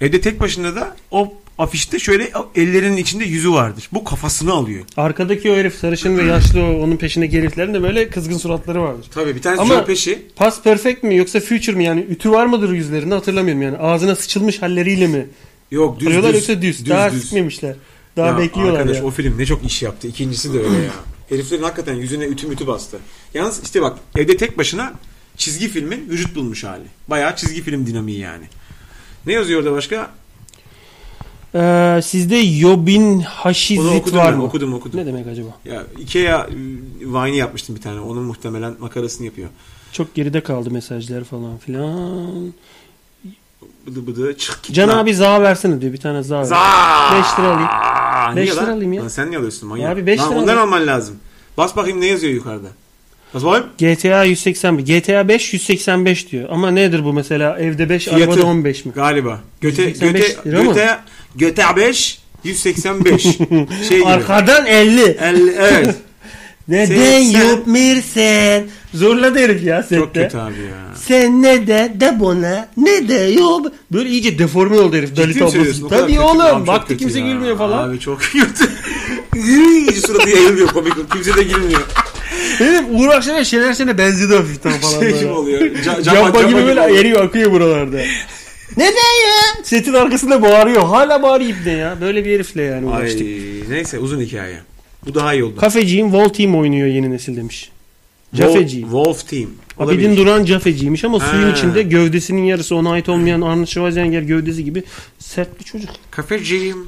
evde tek başına da o afişte şöyle ellerinin içinde yüzü vardır. Bu kafasını alıyor. Arkadaki o herif sarışın ve yaşlı o, onun peşindeki heriflerin de böyle kızgın suratları vardır. Tabii bir tanesi Ama- Ama... peşi. Past Perfect mi yoksa Future mi yani ütü var mıdır yüzlerinde hatırlamıyorum yani. Ağzına sıçılmış halleriyle mi? Yok düz Arıyorlar düz. yoksa düz. Daha sikmemişler. Daha Ya bekliyorlar arkadaş, ya. o film ne çok iş yaptı. İkincisi de öyle ya. Heriflerin hakikaten yüzüne ütü mütü bastı. Yalnız işte bak evde tek başına çizgi filmin vücut bulmuş hali. Bayağı çizgi film dinamiği yani. Ne yazıyor orada başka? Ee, sizde Yobin Onu Haşizit okudum var ben, mı? okudum okudum. Ne demek acaba? Ya Ikea Vine'i yapmıştım bir tane. Onun muhtemelen makarasını yapıyor. Çok geride kaldı mesajlar falan filan. Bıdı bıdı çık git Can lan. abi za versene diyor. Bir tane za. ver. Za! Beş lira alayım. Aa, Beş niye lira lan? alayım ya. Lan sen niye alıyorsun manyak? Abi beş Lan lira ondan alayım. alman lazım. Bas bakayım ne yazıyor yukarıda. Bas bakayım. GTA 181. GTA 5 185 diyor. Ama nedir bu mesela? Evde 5, Fiyatı. arabada 15 mi? Galiba. Göte 185 göte lira mı? göte göte 5 185. şey gibi. Arkadan 50. El, evet. Neden Sen- yapmıyorsun? Zorladı herif ya sette. Çok kötü abi ya. Sen ne de de bana ne de yok. Böyle iyice deforme oldu herif Dalit Ciddi mi söylüyorsun? ablası. O kadar Tabii kötü. Abi oğlum çok baktı kötü kimse ya. gülmüyor falan. Abi çok kötü. İyice suratı yayılmıyor komik. Kimse de gülmüyor. Dedim Uğur Akşener Şener Şen'e benzedi hafiften falan. Şey böyle. gibi oluyor. Ca- Campa, gibi böyle oluyor. eriyor akıyor buralarda. Neden ya? Setin arkasında bağırıyor. Hala bağırıyor ne ya. Böyle bir herifle yani Ay, uğraştık. neyse uzun hikaye. Bu daha iyi oldu. Kafeciyim Vol Team oynuyor yeni nesil demiş. Cafeci. Wolf, Wolf Team. Olabilir. Abidin Duran cafeciymiş ama suyun Ha. içinde gövdesinin yarısı ona ait olmayan Arnold Schwarzenegger gövdesi gibi sert bir çocuk. Kafeciyim.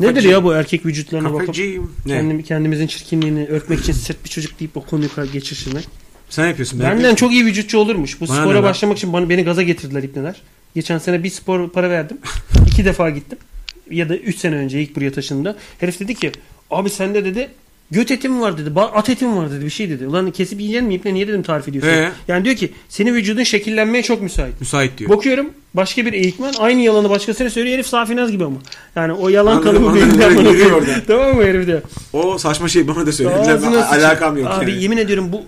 Nedir ya bu erkek vücutlarına bakıp Kafeciyim. Ne? kendim, kendimizin çirkinliğini örtmek için sert bir çocuk deyip o konuyu geçiştirmek. Sen yapıyorsun. ben Benden yapıyorum. çok iyi vücutçu olurmuş. Bu Bana ne spora lan? başlamak için bana, beni gaza getirdiler ipneler. Geçen sene bir spor para verdim. iki defa gittim. Ya da 3 sene önce ilk buraya taşındığımda. Herif dedi ki abi sende dedi göt etim var dedi. ba- At etim var dedi. Bir şey dedi. Ulan kesip yiyeceksin mi ipne niye dedim tarif ediyorsun. Ee? Yani diyor ki senin vücudun şekillenmeye çok müsait. müsait diyor. Bakıyorum başka bir eğitmen aynı yalanı başkasına söylüyor. Herif Safinaz gibi ama. Yani o yalan Anladım, kalıbı anladım. beyinden bana koyuyor. Giriyor oradan. Tamam mı herif de? O saçma şey bana da söylediler. Ben- Ağzına sıçayım. alakam yok Abi yani. yemin ediyorum bu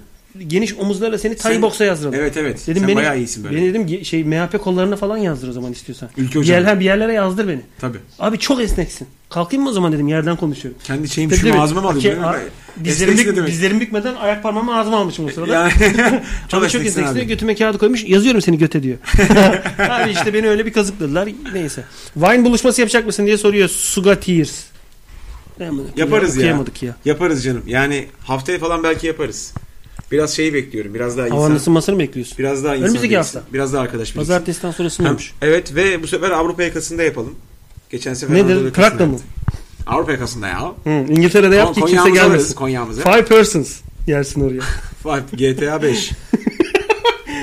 geniş omuzlarla seni Sen- tay boksa yazdıralım. Evet evet. Dedim Sen beni, bayağı iyisin böyle. Beni dedim ge- şey MHP kollarına falan yazdır o zaman istiyorsan. Ülke Bir hocam. yerler- bir yerlere yazdır beni. Tabii. Abi çok esneksin. Kalkayım mı o zaman dedim yerden konuşuyorum. Kendi şeyim Tabii şu tabii. ağzıma mı alayım? Ki- Değil mi? a- Ben- Dizlerim, Esneksin bük- demek. dizlerim bükmeden ayak parmağımı ağzıma almışım o sırada. Yani, Çok, çok esneksin esneksin diyor. abi. Götüme kağıdı koymuş. Yazıyorum seni göte diyor. Abi işte beni öyle bir kazıkladılar. Neyse. Wine buluşması yapacak mısın diye soruyor. Suga Tears. Aman, Yaparız ya. okuyamadık ya. Yaparız canım. Yani haftaya falan belki yaparız. Biraz şeyi bekliyorum. Biraz daha Havanın insan. ısınmasını bekliyorsun. Biraz daha insan. Önümüzdeki biriksin. hafta. Biraz daha arkadaş biriksin. Pazartesiden sonra Hem- ısınıyormuş. evet ve bu sefer Avrupa yakasında yapalım. Geçen sefer Anadolu Nedir? yakasında Trakla mı? yaptık. Avrupa yakasında ya. Hı, İngiltere'de yap ki kimse Konya'mıza gelmesin. varırız. Konya'mıza. Five persons yersin oraya. Five, GTA 5.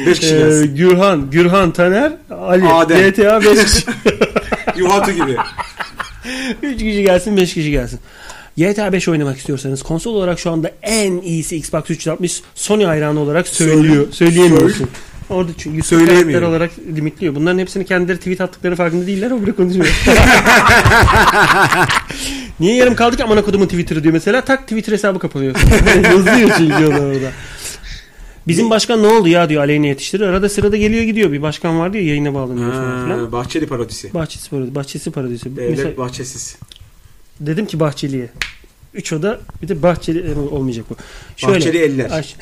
5 kişi Ee, gelsin. Gürhan, Gürhan Taner, Ali, Adem. GTA 5 Ee, kişi. Yuhatu gibi. 3 kişi gelsin 5 kişi gelsin. GTA 5 oynamak istiyorsanız konsol olarak şu anda en iyisi Xbox 360 Sony hayranı olarak söylüyor. Söyleyemiyorsun. Orada çünkü söyleyemiyor. Söyleyemiyorum. olarak limitliyor. Bunların hepsini kendileri tweet attıkları farkında değiller. O bile konuşuyor. Niye yarım kaldık amına kodumun Twitter'ı diyor mesela. Tak Twitter hesabı kapanıyor. Yazıyor çünkü onu orada. Bizim başkan ne oldu ya diyor aleyhine yetiştirir. Arada sırada geliyor gidiyor. Bir başkan var diyor yayına bağlanıyor falan filan. Ha, Ee, Bahçeli parodisi. Bahçesi paradisi. Bahçesi paradisi. Mesela- Devlet bahçesiz. Dedim ki Bahçeli'ye. Üç oda bir de Bahçeli e, olmayacak bu. Şöyle, Bahçeli eller. aş-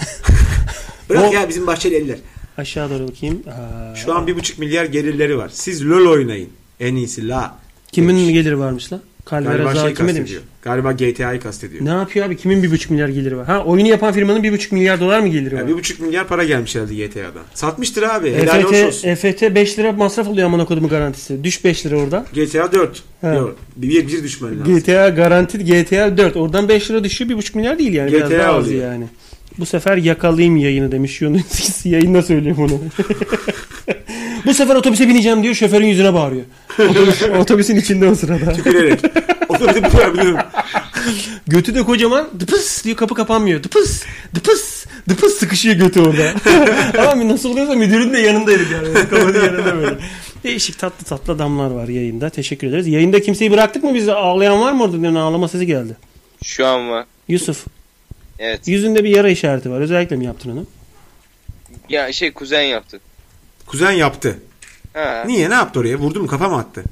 Bırak O- ya bizim Bahçeli eller. aşağı doğru bakayım. Aa, Şu an 1,5 milyar gelirleri var. Siz LOL oynayın. En iyisi la. kimin demiş. geliri varmış lan? Kalver Galiba Rıza şey kime demiş? kastediyor. Galiba GTA'yı kastediyor. Ne yapıyor abi? Kimin bir buçuk milyar geliri var? Ha oyunu yapan firmanın bir buçuk milyar dolar mı geliri var? Yani 1,5 milyar para gelmiş herhalde GTA'dan. Satmıştır abi. Helal hoş EFT, olsun. EFT 5 lira masraf oluyor amına kodumun garantisi. Düş 5 lira oradan. GTA 4. He. Yok, Bir, bir düşman lazım. GTA garanti GTA 4. Oradan 5 lira düşüyor 1,5 milyar değil yani. Biraz GTA daha az oluyor. yani. Bu sefer yakalayayım yayını demiş Yunus. Yayında söylüyorum onu. Bu sefer otobüse bineceğim diyor şoförün yüzüne bağırıyor. Otobüs, otobüsün içinde o sırada. Tükürerek. Otobüsü bu kadar biliyorum. Götü de kocaman dıpıs diyor kapı kapanmıyor. Dıpıs dıpıs dıpıs sıkışıyor götü orada. Ama nasıl oluyorsa müdürün de yanındaydı yani. Kafanın yanında böyle. Değişik tatlı tatlı adamlar var yayında. Teşekkür ederiz. Yayında kimseyi bıraktık mı biz? Ağlayan var mı orada? Demin ağlama sesi geldi. Şu an mı? Yusuf. Evet. Yüzünde bir yara işareti var. Özellikle mi yaptın onu? Ya şey kuzen yaptı. Kuzen yaptı. Ha. Niye? Ne yaptı oraya? Vurdu mu? Kafa mı attı?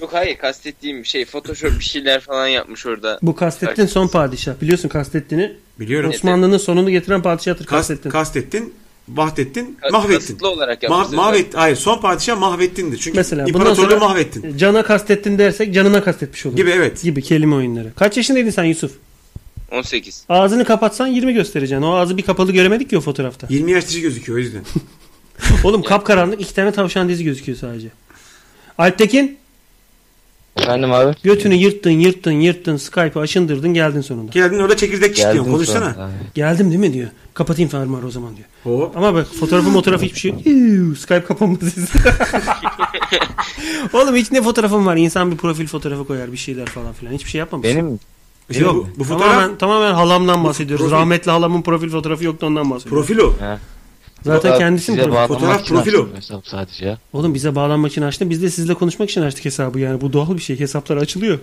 Yok hayır kastettiğim şey Photoshop bir şeyler falan yapmış orada. Bu Kastettin son padişah. Biliyorsun Kastettin'i Biliyorum. Osmanlı'nın sonunu getiren padişahtır Kast, Kastettin. kastettin. Bahdettin. Ka- mahvettin. Kasıtlı olarak Ma- yapmış. mahvet, hayır son padişah mahvettindi. Çünkü Mesela bundan imparatorluğu sonra e, mahvettin. cana Kastettin dersek canına kastetmiş olur. Gibi evet. Gibi kelime oyunları. Kaç yaşındaydın sen Yusuf? 18. Ağzını kapatsan 20 göstereceksin. O ağzı bir kapalı göremedik ki o fotoğrafta. 20 yaş dışı gözüküyor o yüzden. Oğlum kapkaranlık iki tane tavşan dizi gözüküyor sadece. Alptekin Efendim abi. götünü yırttın yırttın yırttın Skype'ı aşındırdın geldin sonunda. Geldin orada çekirdek çitliyorsun. Konuşsana. Geldim değil mi diyor. Kapatayım fermuarı o zaman diyor. Hop. Ama bak fotoğrafı fotoğrafı hiçbir şey yok. Yuh, Skype kapanma sesi. Oğlum hiç ne fotoğrafım var? İnsan bir profil fotoğrafı koyar bir şeyler falan filan. Hiçbir şey yapmamış. Benim Şimdi Yok. bu, bu fotoğraf tamamen, tamamen halamdan bahsediyoruz. profil. Rahmetli halamın profil fotoğrafı yoktu ondan bahsediyoruz. profilo. Zaten kendisi mi profil? Fotoğraf profilo. Hesap sadece ya. Oğlum bize bağlanmak için açtın. Biz de sizle konuşmak için açtık hesabı yani. Bu doğal bir şey. Hesaplar açılıyor.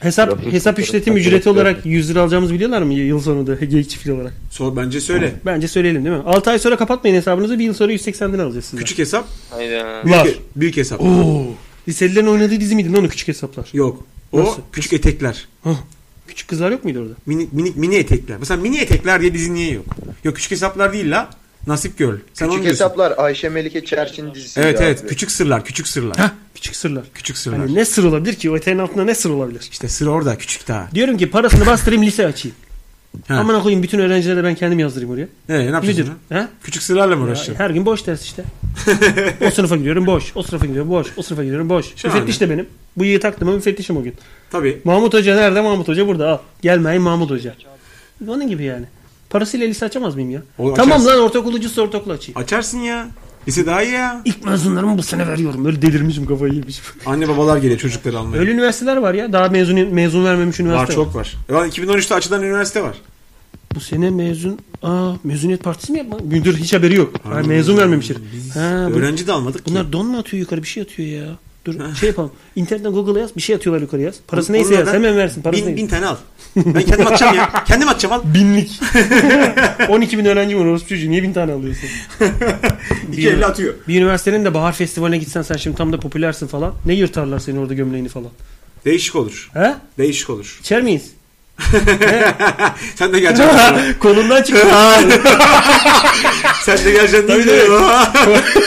Hesap hesap işletim ücreti olarak 100 lira alacağımızı biliyorlar mı yıl sonunda geyik çiftliği olarak? Sor bence söyle. Bence söyleyelim değil mi? 6 ay sonra kapatmayın hesabınızı. Bir yıl sonra 180 lira alacağız sizden. Küçük hesap, Hayda. Var. büyük, büyük hesap. Oo. Liselilerin oynadığı dizi miydi lan o küçük hesaplar? Yok. O Nasıl? küçük etekler. Küçük kızlar yok muydu orada? Minik, minik mini etekler. Mesela mini etekler diye dizi niye yok? Yok küçük hesaplar değil la. Nasip Girl. Sen onu Küçük diyorsun. hesaplar Ayşe Melike Çerçin dizisi. Evet evet. Küçük sırlar, küçük sırlar. Heh, küçük sırlar. Küçük sırlar. Hani ne sır olabilir ki? O eteğin altında ne sır olabilir? İşte sır orada küçük daha. Diyorum ki parasını bastırayım lise açayım. Ha. Amına koyayım bütün öğrencilere de ben kendim yazdırayım oraya. Ee, ne yapacaksın? Müdür. sonra? Ha? Küçük sırlarla mı Ya, uğraşacaksın? Her gün boş ders işte. o sınıfa gidiyorum boş. O sınıfa gidiyorum boş. O sınıfa gidiyorum boş. Şahane. Müfettiş de benim. Bu yığı taktım ama müfettişim o gün. Tabii. Mahmut Hoca nerede? Mahmut Hoca burada. Al. Gelmeyin Mahmut Hoca. Onun gibi yani. Parasıyla lise açamaz mıyım ya? Oğlum tamam açarsın. lan ortaokul ucusu ortaokul açayım. Açarsın ya. Lise daha iyi ya. İlk mezunlarımı bu sene veriyorum. Öyle delirmişim kafayı yemişim. Anne babalar geliyor çocukları almaya. Öyle üniversiteler var ya. Daha mezun mezun vermemiş var üniversite var. çok var. Ya 2013'te açılan üniversite var. Bu sene mezun... Aa mezuniyet partisi mi yapma? Müdür hiç haberi yok. Ha, mezun vermemiştir. Ha, bu- Öğrenci de almadık ki. Bunlar don mu atıyor yukarı bir şey atıyor ya. Dur şey yapalım. İnternetten Google'a yaz bir şey atıyorlar yukarı yaz. Parası neyse Onlardan yaz hemen versin. Parası bin, neyse. bin tane al. Ben kendim atacağım ya. Kendim atacağım al. Binlik. 12 bin öğrenci var orospu çocuğu. Niye bin tane alıyorsun? İki elle atıyor. Bir üniversitenin de bahar festivaline gitsen sen şimdi tam da popülersin falan. Ne yırtarlar senin orada gömleğini falan. Değişik olur. He? Değişik olur. İçer miyiz? Sen de geleceksin. Kolundan çıktı. Sen de geleceksin. Tabii, değil mi?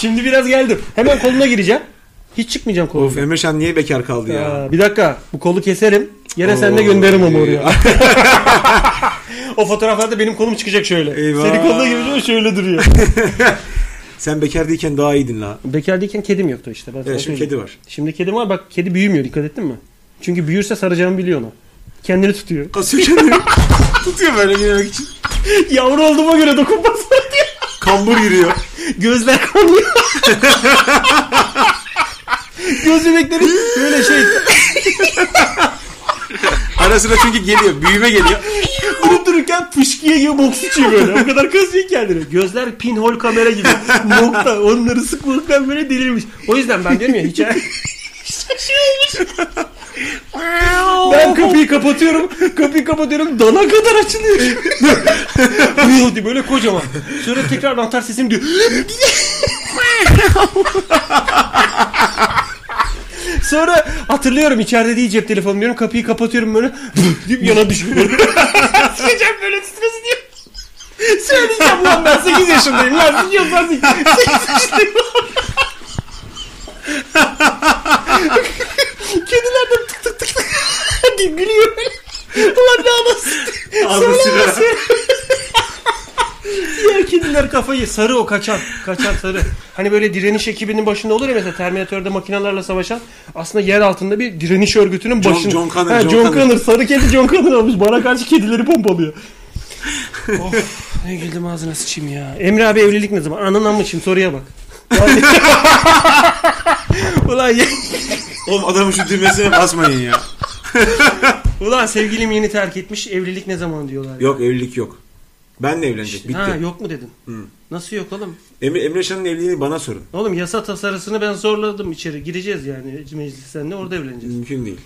şimdi biraz geldim. Hemen koluna gireceğim. Hiç çıkmayacağım of koluna. Emre Şen niye bekar kaldı ya? Aa, bir dakika. Bu kolu keserim. Yine sen de Oo, gönderirim onu iyi. oraya. O fotoğraflarda benim kolum çıkacak şöyle. Eyvah. Senin koluna gibi şöyle- şöyle duruyor. Sen bekardayken daha iyiydin la. Bekardayken kedim yoktu işte. Ben sana Evet şimdi söyleyeyim. kedi var. Şimdi kedim var bak kedi büyümüyor dikkat ettin mi? Çünkü büyürse saracağımı biliyor onu. Kendini tutuyor. Kasıyor kendini. Tutuyor böyle yemek için. Yavru olduğuma göre dokunmasın diye. Kambur giriyor. Gözler kanıyor. Göz bebekleri böyle şey. Ara sıra çünkü geliyor. Büyüme geliyor. Durup dururken fışkıya gibi boks içiyor böyle. O kadar kasıyor kendini. Gözler pinhole kamera gibi. Nokta. Onları sıkmaktan böyle delirmiş. O yüzden ben diyorum ya hikaye... ben kapıyı kapatıyorum. Kapıyı kapatıyorum. Dana kadar açılıyor. Uyuyor diye böyle kocaman. Sonra tekrar anahtar sesini diyor. Sonra hatırlıyorum içeride değil cep telefonum diyorum. Kapıyı kapatıyorum böyle. deyip yana düşüyor. Sıkacağım böyle titresi diyor. Söyleyeceğim ulan ben 8 yaşındayım. Lan sıkıyorsan sık. 8 yaşındayım. Kediler de tık tık tık tık diye gülüyor böyle. Ulan ne anasın. Ağzı Söyle sigara. anasın. Diğer kediler kafayı sarı o kaçan. Kaçan sarı. Hani böyle direniş ekibinin başında olur ya mesela Terminator'da makinalarla savaşan aslında yer altında bir direniş örgütünün John- başında. John Connor, Ha, John John, Connor. Connor. Sarı kedi John Connor olmuş. Bana karşı kedileri pompalıyor. of ne güldüm ağzına sıçayım ya. Emre abi evlilik ne zaman? Ananı ammışım soruya bak. Ulan ya- Oğlum adamın şu düğmesine basmayın ya. Ulan sevgilim yeni terk etmiş. Evlilik ne zaman diyorlar. Yok evlilik yok. Ben de evlenecek. Bitti. Ha yok mu dedin? Nasıl yok oğlum? Emre, Emre Şan'ın evliliğini bana sorun. Oğlum yasa tasarısını ben zorladım içeri. Gireceğiz yani meclisten de orada evleneceğiz. Mümkün değil.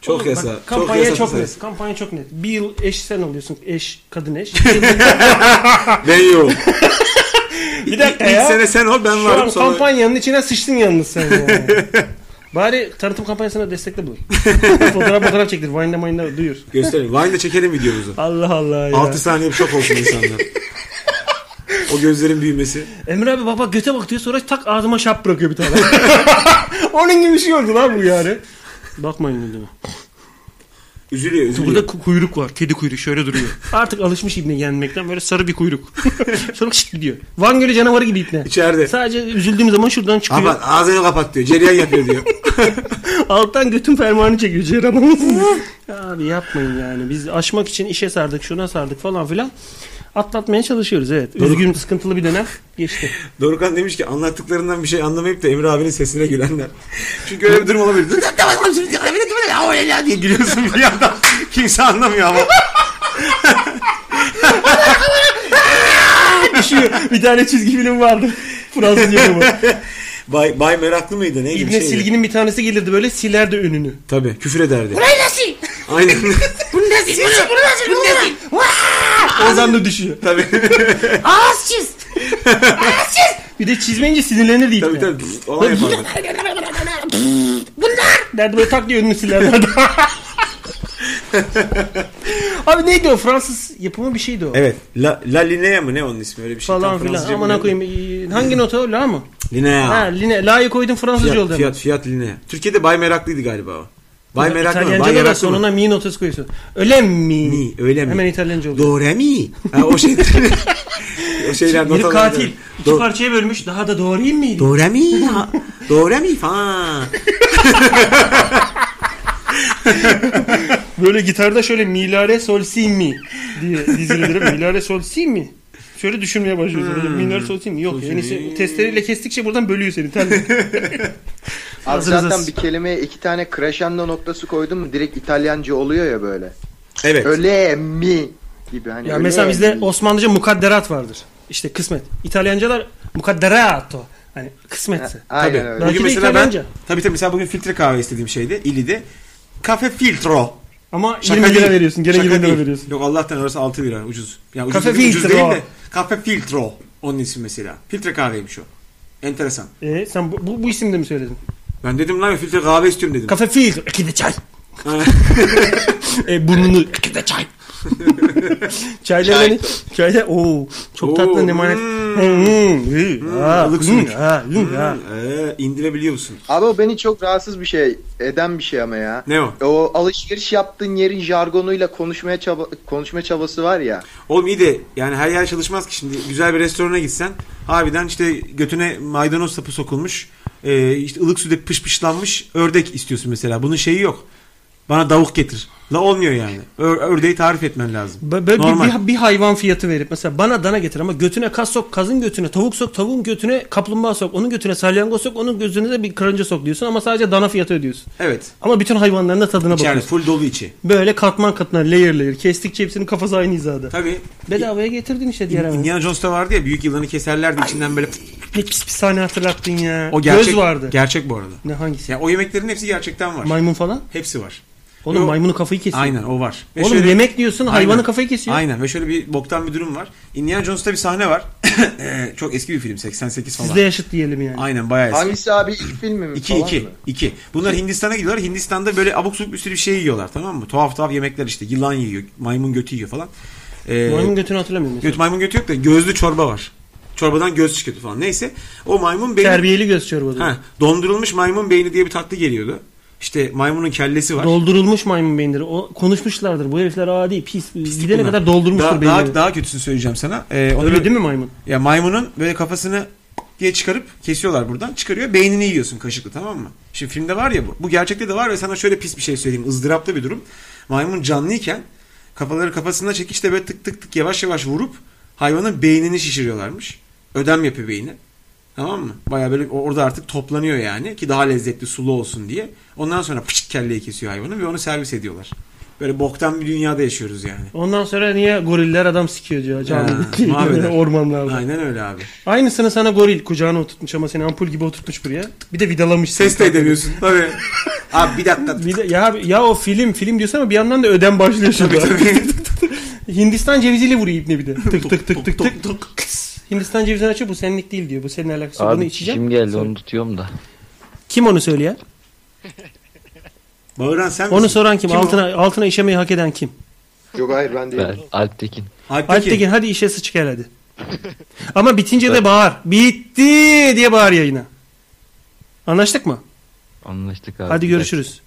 Çok Oğlum yasa. Bak, kampanya çok, çok yasa. net. Kampanya çok net. Bir yıl eş sen oluyorsun. Eş kadın eş. Ben yok. bir dakika İlk ya. sene sen ol ben Şu an varım sonra. kampanyanın içine sıçtın yalnız sen yani. Bari tanıtım kampanyasına destekle bulur. fotoğraf fotoğraf çektir. Vine'da Vine'da duyur. Gösterelim. Vine'da çekelim videomuzu. Allah Allah ya. 6 saniye bir şok olsun insanlar. o gözlerin büyümesi. Emre abi baba göte bak diyor sonra tak ağzıma şap bırakıyor bir tane. Onun gibi bir şey oldu lan bu yani. Bakmayın öyle. Üzülüyor üzülüyor. Burada ku- kuyruk var. Kedi kuyruğu şöyle duruyor. Artık alışmış ibne yenmekten böyle sarı bir kuyruk. sonra şık gidiyor. Van Gölü canavarı gibi ibne. İçeride. Sadece üzüldüğüm zaman şuradan çıkıyor. Kapat ağzını kapat diyor. Cereyan yapıyor diyor. Alttan götün fermanı çekiyor Ceyran Hanım. Abi yapmayın yani. Biz aşmak için işe sardık, şuna sardık falan filan. Atlatmaya çalışıyoruz evet. Üzgün, sıkıntılı bir dönem geçti. Dorukan demiş ki anlattıklarından bir şey anlamayıp da Emre abinin sesine gülenler. Çünkü öyle bir durum olabilir. diye gülüyorsun bir yandan. Kimse anlamıyor ama. Düşüyor. bir tane çizgi film vardı. Fransız yapımı. Bay, bay meraklı mıydı ne gibi İbne şeydi? Silgi'nin bir tanesi gelirdi böyle silerdi önünü. Tabii küfür ederdi. Aynen. Oradan da düşüyor. tabii. Bir de çizmeyince sinirlenirdi İbne. tabii tabii. Olay yapardı. Derdi böyle tak diye önünü silerdi. Abi neydi o Fransız yapımı bir şeydi o. Evet. La, La Linea mı ne onun ismi öyle bir şey. Falan Tam Fransızca filan. mı ne? Aman koyayım. Hangi nota o? La mı? Linea. Ha, line, la'yı koydun Fransızca Fiyat, oldu. fiyat, fiyat Linea. Türkiye'de Bay Meraklı'ydı galiba o. Bay Meraklı mı? Bay İtalyanca'da da Meraklı mı? sonuna mi notası koyuyorsun. Öyle mi? Mi, öyle mi? Hemen İtalyanca oluyor. Do, re, mi. Ha, o şey. o şeyler Herif notalar. katil. İki Do, parçaya bölmüş. Daha da doğrayayım mıydı? do, re, mi. ya. Do, re, mi. Fa. Böyle gitarda şöyle milare sol si mi diye dizilidir. milare sol si mi? Şöyle düşünmeye başlıyorsun. Böyle milare sol si mi? Yok. Yani sen testereyle kestikçe buradan bölüyor seni. Terlik. Abi Hazırız. zaten bir kelimeye iki tane crescendo noktası koydun mu direkt İtalyanca oluyor ya böyle. Evet. Öyle mi gibi hani. ya öyle mesela bizde mi? Osmanlıca mukadderat vardır. İşte kısmet. İtalyancalar mukadderato. Hani kısmetse. Aynen Tabii. öyle. Belki Bugün de mesela ben, İtalyanca. tabii tabii mesela bugün filtre kahve istediğim şeydi. İli'de. Kafe filtro. Ama Şaka 20 lira değil. veriyorsun. Gene Şaka 20 değil. lira veriyorsun. Yok Allah'tan orası 6 lira ucuz. Yani ucuz, Kafe değil, ucuz filtro. değil de. Kafe filtro. Onun ismi mesela. Filtre kahveymiş o. Enteresan. Ee, sen bu, bu, bu isimde mi söyledin? Ben dedim lan ya, filtre kahve istiyorum dedim. Kafe fil. İki de çay. Ha. e, burnunu. İki de çay. Çaylar Çay beni... Çaylar... Oo, çok Oo, tatlı emanet. hmm. Hmm, hmm, Hmm, ha, ılık hmm, sonuç. ha, hmm, ha. Hmm, ee, indirebiliyor musun? Abi o beni çok rahatsız bir şey eden bir şey ama ya. Ne o? O alışveriş yaptığın yerin jargonuyla konuşmaya çaba konuşma çabası var ya. Oğlum iyi de yani her yer çalışmaz ki şimdi. Güzel bir restorana gitsen harbiden işte götüne maydanoz sapı sokulmuş. E, işte ılık suda pışpışlanmış ördek istiyorsun mesela. Bunun şeyi yok. Bana davuk getir. La olmuyor yani. Ö- ördeği tarif etmen lazım. Bö- Böyle bir, Normal. bir, bir hayvan fiyatı verip mesela bana dana getir ama götüne kas sok, kazın götüne, tavuk sok, tavuğun götüne, kaplumbağa sok, onun götüne salyangoz sok, onun gözüne de bir karınca sok diyorsun ama sadece dana fiyatı ödüyorsun. Evet. Ama bütün hayvanların da tadına İçeride bakıyorsun. full dolu içi. Böyle katman katına layer layer kestikçe hepsinin kafası aynı hizada. Tabii. Bedavaya getirdin işte diğer hayvanı. Indiana Jones'ta vardı ya büyük yılanı keserlerdi içinden böyle Ne pis pis sahne hatırlattın ya. o gerçek Göz vardı. Gerçek bu arada. ne hangisi? Yani o yemeklerin hepsi gerçekten var. Maymun falan? hepsi var. Oğlum Yo. maymunu kafayı kesiyor. Aynen o var. Ve Oğlum şöyle- yemek diyorsun hayvanı Aynen. kafayı kesiyor. Aynen ve şöyle bir boktan bir durum var. Indiana Jones'ta bir sahne var. Eee, Çok eski bir film 88 falan. Siz de yaşıt diyelim yani. Aynen bayağı eski. Hangisi abi ilk filmi mi 2 falan 2 mı? 2. Bunlar Hindistan'a gidiyorlar. Hindistan'da böyle abuk subuk bir sürü bir şey yiyorlar tamam mı? Tuhaf tuhaf yemekler işte. Yılan yiyor, maymun götü yiyor falan. Ee, Maymun götünü hatırlamıyorum. mesela. göt maymun götü yok da gözlü çorba var. Çorbadan göz çıkıyordu falan. Neyse o maymun beyni Terbiyeli göz çorbası. ha, dondurulmuş maymun beyni diye bir tatlı geliyordu. İşte maymunun kellesi var. Doldurulmuş maymun beyinleri. O konuşmuşlardır. Bu herifler adi pis. Gidene bunlar. kadar doldurmuştur daha, beyinleri. daha, daha kötüsünü söyleyeceğim sana. Ee, onu Öyle böyle- değil mi maymun? Ya maymunun böyle kafasını diye çıkarıp kesiyorlar buradan. Çıkarıyor beynini yiyorsun kaşıkla tamam mı? Şimdi filmde var ya bu. Bu gerçekte de var ve sana şöyle pis bir şey söyleyeyim. ızdıraplı bir durum. Maymun canlıyken kafaları kafasına çekiçle böyle tık tık tık yavaş yavaş vurup hayvanın beynini şişiriyorlarmış. Ödem yapıyor beyni. Tamam mı? Baya böyle o- orada artık toplanıyor yani ki daha lezzetli sulu olsun diye. Ondan sonra pışık kelleyi kesiyor hayvanı ve onu servis ediyorlar. Böyle boktan bir dünyada yaşıyoruz yani. Ondan sonra niye goriller adam sikiyor diyor. Canlı. Ha, mahveder. Ormanlarda. Aynen öyle abi. Aynısını sana goril kucağına oturtmuş ama seni ampul gibi oturtmuş buraya. Bir de vidalamış. Ses de edemiyorsun tabii. Abi bir dakika. Bir de, ya, ya o film film diyorsun ama bir yandan da ödem başlıyor şurada. Hindistan ceviziyle vuruyor ipne bir de. Tık tık tık tık tık. Kıs. Hindistan cevizini açıyor bu senlik değil diyor. Bu senin alakası yok. Bunu Abi içeceğim. kim geldi onu tutuyorum da. Kim onu söyleyen? Bağıran sen Onu misin? soran kim? Kim o? altına altına işemeyi hak eden kim? Yok hayır ben değilim. Ben Alptekin. Alptekin. Alptekin hadi işe sıçık gel hadi. Ama bitince de bağır. Bitti diye bağır yayına. Anlaştık mı? Anlaştık abi. Hadi Bir dakika. görüşürüz.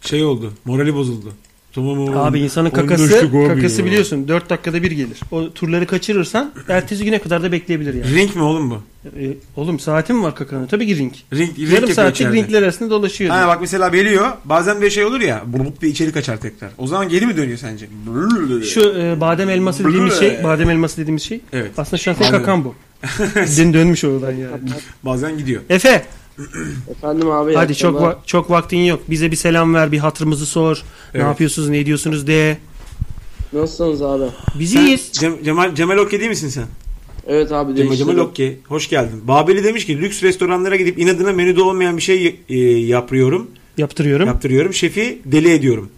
Şey oldu. Morali bozuldu. Tamam oğlum. Abi insanın kakası Anlaştık abi kakası ya. biliyorsun 4 dakikada bir gelir. O turları kaçırırsan ertesi güne kadar da bekleyebilir yani. Ring mi oğlum bu? Ee, oğlum saatin var kakanın. Tabii ki ring. Ring, ring Yarım yapıyor saatlik içeride. ringler arasında dolaşıyor. Ha bak mesela beliyor. Bazen bir şey olur ya. Burbuk diye içeri kaçar tekrar. O zaman geri mi dönüyor sence? Şu e, badem elması dediğimiz şey, badem elması dediğimiz şey. Evet. Aslında şu an senin Aynen. kakan bu. Din dönmüş oradan yani. Bazen gidiyor. Efe Efendim abi. Hadi çok va- çok vaktin yok. Bize bir selam ver, bir hatırımızı sor. Ne Evet. yapıyorsunuz, ne ediyorsunuz de. Nasılsınız abi? Biziyiz. Cem- Cemal, Cemal Okke değil misin sen? Evet abi Cemal, Cemal Okke. Hoş geldin. Babeli demiş ki lüks restoranlara gidip inadına menüde olmayan bir şey e, yapıyorum. Yaptırıyorum. Yaptırıyorum. Şefi deli ediyorum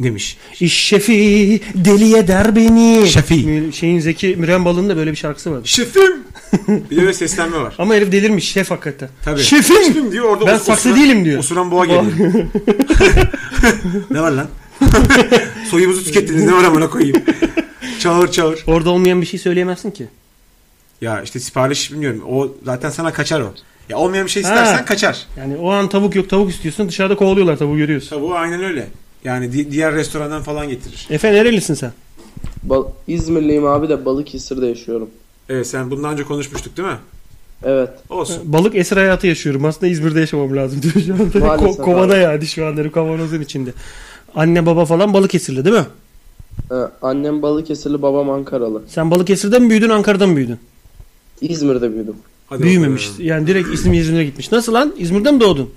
demiş. İş şefi deli eder beni. Şefi. Mü- Şeyin Zeki Müren Balın'ın da böyle bir şarkısı vardı. Şefim! bir de böyle seslenme var. Ama herif delirmiş şef hakikaten. Tabii. Şefim! Şefim diyor orada Ben os- saksı osuran- değilim diyor. Osuran boğa geliyor. ne var lan? Soyumuzu tükettiniz ne var amına koyayım. çağır çağır. Orada olmayan bir şey söyleyemezsin ki. Ya işte sipariş bilmiyorum. O zaten sana kaçar o. Ya olmayan bir şey istersen Ha. kaçar. Yani o an tavuk yok tavuk istiyorsun dışarıda kovalıyorlar tavuğu görüyorsun. Tabii o aynen öyle. Yani di- diğer restorandan falan getirir. Efe nerelisin sen? Bal- İzmirliyim abi de Balıkesir'de yaşıyorum. Evet sen bundan önce konuşmuştuk değil mi? Evet. Olsun. Balık esir hayatı yaşıyorum. Aslında İzmir'de yaşamam lazım diyor şu anda. Maalesef Ko- kovada abi. yani şu anda kavanozun içinde. Anne baba falan Balıkesirli değil mi? Ee, annem Balıkesirli, babam Ankaralı. Sen Balıkesir'de mi büyüdün Ankara'da mı büyüdün? İzmir'de büyüdüm. Hadi Büyümemiş. bakalım. Yani direkt İzmir İzmir'e gitmiş. Nasıl lan? İzmir'de mi doğdun?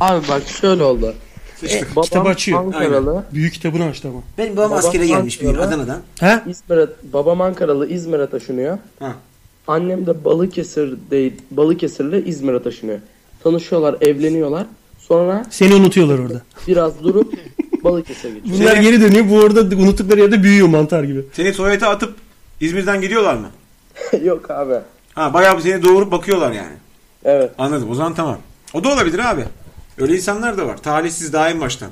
Abi bak şöyle oldu. Sıçtık. babam Kitabı açıyor. Ankaralı. Büyük kitabını açtı ama. Benim babam Baba askere gelmiş bir gün Ankara'da. Adana'dan. He? İzmir'e, babam Ankaralı İzmir'e taşınıyor. Ha. Annem de Balıkesir değil, Balıkesir'le İzmir'e taşınıyor. Tanışıyorlar, evleniyorlar. Sonra Seni unutuyorlar orada. biraz durup Balıkesir'e geçiyor. Bunlar Seni- geri dönüyor. Bu arada unuttukları yerde büyüyor mantar gibi. Seni tuvalete atıp İzmir'den gidiyorlar mı? Yok abi. Ha bayağı bir seni doğurup bakıyorlar yani. Evet. Anladım. O zaman tamam. O da olabilir abi. Öyle insanlar da var. Talihsiz daim baştan.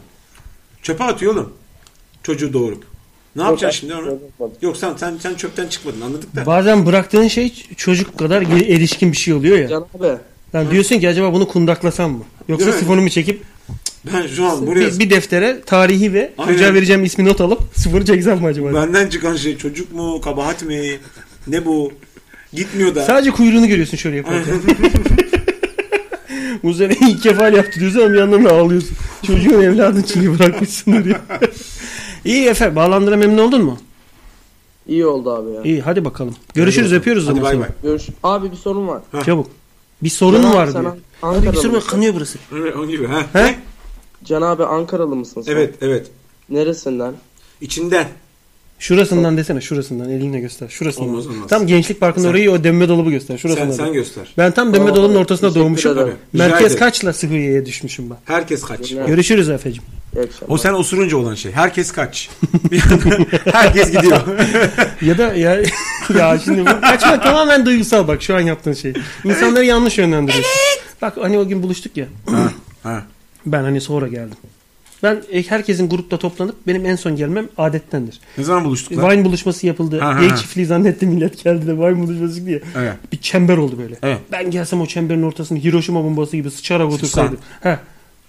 Çöpe atıyor oğlum. Çocuğu doğurup. Ne yapacaksın şimdi onu? Yok sen, sen, sen çöpten çıkmadın anladık da. Bazen bıraktığın şey çocuk kadar ge- erişkin bir şey oluyor ya. Can abi. Lan diyorsun ki acaba bunu kundaklasam mı? Yoksa Değil mi? sifonumu çekip Ben şu an buraya... bir, bir deftere tarihi ve Aynen. çocuğa vereceğim ismi not alıp sifonu çeksem mi acaba? Benden çıkan şey çocuk mu, kabahat mi, ne bu? Gitmiyor da. Sadece kuyruğunu görüyorsun şöyle yaparken. Uzer'e ilk kefal yaptı diyorsun ama bir yandan da ağlıyorsun. Çocuğun evladın çiğni bırakmışsın diyor. İyi efendim bağlandıra memnun oldun mu? İyi oldu abi ya. İyi hadi bakalım. Görüşürüz bakalım. öpüyoruz Hadi zaman bay seni. bay. Görüş. Abi bir sorun var. Çabuk. Bir Can sorun mu abi var sen diyor. An- Hadi bir Ankaralı sorun var, mısın? kanıyor burası. Evet onun gibi. Ha? He? Can abi Ankaralı mısın sen? Evet evet. Neresinden? İçinden. Şurasından desene şurasından elinle göster. Şurasından. Olmaz, olmaz. Tam gençlik parkının Sen- orayı o dönme dolabı göster. Şurasından. Sen- sen da. göster. Ben tam dönme Tamam, dolabının abi. ortasına Teşekkür doğmuşum. ederim. Rica Merkez ederim. kaçla Sıhhiye'ye düşmüşüm ben. Herkes kaç. Görüşürüz efendim. O sen osurunca olan şey. Herkes kaç. Bir anda herkes gidiyor. ya da ya, ya şimdi bu kaçma tamamen duygusal bak şu an yaptığın şey. İnsanları yanlış yönlendiriyorsun. Bak hani o gün buluştuk ya. ha. Ben hani sonra geldim. Ben e, herkesin grupta toplanıp benim en son gelmem adettendir. Ne zaman buluştuk lan? Wine buluşması yapıldı. Ha, ha, Gay ha. çiftliği zannetti millet geldi de wine buluşması diye. Evet. Bir çember oldu böyle. Evet. Ben gelsem o çemberin ortasını Hiroşima bombası gibi sıçarak Sıçsan. otursaydım. Heh.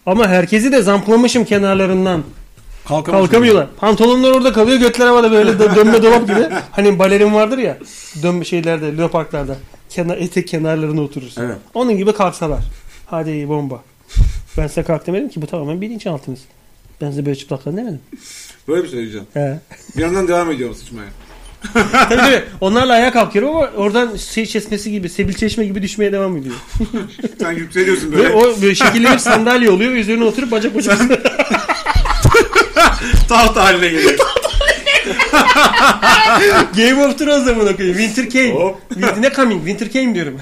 Ama herkesi de zamplamışım kenarlarından. Kalkamıyorsun. Kalkamıyorlar. Pantolonlar orada kalıyor. Götler havada böyle dö- dönme dolap gibi. Hani balerin vardır ya. Dönme şeylerde, leoparklarda. Kenar, etek kenarlarına oturursun. Evet. Onun gibi kalksalar. Hadi iyi bomba. Ben size kalk demedim ki bu tamamen bilinçaltınız. Ben size böyle çıplak kalın demedim. Böyle mi söyleyeceğim? He. Bir yandan devam ediyorum sıçmaya. tabii tabii. Onlarla ayağa kalkıyorum ama oradan şey çeşmesi gibi, sebil çeşme gibi düşmeye devam ediyor. Sen yükseliyorsun böyle. Ve o böyle şekillenip sandalye oluyor ve üzerine oturup bacak bacak. Taht haline geliyor. Game of Thrones zaman okuyayım. Winter Came. Hop. Winter- ne coming? Winter Came diyorum.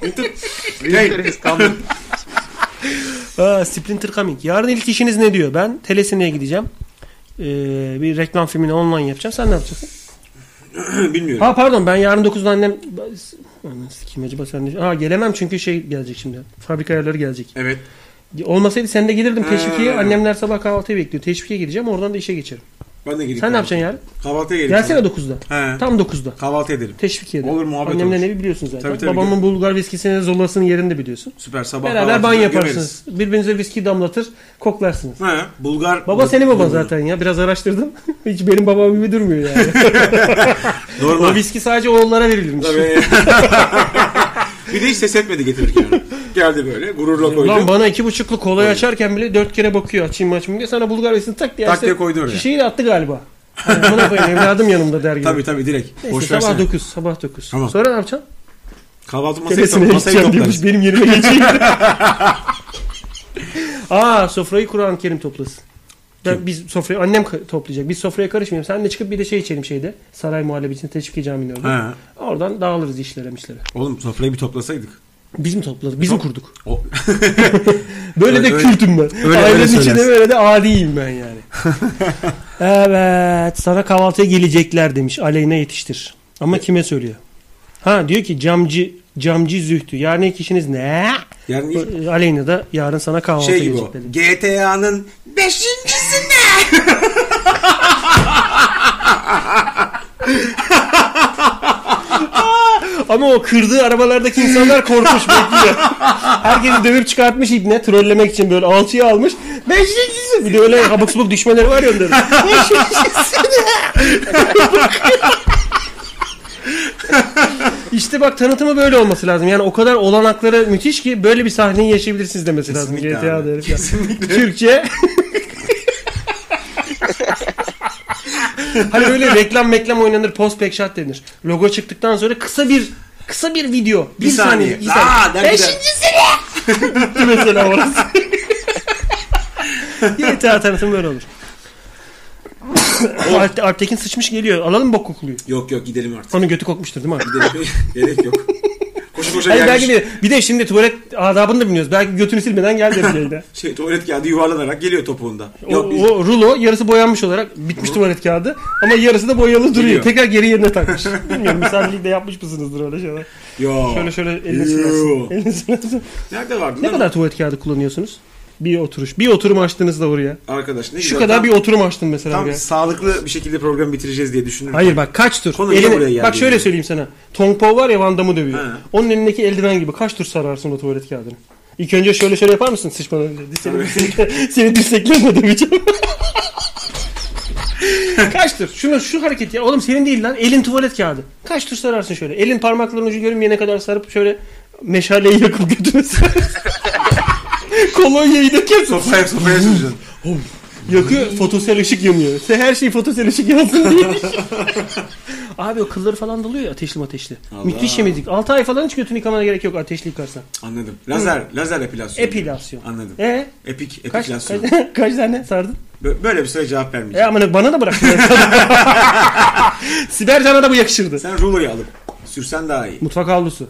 Winter is coming. Aa, Splinter Coming. Yarın ilk işiniz ne diyor? Ben telesineye gideceğim. Ee, bir reklam filmini online yapacağım. Sen ne yapacaksın? Bilmiyorum. Ha pardon ben yarın 9'da annem... Aman Sikeyim acaba sen ne- Ha gelemem çünkü şey gelecek şimdi. Fabrika ayarları gelecek. Evet. Olmasaydı sen de gelirdim teşvikiye. Ha. Annemler sabah kahvaltıya bekliyor. Teşvikiye gideceğim. Oradan da işe geçerim. Ben de gideyim. Sen ne yapacaksın yarın? Kahvaltıya geleyim. Gelsene sana. 9'da. He. Tam 9'da. Kahvaltı edelim. Teşvikiye'de. Olur, muhabbet Annemden olur. evi biliyorsun zaten. Tabii, tabii, Babamın Bulgar viskisinin zolasının yerini de biliyorsun. Süper sabah Beraber ban kahvaltısını yaparsınız. Birbirinize viski damlatır, koklarsınız. gömeriz. He. Bulgar. Baba senin baban zaten ya. Biraz araştırdım. Hiç benim babam gibi durmuyor yani. o Normal. viski sadece oğullara verilirmiş. Tabii. bir de hiç ses etmedi getirirken. Geldi böyle gururla koydu. Lan bana iki buçuklu kolayı açarken bile dört kere bakıyor açayım mı açayım mı diye. Sana Bulgar viskisini tak diye Tak açtı. diye koydu oraya. Şişeyi de attı galiba. Yani buna koyayım evladım yanımda der gibi. Tabii tabii direkt. Neyse, Boş sabah versene. 9 sabah 9. Tamam. Sonra ne yapacaksın? Kahvaltı masayı, Teresine top, masayı geçeceğim toplarız. demiş benim yerime geçeyim. Aa sofrayı Kur'an-ı Kerim toplasın. Ben- biz sofrayı annem ka- toplayacak. Biz sofraya karışmayalım. Sen de çıkıp bir de şey içelim şeyde. Saray Muhallebisi'nin Teşviki Camii'nin orada. Ha. Oradan dağılırız işlere işlere. Oğlum sofrayı bir toplasaydık. Biz mi topladık? Biz mi kurduk? O... Böyle Öyle- de öyle- kültüm ben. öyle- Ailenin öyle içinde söylersin. böyle de adiyim ben yani. evet sana kahvaltıya gelecekler demiş. Aleyna yetiştir. E- Ama kime söylüyor? Ha diyor ki camcı camcı zühtü. Yani ilk işiniz ne? Yani ilk- Aleyna da yarın sana kahvaltıya şey gibi o. gelecekler. demiş. GTA'nın beşincisi ne? Ama o kırdığı arabalardaki insanlar korkmuş bekliyor. Herkesi dövüp çıkartmış ibne trollemek için böyle alçıya almış. Beşincisi. Bir de öyle abuk subuk düşmeleri var ya onların. Beşincisi İşte bak tanıtımı böyle olması lazım. Yani o kadar olanakları müthiş ki böyle bir sahneyi yaşayabilirsiniz demesi Kesinlikle lazım. abi. GTA'da herif ya. Türkçe. hani böyle reklam reklam oynanır post pack shot denir. Logo çıktıktan sonra kısa bir kısa bir video. Bir, saniye. saniye. bir saniye. Aa, der gider. Beşincisi ne? Bitti mesela orası. GTA tanıtımı böyle olur. Alt, Alptekin sıçmış geliyor. Alalım bok kokuluyu. Yok yok gidelim artık. Onun götü kokmuştur değil mi? abi? Gidelim. Gerek yok. Koşu koşa Hayır, gelmiş. belki de, bir de şimdi tuvalet adabını da bilmiyoruz. Belki götünü silmeden geldi bir şeyde. Şey, tuvalet kağıdı yuvarlanarak geliyor topuğunda. O, Yok, biz- o rulo yarısı boyanmış olarak bitmiş tuvalet kağıdı ama yarısı da boyalı duruyor. Geliyor. Tekrar geri yerine takmış. Bilmiyorum misafirlikte yapmış mısınızdır öyle şeyler. Yo. Şöyle şöyle elini Yo. sürersin. Elini sürersin. Nerede vardı Ne lan? kadar tuvalet kağıdı kullanıyorsunuz? Bir oturuş. Bir oturum açtınız da oraya. Arkadaş ne Şu güzel. kadar Tam- bir oturum açtın mesela Tam oraya. sağlıklı bir şekilde programı bitireceğiz diye düşündüm. Hayır bak kaç tur. Konu niye Eline- buraya geldi bak şöyle yani? söyleyeyim sana. Tongpo var ya Van Damme'ı dövüyor. Onun elindeki eldiven gibi kaç tur sararsın o tuvalet kağıdını? İlk önce şöyle şöyle yapar mısın sıçmadan önce? Seni, seni dirseklerle döveceğim. kaç tur? Şunu, şu hareket ya. Oğlum senin değil lan. Elin tuvalet kağıdı. Kaç tur sararsın şöyle? Elin parmaklarının ucu görünmeyene kadar sarıp şöyle meşaleyi yakıp götüne sararsın. Kolonyayı da kes. Sofraya sofraya süreceksin. Yakıyor fotosel ışık yanıyor. Se- Her şey fotosel ışık yansın diye. Abi o kılları falan dalıyor ya ateşli ateşli. Allah. Müthiş yemedik. 6 ay falan hiç götünü yıkamana gerek yok ateşli yıkarsan. Anladım. Lazer, lazer epilasyon. Epilasyon. Anladım. E Epik, kaç, Şey epilasyon. kaç, kaç tane sardın? Bö- Böyle bir süre cevap vermeyeceğim. E amına bana da bırak. Sibercan'a da bu yakışırdı. Sen ruloyu alıp sürsen daha iyi. Mutfak havlusu.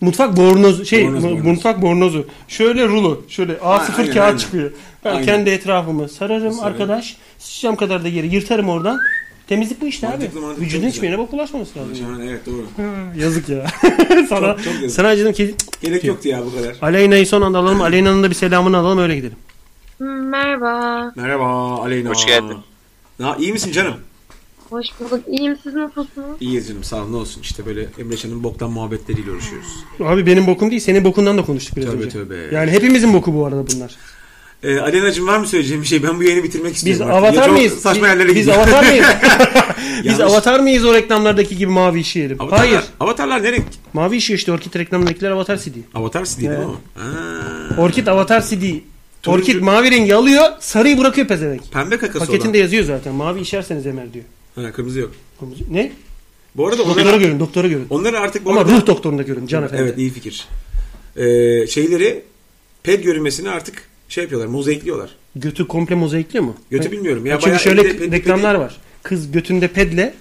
Mutfak bornozu şey Bornoz, mu- bornoz. mutfak bornozu. Şöyle rulo şöyle A0 aynen, kağıt aynen. çıkıyor. Ben Aynen. kendi etrafımı sararım Sararım. arkadaş. Sıçacağım kadar da yeri yırtarım oradan. Temizlik bu işte Mantıklı, abi. mantıklı, Vücudun çok hiçbir yerine bak bulaşmaması lazım. Şu an evet doğru. Yazık ya. sana Çok- çok yazık. sana acıdım ki Gerek yoktu ya bu kadar. Aleyna'yı son anda alalım. Aleyna'nın da bir selamını alalım öyle gidelim. Merhaba. Merhaba Aleyna. Hoş geldin. Na, iyi misin canım? Hoş bulduk. İyiyim siz nasılsınız? İyiyiz canım sağ ol ne olsun. İşte böyle Emre Can'ın boktan muhabbetleriyle uğraşıyoruz. Abi benim bokum değil senin bokundan da konuştuk biraz Tövbe önce. tövbe. Yani hepimizin boku bu arada bunlar. Ee, Aleyna'cığım var mı söyleyeceğim bir şey? Ben bu yayını bitirmek Biz istiyorum artık. Ya avatar çok mıyız? Saçma Biz- yerlere Biz gidiyor. avatar mıyız? Biz Yanlış. avatar mıyız o reklamlardaki gibi mavi işi yerim? Avatarlar- Hayır. Avatarlar ne renk? Mavi işi işte Orkid reklamındakiler avatar CD. Avatar CD değil Evet. mi o? Ha. Orkid avatar CD. Orkid mavi rengi alıyor, sarıyı bırakıyor pezevenk. Pembe kakası Paketinde olan. yazıyor zaten. Mavi işerseniz emer diyor. Ha, kırmızı yok. Ne? Bu arada doktora onlara- görün, doktora görün. Onları artık bu Ama arada- ruh doktorunda görün Can Efendi. Evet iyi fikir. Ee, şeyleri ped görünmesini artık şey yapıyorlar mozaikliyorlar. Götü komple mozaikli mi? Götü Ben- bilmiyorum ya, Ben bayağı çünkü şöyle elde pedi- reklamlar var. Kız götünde pedle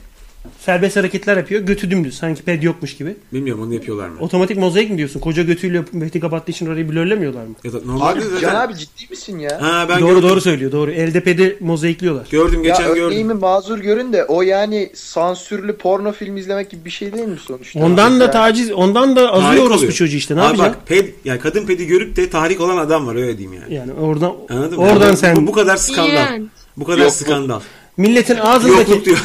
serbest hareketler yapıyor. Götü dümdüz. Sanki ped yokmuş gibi. Bilmiyorum onu yapıyorlar mı? Otomatik mozaik mi diyorsun? Koca götüyle pedi kapattığı için orayı blörlemiyorlar mı? Ya da normalde Abi zaten- Can abi ciddi misin ya? Ha, ben doğru gördüm. doğru söylüyor. Doğru. Elde pedi mozaikliyorlar. Gördüm ya örneğimi mazur görün de o yani sansürlü porno film izlemek gibi bir şey değil mi sonuçta? Ondan da Yani- taciz, ondan da Tahrik azıyor orospu oluyor. çocuğu işte. Ne Abi yapacaksın? Bak, ped, yani kadın pedi görüp de tahrik olan adam var öyle diyeyim yani. Yani oradan Anladın mı? oradan bu, sen Bu, bu kadar skandal. İğrenç. Bu kadar Yok, bu- skandal. milletin ağzındaki Yokluk diyor.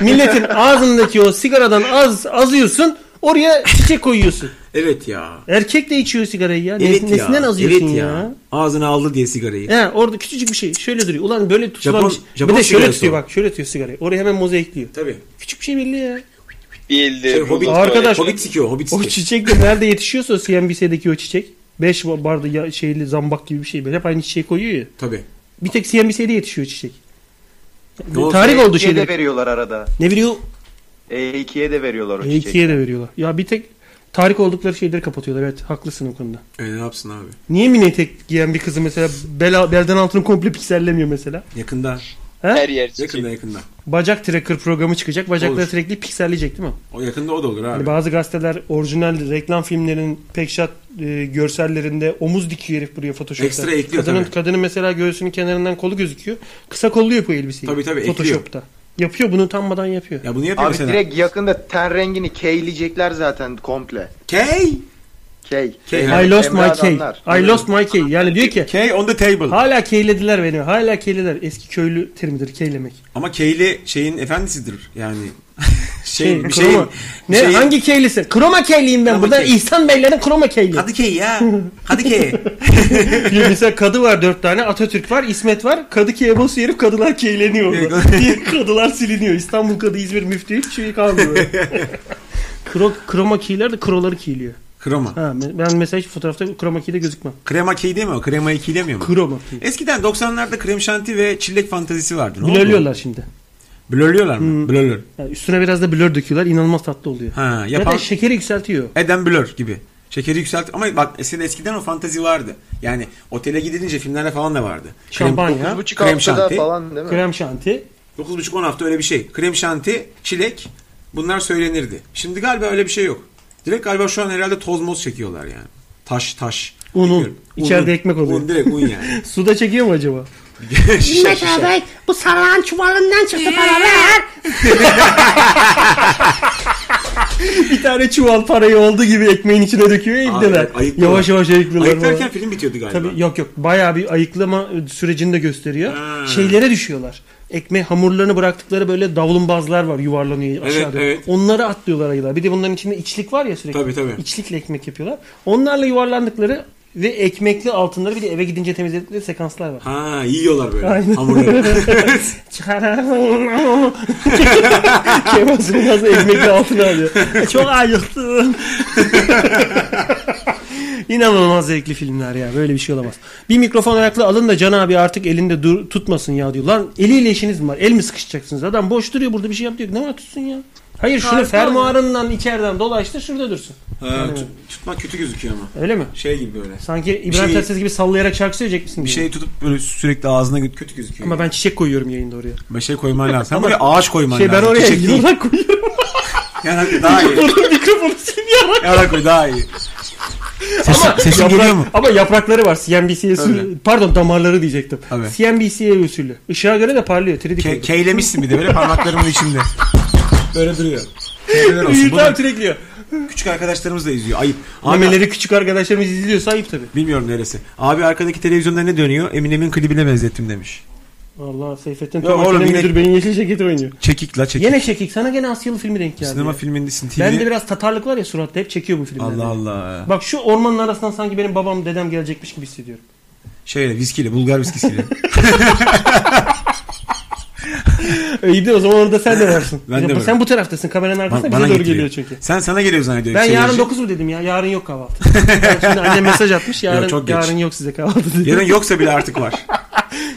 milletin ağzındaki o sigaradan az azıyorsun. Oraya çiçek koyuyorsun. Evet ya. Erkek de içiyor sigarayı ya. Ne- Evet ya. Nesinden azıyorsun evet ya? Ağzına aldı diye sigarayı. He, orada küçücük bir şey şöyle duruyor. Ulan böyle tutulan Japon- bir şey. Japon bir de şöyle sigarası tutuyor o. bak. Şöyle tutuyor sigarayı. Oraya hemen mozaikliyor. Tabii. Küçük bir şey belli ya. Ee, Bildi. Şey, Hobbit, Arkadaş- Hobbit sikiyor. Hobbit O sikiyor. çiçek de nerede yetişiyorsa o CNBC'deki o çiçek. 5 barda ya, şeyli zambak gibi bir şey. Böyle hep aynı çiçeği koyuyor ya. Tabii. Bir tek CNBC'de yetişiyor çiçek. Ne olsa Tarih oldu E2'ye E de şeyde. veriyorlar arada. Ne biliyor? E2'ye de veriyorlar o E2'ye de veriyorlar. Ya bir tek tarih oldukları şeyleri kapatıyorlar. Evet haklısın o konuda. E, ne yapsın abi? Niye mini etek giyen bir kızı mesela bel, belden altını komple piksellemiyor mesela? Yakında. He? Her yer Yakında yakında. Bacak tracker programı çıkacak. Bacakları Olur. sürekli pikselleyecek değil mi? O yakında o da olur abi. Hani bazı gazeteler orijinal reklam filmlerinin pek şart e, görsellerinde omuz dikiyor herif buraya Photoshop'ta. Ekstra ekliyor kadının, tabii. Kadının mesela göğsünün kenarından kolu gözüküyor. Kısa kollu yapıyor elbiseyi. Tabii tabii, ekliyor. Photoshop'ta. Yapıyor bunu utanmadan yapıyor. Ya bunu yapıyor Abi direkt yakında ten rengini keyleyecekler zaten komple. Key? Key. I lost my key. I lost my key. Yani diyor ki. Key on the table. Hala keylediler beni. Hala keylediler. Eski köylü terimidir keylemek. Ama Keyli şeyin efendisidir yani. şey, Şey, bir kroma. şeyin. Ne şeyin- hangi keylisi? Kroma keyliyim ben. Kroma Buradan key. İhsan Beylerin kroma keyli. Hadi key ya. Hadi key. Mesela kadı var dört tane. Atatürk var, İsmet var. Kadı keye basıyor herif kadılar keyleniyor orada. Diğer kadılar siliniyor. İstanbul kadı, İzmir müftü hiçbir şey kalmıyor. Kro, kroma keyler de kroları keyliyor. Kroma. Ha, me- ben mesela hiç fotoğrafta kroma keyde gözükmem. Krema key değil mi o? Krema iki demiyor mu? Kroma key. Eskiden 90'larda krem şanti ve çillek fantazisi vardı. Ne oldu? Blörlüyorlar şimdi. Blörlüyorlar mı? Hmm. Blörlür. Yani üstüne biraz da blör döküyorlar. inanılmaz tatlı oluyor. Ha, Ya yapan- da şekeri yükseltiyor. Eden blör gibi. Şekeri yükselt ama bak eskiden, eskiden o fantazi vardı. Yani otele gidilince filmlerde falan da vardı. Krem- Şampanya. Krem şanti. 9,5-10 hafta öyle bir şey. Krem şanti, çilek bunlar söylenirdi. Şimdi galiba öyle bir şey yok. Direkt galiba şu an herhalde toz moz çekiyorlar yani. Taş taş. Unun. Bilmiyorum. İçeride ekmek oluyor. Un direkt un yani. Şey, Suda çekiyor mu acaba? şey, Şişer, şişer. bu sarığın çuvalından çıktı paralar. bir tane çuval parayı olduğu gibi ekmeğin içine döküyor evdeler. ayıklıyorlar. Yavaş yavaş ayıklıyorlar. Ayıklarken falan. film bitiyordu galiba. Tabii yok yok bayağı bir ayıklama sürecini de gösteriyor. Şeylere düşüyorlar. Ekme hamurlarını bıraktıkları böyle davlumbazlar var yuvarlanıyor Evet, aşağıda. evet. Onları atlıyorlar ayılar. Bir de bunların içinde içlik var ya sürekli. Tabii, tabii. İçlikle ekmek yapıyorlar. Onlarla yuvarlandıkları ve ekmekli altınları bir de eve gidince temizledikleri sekanslar var. Ha yiyorlar böyle Aynen. hamurları. Çıkaramam. Kemal Sunmaz ekmekle altına alıyor. Çok acıktım. İnanılmaz zevkli filmler ya. Böyle bir şey olamaz. Bir mikrofon ayakla alın da Can abi artık elinde dur, tutmasın ya diyor. Lan eliyle işiniz mi var? El mi sıkışacaksınız? Adam boş duruyor burada bir şey yap diyor. Ne var tutsun ya? Hayır şunu Harika fermuarından içeriden dolaştır şurada dursun. Ha, Yani tut- tutmak kötü gözüküyor ama. Öyle mi? Şey gibi böyle. Sanki Bir İbrahim şeyi- Tatlıses gibi sallayarak şarkı söyleyecek misin? Bir diyor. şey tutup böyle sürekli ağzına gö- kötü gözüküyor. Ama ben çiçek koyuyorum yayında oraya. Ben şey koyman lazım. Sen Ama- buraya ağaç koyman şey, ben lazım. oraya Çiçek değil. yılan koyuyorum. Yani daha iyi. Mikrofonu- mikrofonu simyarak. Yarak koy daha iyi. ama sesim yaprak- Şey geliyor mu? Ama yaprakları var. CNBC usulü. Öyle. Pardon damarları diyecektim. Tabii. CNBC usulü. Işığa göre de parlıyor. 3D Ke- koyuyor. keylemişsin bir de böyle parmaklarımın içinde. Böyle duruyor. Keyleler olsun. Büyük Bunu tam sürekli. küçük arkadaşlarımız da izliyor. Ayıp. Memeleri küçük arkadaşlarımız izliyorsa ayıp tabii. Bilmiyorum neresi. Abi arkadaki televizyonda ne dönüyor? Eminem'in klibine benzettim demiş. Allah Seyfettin Ya oğlum Tomak'ın yine- müdür benim yeşil ceketi oynuyor. Çekik la çekik. Yine çekik. Sana gene Asyalı filmi denk geldi. Sinema ya. filminin sintiğini. Bende biraz Tatarlık var ya suratta hep çekiyor bu filmlerde. Allah Allah. Bak şu ormanın arasından sanki benim babam dedem gelecekmiş gibi hissediyorum. Şeyle viskiyle Bulgar viskisiyle. E, İyi de o zaman orada sen de varsın. Ben de Sen- varım. sen bu taraftasın kameranın arkasında bize bana doğru getiriyor. geliyor çünkü. Sen sana geliyor zannediyorum. Ben Şey- yarın 9 mu dedim ya? Yarın yok kahvaltı. Ben şimdi annem mesaj atmış. Yarın, Yok, çok geç. yarın yok size kahvaltı diye. Yarın yoksa bile artık var.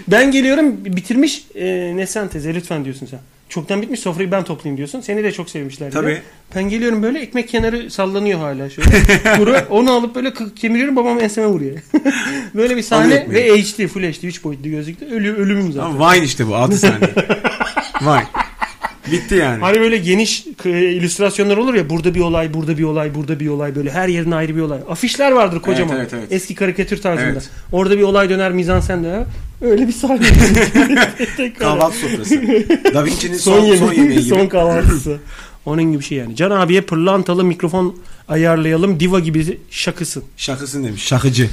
Ben geliyorum bitirmiş e, Nesen teze lütfen diyorsun sen. Çoktan bitmiş sofrayı ben toplayayım diyorsun. Seni de çok sevmişler. diye. Tabii. Ben geliyorum böyle ekmek kenarı sallanıyor hala şöyle. Kuru, onu alıp böyle kı- kemiriyorum babam enseme vuruyor. böyle bir Alıyor sahne ekmeği. ve HD full HD 3 boyutlu gözüktü. Ölü, ölümüm zaten. Ama Vine işte bu 6 saniye. Vine. Bitti yani. Hani böyle geniş e, illüstrasyonlar olur ya burada bir olay, burada bir olay, burada bir olay böyle her yerin ayrı bir olay. Afişler vardır kocaman. Evet, evet, evet. Eski karikatür tarzında. Evet. Orada bir olay döner mizansen döner. Öyle bir sahne. Tekrar. Kahvaltı sofrası. Da Vinci'nin son- yemeği, son yemeği gibi. son kahvaltısı. Onun gibi şey yani. Can abiye pırlantalı mikrofon ayarlayalım. Diva gibi şakısın. Şakısın demiş. Şakıcı.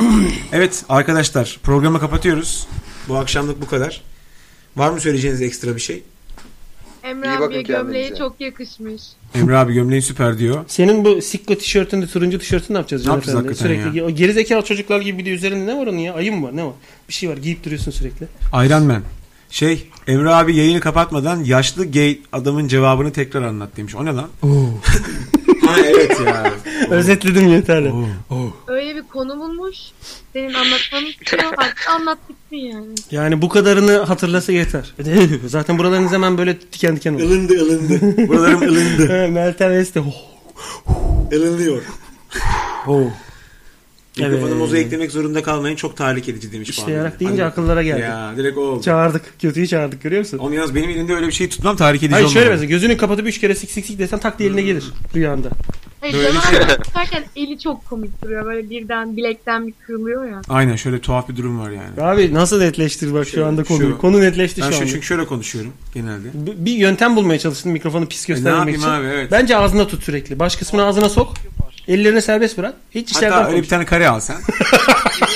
evet arkadaşlar programı kapatıyoruz. Bu akşamlık bu kadar. Var mı söyleyeceğiniz ekstra bir şey? Emre İyi bakın abiye gömleği kendinize. çok yakışmış. Emre abi gömleğin süper diyor. Senin bu sikko tişörtünü, turuncu tişörtünü ne yapacağız? Ne Can yapacağız Efendi? hakikaten sürekli ya? O gerizekalı çocuklar gibi bir de üzerinde ne var onun ya? Ayı mı var? Ne var? Bir şey var. Giyip duruyorsun sürekli. Iron Man. Şey Emre abi yayını kapatmadan yaşlı gay adamın cevabını tekrar anlat demiş. O ne lan? ha evet ya. Özetledim yeterli. Öyle bir konu bulmuş. Senin anlatmanı istiyor. Artık anlat bitsin yani. Yani bu kadarını hatırlasa yeter. E Zaten buralarınız hemen böyle diken diken oldu. Ilındı ılındı. Buralarım ılındı. Meltem Este. Oh. Ilınıyor. Oh. Mikrofonu Evet. moza eklemek zorunda kalmayın. Çok tahrik edici demiş. İşte Banu. yarak deyince akıllara geldi. Ya direkt o oldu. Çağırdık. Kötüyü çağırdık görüyor musun? Onu yalnız benim elimde öyle bir şey tutmam tahrik edici Hayır şöyle olmadı. mesela gözünü kapatıp üç kere sik sik sik desen tak diye eline gelir rüyanda. Hayır, Böyle Böyle şey. tutarken eli çok komik duruyor. Böyle birden bilekten bir kırılıyor ya. Aynen şöyle tuhaf bir durum var yani. Abi nasıl netleştir bak şu anda konuyu. Konu netleşti ben şu şu- anda. Çünkü şöyle konuşuyorum genelde. E, B- Bir yöntem bulmaya çalıştım mikrofonu pis göstermemek yapayım için. abi, evet. Bence ağzına tut sürekli. Baş kısmını ağzına sok. Ellerini serbest bırak. Hiç Hatta içeriden öyle konuş. bir tane kare al sen.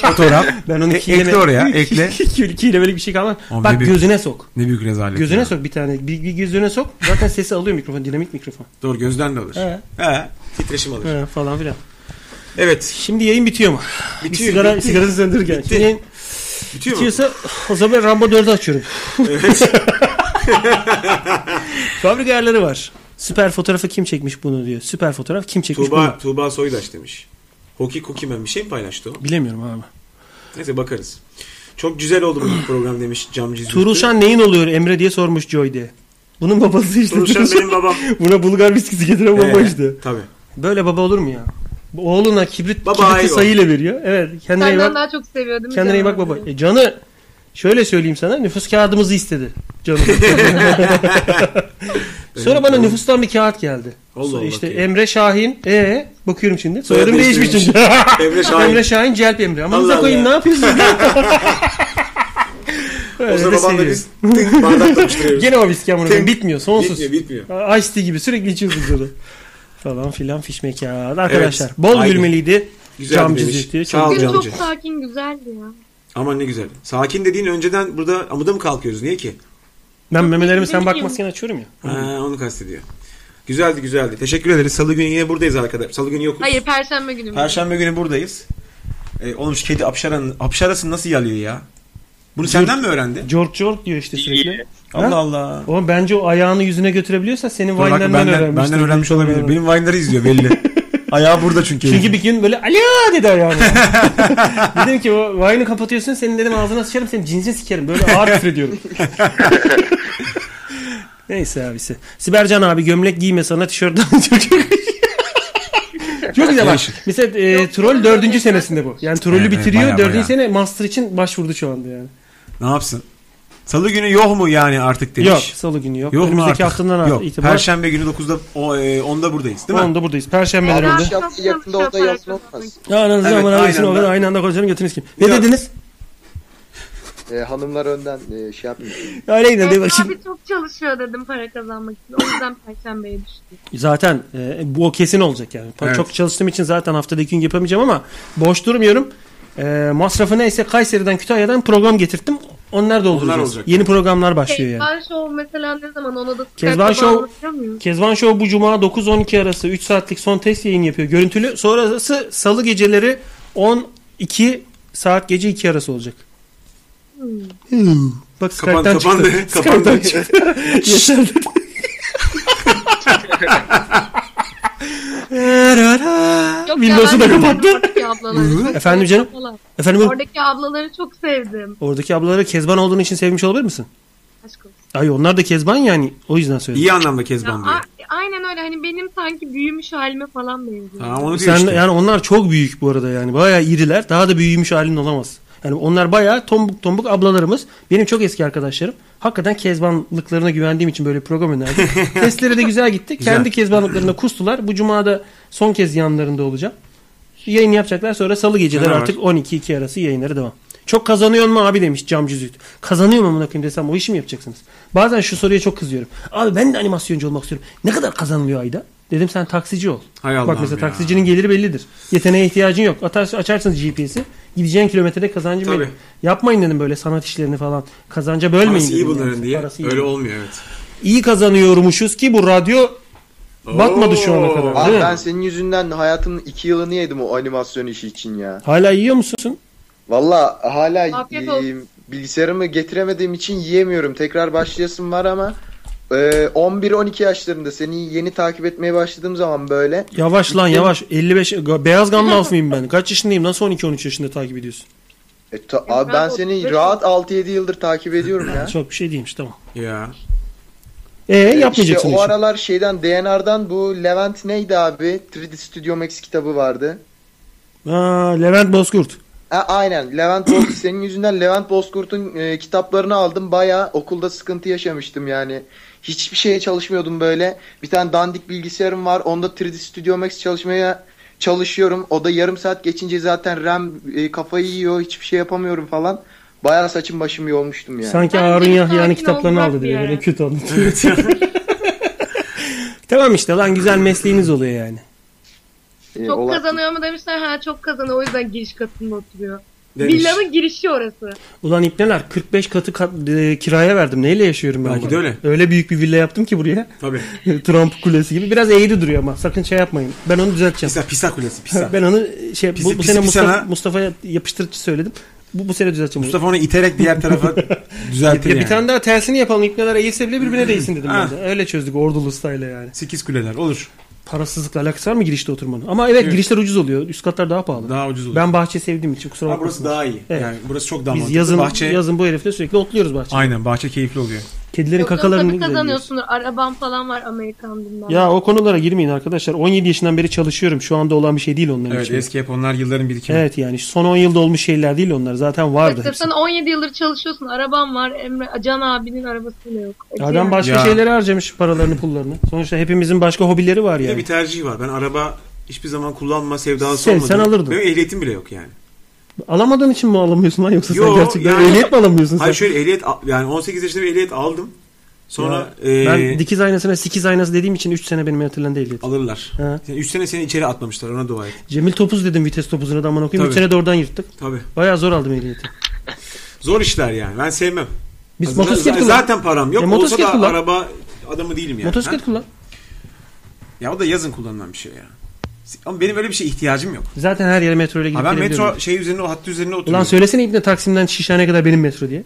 Fotoğraf. Ben onu E- kileme- ekle oraya, ekle. Kilemelik bir şey kalmaz. Abi Bak ne büyük- gözüne sok. Ne büyük rezalet. Gözüne ya. sok bir tane. Bir, bir gözüne sok. Zaten sesi alıyor mikrofon. Dinamik mikrofon. Doğru gözden de alır. He. He. Titreşim alır. He, falan filan. Evet. Şimdi yayın bitiyor mu? Bir Bitiyor, sigara, bitti. sigarası söndürürken. Bitti. Şimdi yayın Bitiyor mu? bitiyorsa o zaman Rambo 4'ü açıyorum. Evet. Fabrika ayarları var. Süper fotoğrafı kim çekmiş bunu diyor. Süper fotoğraf kim çekmiş Tuğba, Tuğba Soydaş demiş. Hoki Kukimen bir şey mi paylaştı o? bunu. Bilemiyorum abi. Neyse bakarız. Çok güzel oldu bu program demiş Cam Cizmutlu. Turuşan neyin oluyor Emre diye sormuş Joy diye. Bunun babası işte. Turuşan benim babam. Buna Bulgar viskisi getiren baba Ee, işte. Tabii. Böyle baba olur mu ya? Bu Oğluna kibrit, Baba kibriti iyi o. sayıyla veriyor. Evet. Kendine iyi Senden bak. daha çok seviyordum. Kendine iyi bak baba. E, canı şöyle söyleyeyim sana nüfus kağıdımızı istedi. Canı. Sonra bana nüfustan bir kağıt geldi. Allah Sonra Allah işte ki. Emre Şahin. E bakıyorum şimdi. Soyadı Soyadım değişmiş değiştirmiş. çünkü. Emre Şahin. Emre Şahin Celp Emre. Amanıza Allah koyayım Allah. ne yapıyorsunuz? O zaman babanla biz seviyorum. tink bardak tanıştırıyoruz. Gene o viski amına koyayım. Tink. bitmiyor sonsuz. Bitmiyor, bitmiyor. A- Ice tea gibi sürekli içiyoruz onu. Falan filan fiş mekan. Arkadaşlar Evet, bol aynen. gülmeliydi. Güzeldi Camcı demiş. zihti. Sağ ol Gün çok Camcı. sakin güzeldi ya. Aman ne güzel. Sakin dediğin önceden burada amuda mı kalkıyoruz? Niye ki? Ben memelerimi sen Ne bileyim. bakmazken açıyorum ya. Ha, onu kastediyor. Güzeldi güzeldi. Teşekkür ederiz. Salı günü yine buradayız arkadaşlar. Salı günü yokuz. Hayır perşembe günü. mü? Perşembe günü buradayız. Ee, oğlum şu kedi apşaranın, apşarasını nasıl yalıyor ya? Bunu senden mi öğrendi? Cork cork diyor işte sürekli. Allah Ha? Allah. Oğlum bence o ayağını yüzüne götürebiliyorsa senin Dur bak, Vine'larından benden, öğrenmiştir. benden öğrenmiş olabilir. Benim Vine'ları izliyor belli. Ayağı burada çünkü. Çünkü bir gün böyle alo dedi ayağına. dedim ki o Vine'ı kapatıyorsun senin dedim ağzına sıçarım senin cinsini sikerim. Böyle ağır küfür ediyorum. Neyse abisi. Sibercan abi gömlek giyme sana tişört al. çok Çok güzel bak. Değişik. Mesela e, troll dördüncü senesinde bu. Yani trollü Evet, evet, bitiriyor. bayağı, dördüncü bayağı. sene master için başvurdu şu anda yani. Ne yapsın? Salı günü yok mu yani artık demiş. Yok salı günü yok. Yok mu Önümüzdeki artık? haftadan Yok. itibaren- Perşembe günü 9'da o, e, 10'da buradayız değil mi? Onda buradayız. Perşembeler Her onda. şey yaptı, yakında o da yazma olmaz. Ananızı Evet, aman aynen anasını ben- olur. Aynı anda kocanın götünüz kim? Ne Yok. dediniz? Ee, hanımlar önden e, şey yapmıyor. Öyle gidin. Evet, de bak şimdi- abi çok çalışıyor dedim para kazanmak için. O yüzden perşembeye düştü. Zaten e, bu o kesin olacak yani. Pa- Evet. Çok çalıştığım için zaten haftada iki gün yapamayacağım ama boş durmuyorum. E, masrafı neyse Kayseri'den Kütahya'dan program getirttim. Onlar da olacak. Yeni programlar başlıyor şey yani. Kezban Show mesela ne zaman ona da Kezban Skype'da Show- bağlanabiliyor muyuz? Kezban Show bu cuma 9-12 arası 3 saatlik son test yayın yapıyor. Görüntülü. Sonrası salı geceleri 12 saat gece 2 arası olacak. Hmm. Bak Kapan- Skype'dan kapandı, çıktı. kapandı. Skype'dan çıktı. Yeter dedi. Yok ya, Windows'u da ben kapattı. Oradaki ablaları çok sevdim. Efendim canım? Ablalar. Efendim? Oradaki ablaları çok sevdim. Oradaki ablaları Kezban olduğun için sevmiş olabilir misin? Aşk olsun. Ay onlar da Kezban yani. O yüzden söyledim. İyi anlamda Ya, Kezban diyor. a- aynen öyle hani benim sanki büyümüş halime falan benziyor. Ha, onu Sen, diyor işte. Yani onlar çok büyük bu arada yani. Bayağı iriler. Daha da büyümüş halin olamaz. Yani onlar bayağı tombuk tombuk ablalarımız. Benim çok eski arkadaşlarım. Hakikaten kezbanlıklarına güvendiğim için böyle bir program önerdim. Testlere de güzel gitti. Güzel. Kendi kezbanlıklarına kustular. Bu cumada son kez yanlarında olacağım. Yayın yapacaklar sonra salı geceleri Fena artık 12-2 arası yayınlara devam. Çok kazanıyor mu abi demiş Camcı Züht. Kazanıyor mu amına koyayım desem o işi mi yapacaksınız? Bazen şu soruya çok kızıyorum. Abi ben de animasyoncu olmak istiyorum. Ne kadar kazanılıyor ayda? Dedim sen taksici ol. Hay Allah'ım Bak mesela ya. taksicinin geliri bellidir. Yeteneğe ihtiyacın yok. Atarsın, açarsınız GPS'i. Gideceğin kilometrede kazancın Tabii. belli. Yapmayın dedim böyle sanat işlerini falan. Kazanca bölmeyin Parası iyi dedim bunların yani. diye. Parası iyi. Öyle olmuyor evet. İyi kazanıyormuşuz ki bu radyo batmadı şu ana kadar. Abi değil mi? ben senin yüzünden hayatımın iki yılını yedim o animasyon işi için ya. Hala yiyor musun? Valla hala Afiyet e, olsun. bilgisayarımı getiremediğim için yiyemiyorum. Tekrar başlayasım var ama e, 11-12 yaşlarında seni yeni takip etmeye başladığım zaman böyle Yavaş lan yavaş. 55 ga- beyaz gamlı mıyım ben? Kaç yaşındayım? Nasıl 12-13 yaşında takip ediyorsun? e, ta- abi ben seni rahat 6-7 yıldır takip ediyorum ya. Çok bir şey değilmiş tamam. Ya. E E, yapmayacaksın. İşte o işi. aralar şeyden DNR'dan bu Levent neydi abi? 3D Studio Max kitabı vardı. Aa, Levent Bozkurt. Ha, aynen. Levent Bozkurt. Senin yüzünden Levent Bozkurt'un e, kitaplarını aldım. Baya okulda sıkıntı yaşamıştım yani. Hiçbir şeye çalışmıyordum böyle. Bir tane dandik bilgisayarım var. Onda 3D Studio Max çalışmaya çalışıyorum. O da yarım saat geçince zaten RAM e, kafayı yiyor. Hiçbir şey yapamıyorum falan. Baya saçım başım yolmuştum yani. Sanki Bence Harun bir Yahya'nın sakin kitaplarını olmak aldı bir diye ara. böyle kötü anlatıyor. tamam işte lan güzel mesleğiniz oluyor yani. E, Çok olay- kazanıyor mu demişler ha çok kazanıyor o yüzden giriş katında oturuyor. Demiş. Villanın girişi orası. Ulan ipneler 45 katı kat- e, kiraya verdim. Neyle yaşıyorum ben? Belki burada? de öyle. Öyle büyük bir villa yaptım ki buraya. Tabii. Trump kulesi gibi. Biraz eğri duruyor ama sakın şey yapmayın. Ben onu düzelteceğim. Pisa, Pisa kulesi. Pisa. Ben onu şey Pisi- bu, bu pisi- sene pisi Mustafa, sana- Mustafa'ya yapıştırıcı söyledim. Bu, bu sene düzelteceğim. bunu. Mustafa onu iterek diğer tarafa düzeltir Ya yani. Ah. bir tane daha tersini yapalım. İpneler eğilse bile birbirine değsin dedim Ha. ben de. Öyle çözdük ordulu style'la yani. 8 kuleler olur. Parasızlıkla alakası var mı girişte oturmanın? Ama evet, Evet. girişler ucuz oluyor. Üst katlar daha pahalı. Daha ucuz olur. Ben bahçe sevdiğim için kusura Ha, bakmasın. burası daha iyi. Evet. Yani burası çok daha Biz mantıklı. yazın, bahçe... yazın bu herifle sürekli otluyoruz bahçede. Aynen bahçe keyifli oluyor. Kedilerin Yok, kakalarını tabii yiyoruz. kazanıyorsunuz. Arabam falan var Amerikan bilmem. Ya o konulara girmeyin arkadaşlar. 17 yaşından beri çalışıyorum. Şu anda olan bir şey değil onların Evet için. eski şey. hep onlar yılların birikimi. Evet yani son 10 yılda olmuş şeyler değil onlar. Zaten vardı. İşte sen 17 yıldır çalışıyorsun. Arabam var. Emre Can abinin arabası bile yok. E, Adam başka Ya. şeylere harcamış paralarını pullarını. Sonuçta hepimizin başka hobileri var Bir de yani. bir tercih var. Ben araba hiçbir zaman kullanma sevdası Sen- olmadı. sen alırdın. Benim ehliyetim bile yok yani. Alamadığın için mi alamıyorsun lan yoksa sen gerçekten ehliyet mi alamıyorsun sen? Hayır şöyle ehliyet al- yani 18 yaşında bir ehliyet aldım. Sonra e, ben dikiz aynasına sikiz aynası dediğim için 3 sene benim ertelendi ehliyet. alırlar. Ha. 3 sene seni içeri atmamışlar ona dua et. Cemil Topuz dedim vites topuzuna da aman okuyayım. 3 Tabii. sene de oradan yırttık. Tabii. Bayağı zor aldım ehliyeti. Zor işler yani. Ben sevmem. Biz Zaten- motosiklet kullan. Zaten param yok. E, Olsa motosiklet da kullan. araba adamı değilim yani. Motosiklet Ha? kullan. Ya o da yazın kullanılan bir şey ya. Ama benim öyle bir şeye ihtiyacım yok. Zaten her yere metro ile Ha, gidip ben gelebiliyorum. metro şey üzerine o hattı üzerine oturuyorum. Ulan söylesene İbni Taksim'den Şişhane'ye kadar benim metro diye.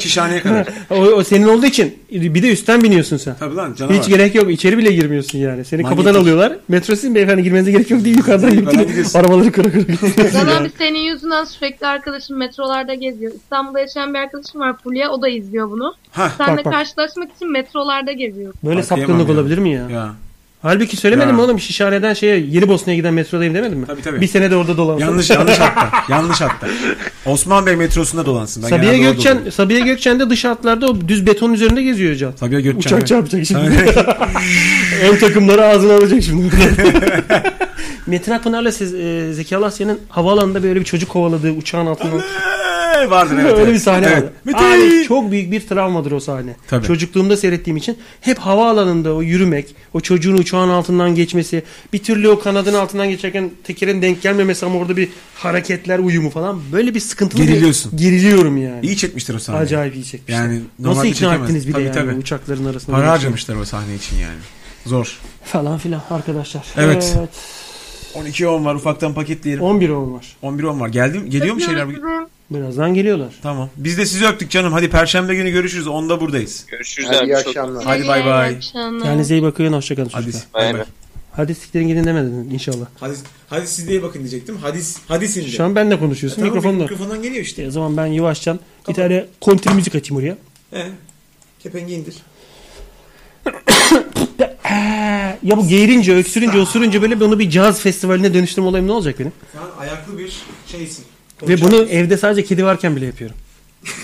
Şişhaneye kadar. o, o senin olduğu için bir de üstten biniyorsun sen. Tabii lan canavar. Hiç gerek yok. İçeri bile girmiyorsun yani. Seni Manyetik. kapıdan alıyorlar. Metro sizin beyefendi girmenize gerek yok diye yukarıdan gidip Yukarıdan gidip arabaları kıra kıra gidiyorsun. Can abi senin yüzünden sürekli arkadaşım metrolarda geziyor. İstanbul'da yaşayan bir arkadaşım var Fulya o da izliyor bunu. Hah, Senle bak, bak. karşılaşmak için metrolarda geziyor. Böyle Atlayamam sapkınlık ya. olabilir mi ya? Ya. Halbuki söylemedim Ya. mi oğlum Şişhane'den şeye Yeni giden metrodayım demedim mi? Tabii, tabii. Bir sene de orada dolansın. Yanlış yanlış hatta. yanlış hatta. Osman Bey metrosunda dolansın. Ben Sabiha genelde orada Gökçen, olurum. Sabiha Gökçen de dış hatlarda o düz beton üzerinde geziyor can. Sabiha Gökçen. Uçak mi? çarpacak şimdi. Ön takımları ağzına alacak şimdi. Metin Akpınar'la siz, e, Zeki Alasya'nın havaalanında böyle bir çocuk kovaladığı uçağın altından. Ee, vardır evet. Öyle evet. bir sahne evet. vardı. Metin! Abi, çok büyük bir travmadır o sahne. Tabii. Çocukluğumda seyrettiğim için hep havaalanında o yürümek, o çocuğun uçağın altından geçmesi, bir türlü o kanadın altından geçerken tekerin denk gelmemesi ama orada bir hareketler uyumu falan böyle bir sıkıntılı bir- Geriliyorsun. Geriliyorum yani. İyi çekmiştir o sahneyi. Acayip iyi çekmişler. Yani Nasıl normalde ikna çekemez. ettiniz bir Tabii, de yani tabii. uçakların arasında? Para Böyle harcamışlar o sahne için yani. Zor. şey. Falan filan arkadaşlar. Evet. 12 10 var ufaktan paketleyelim. 11 10 var. 11 10 var. Geldi mi? Geliyor mu şeyler? Birazdan geliyorlar. Tamam. Biz de sizi öptük canım. Hadi perşembe günü görüşürüz. 10'da buradayız. Görüşürüz Hadi abi, iyi çok- akşamlar. Hadi bay bay. Kendinize iyi bakın. Hoşçakalın çocuklar. Bay bay. Hadi siktirin gidin demedin inşallah. Hadis, hadis siz diye bakın diyecektim. Hadis, hadisinde. Şu an benle konuşuyorsun. Ha, tamam, mikrofonla. mikrofondan geliyor işte. E, o zaman ben yavaştan bir tane kontri müzik açayım oraya. He. Kepengi indir. Ee, ya bu geğirince, öksürünce, osurunca böyle bunu bir caz festivaline dönüştürme olayım ne olacak benim? Sen ayaklı bir şeysin. Ve bunu evde sadece kedi varken bile yapıyorum.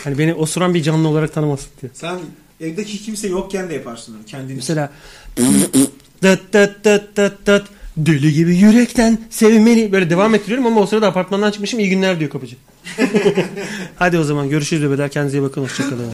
Hani beni osuran bir canlı olarak tanımasın diye. Sen evdeki kimse yokken de yaparsın onu. Kendin. Mesela dıt dıt dıt dıt dıt deli gibi yürekten sevmeni böyle devam ettiriyorum ama o sırada apartmandan çıkmışım iyi günler diyor kapıcı. Hadi o zaman görüşürüz bebeler kendinize iyi bakın hoşçakalın.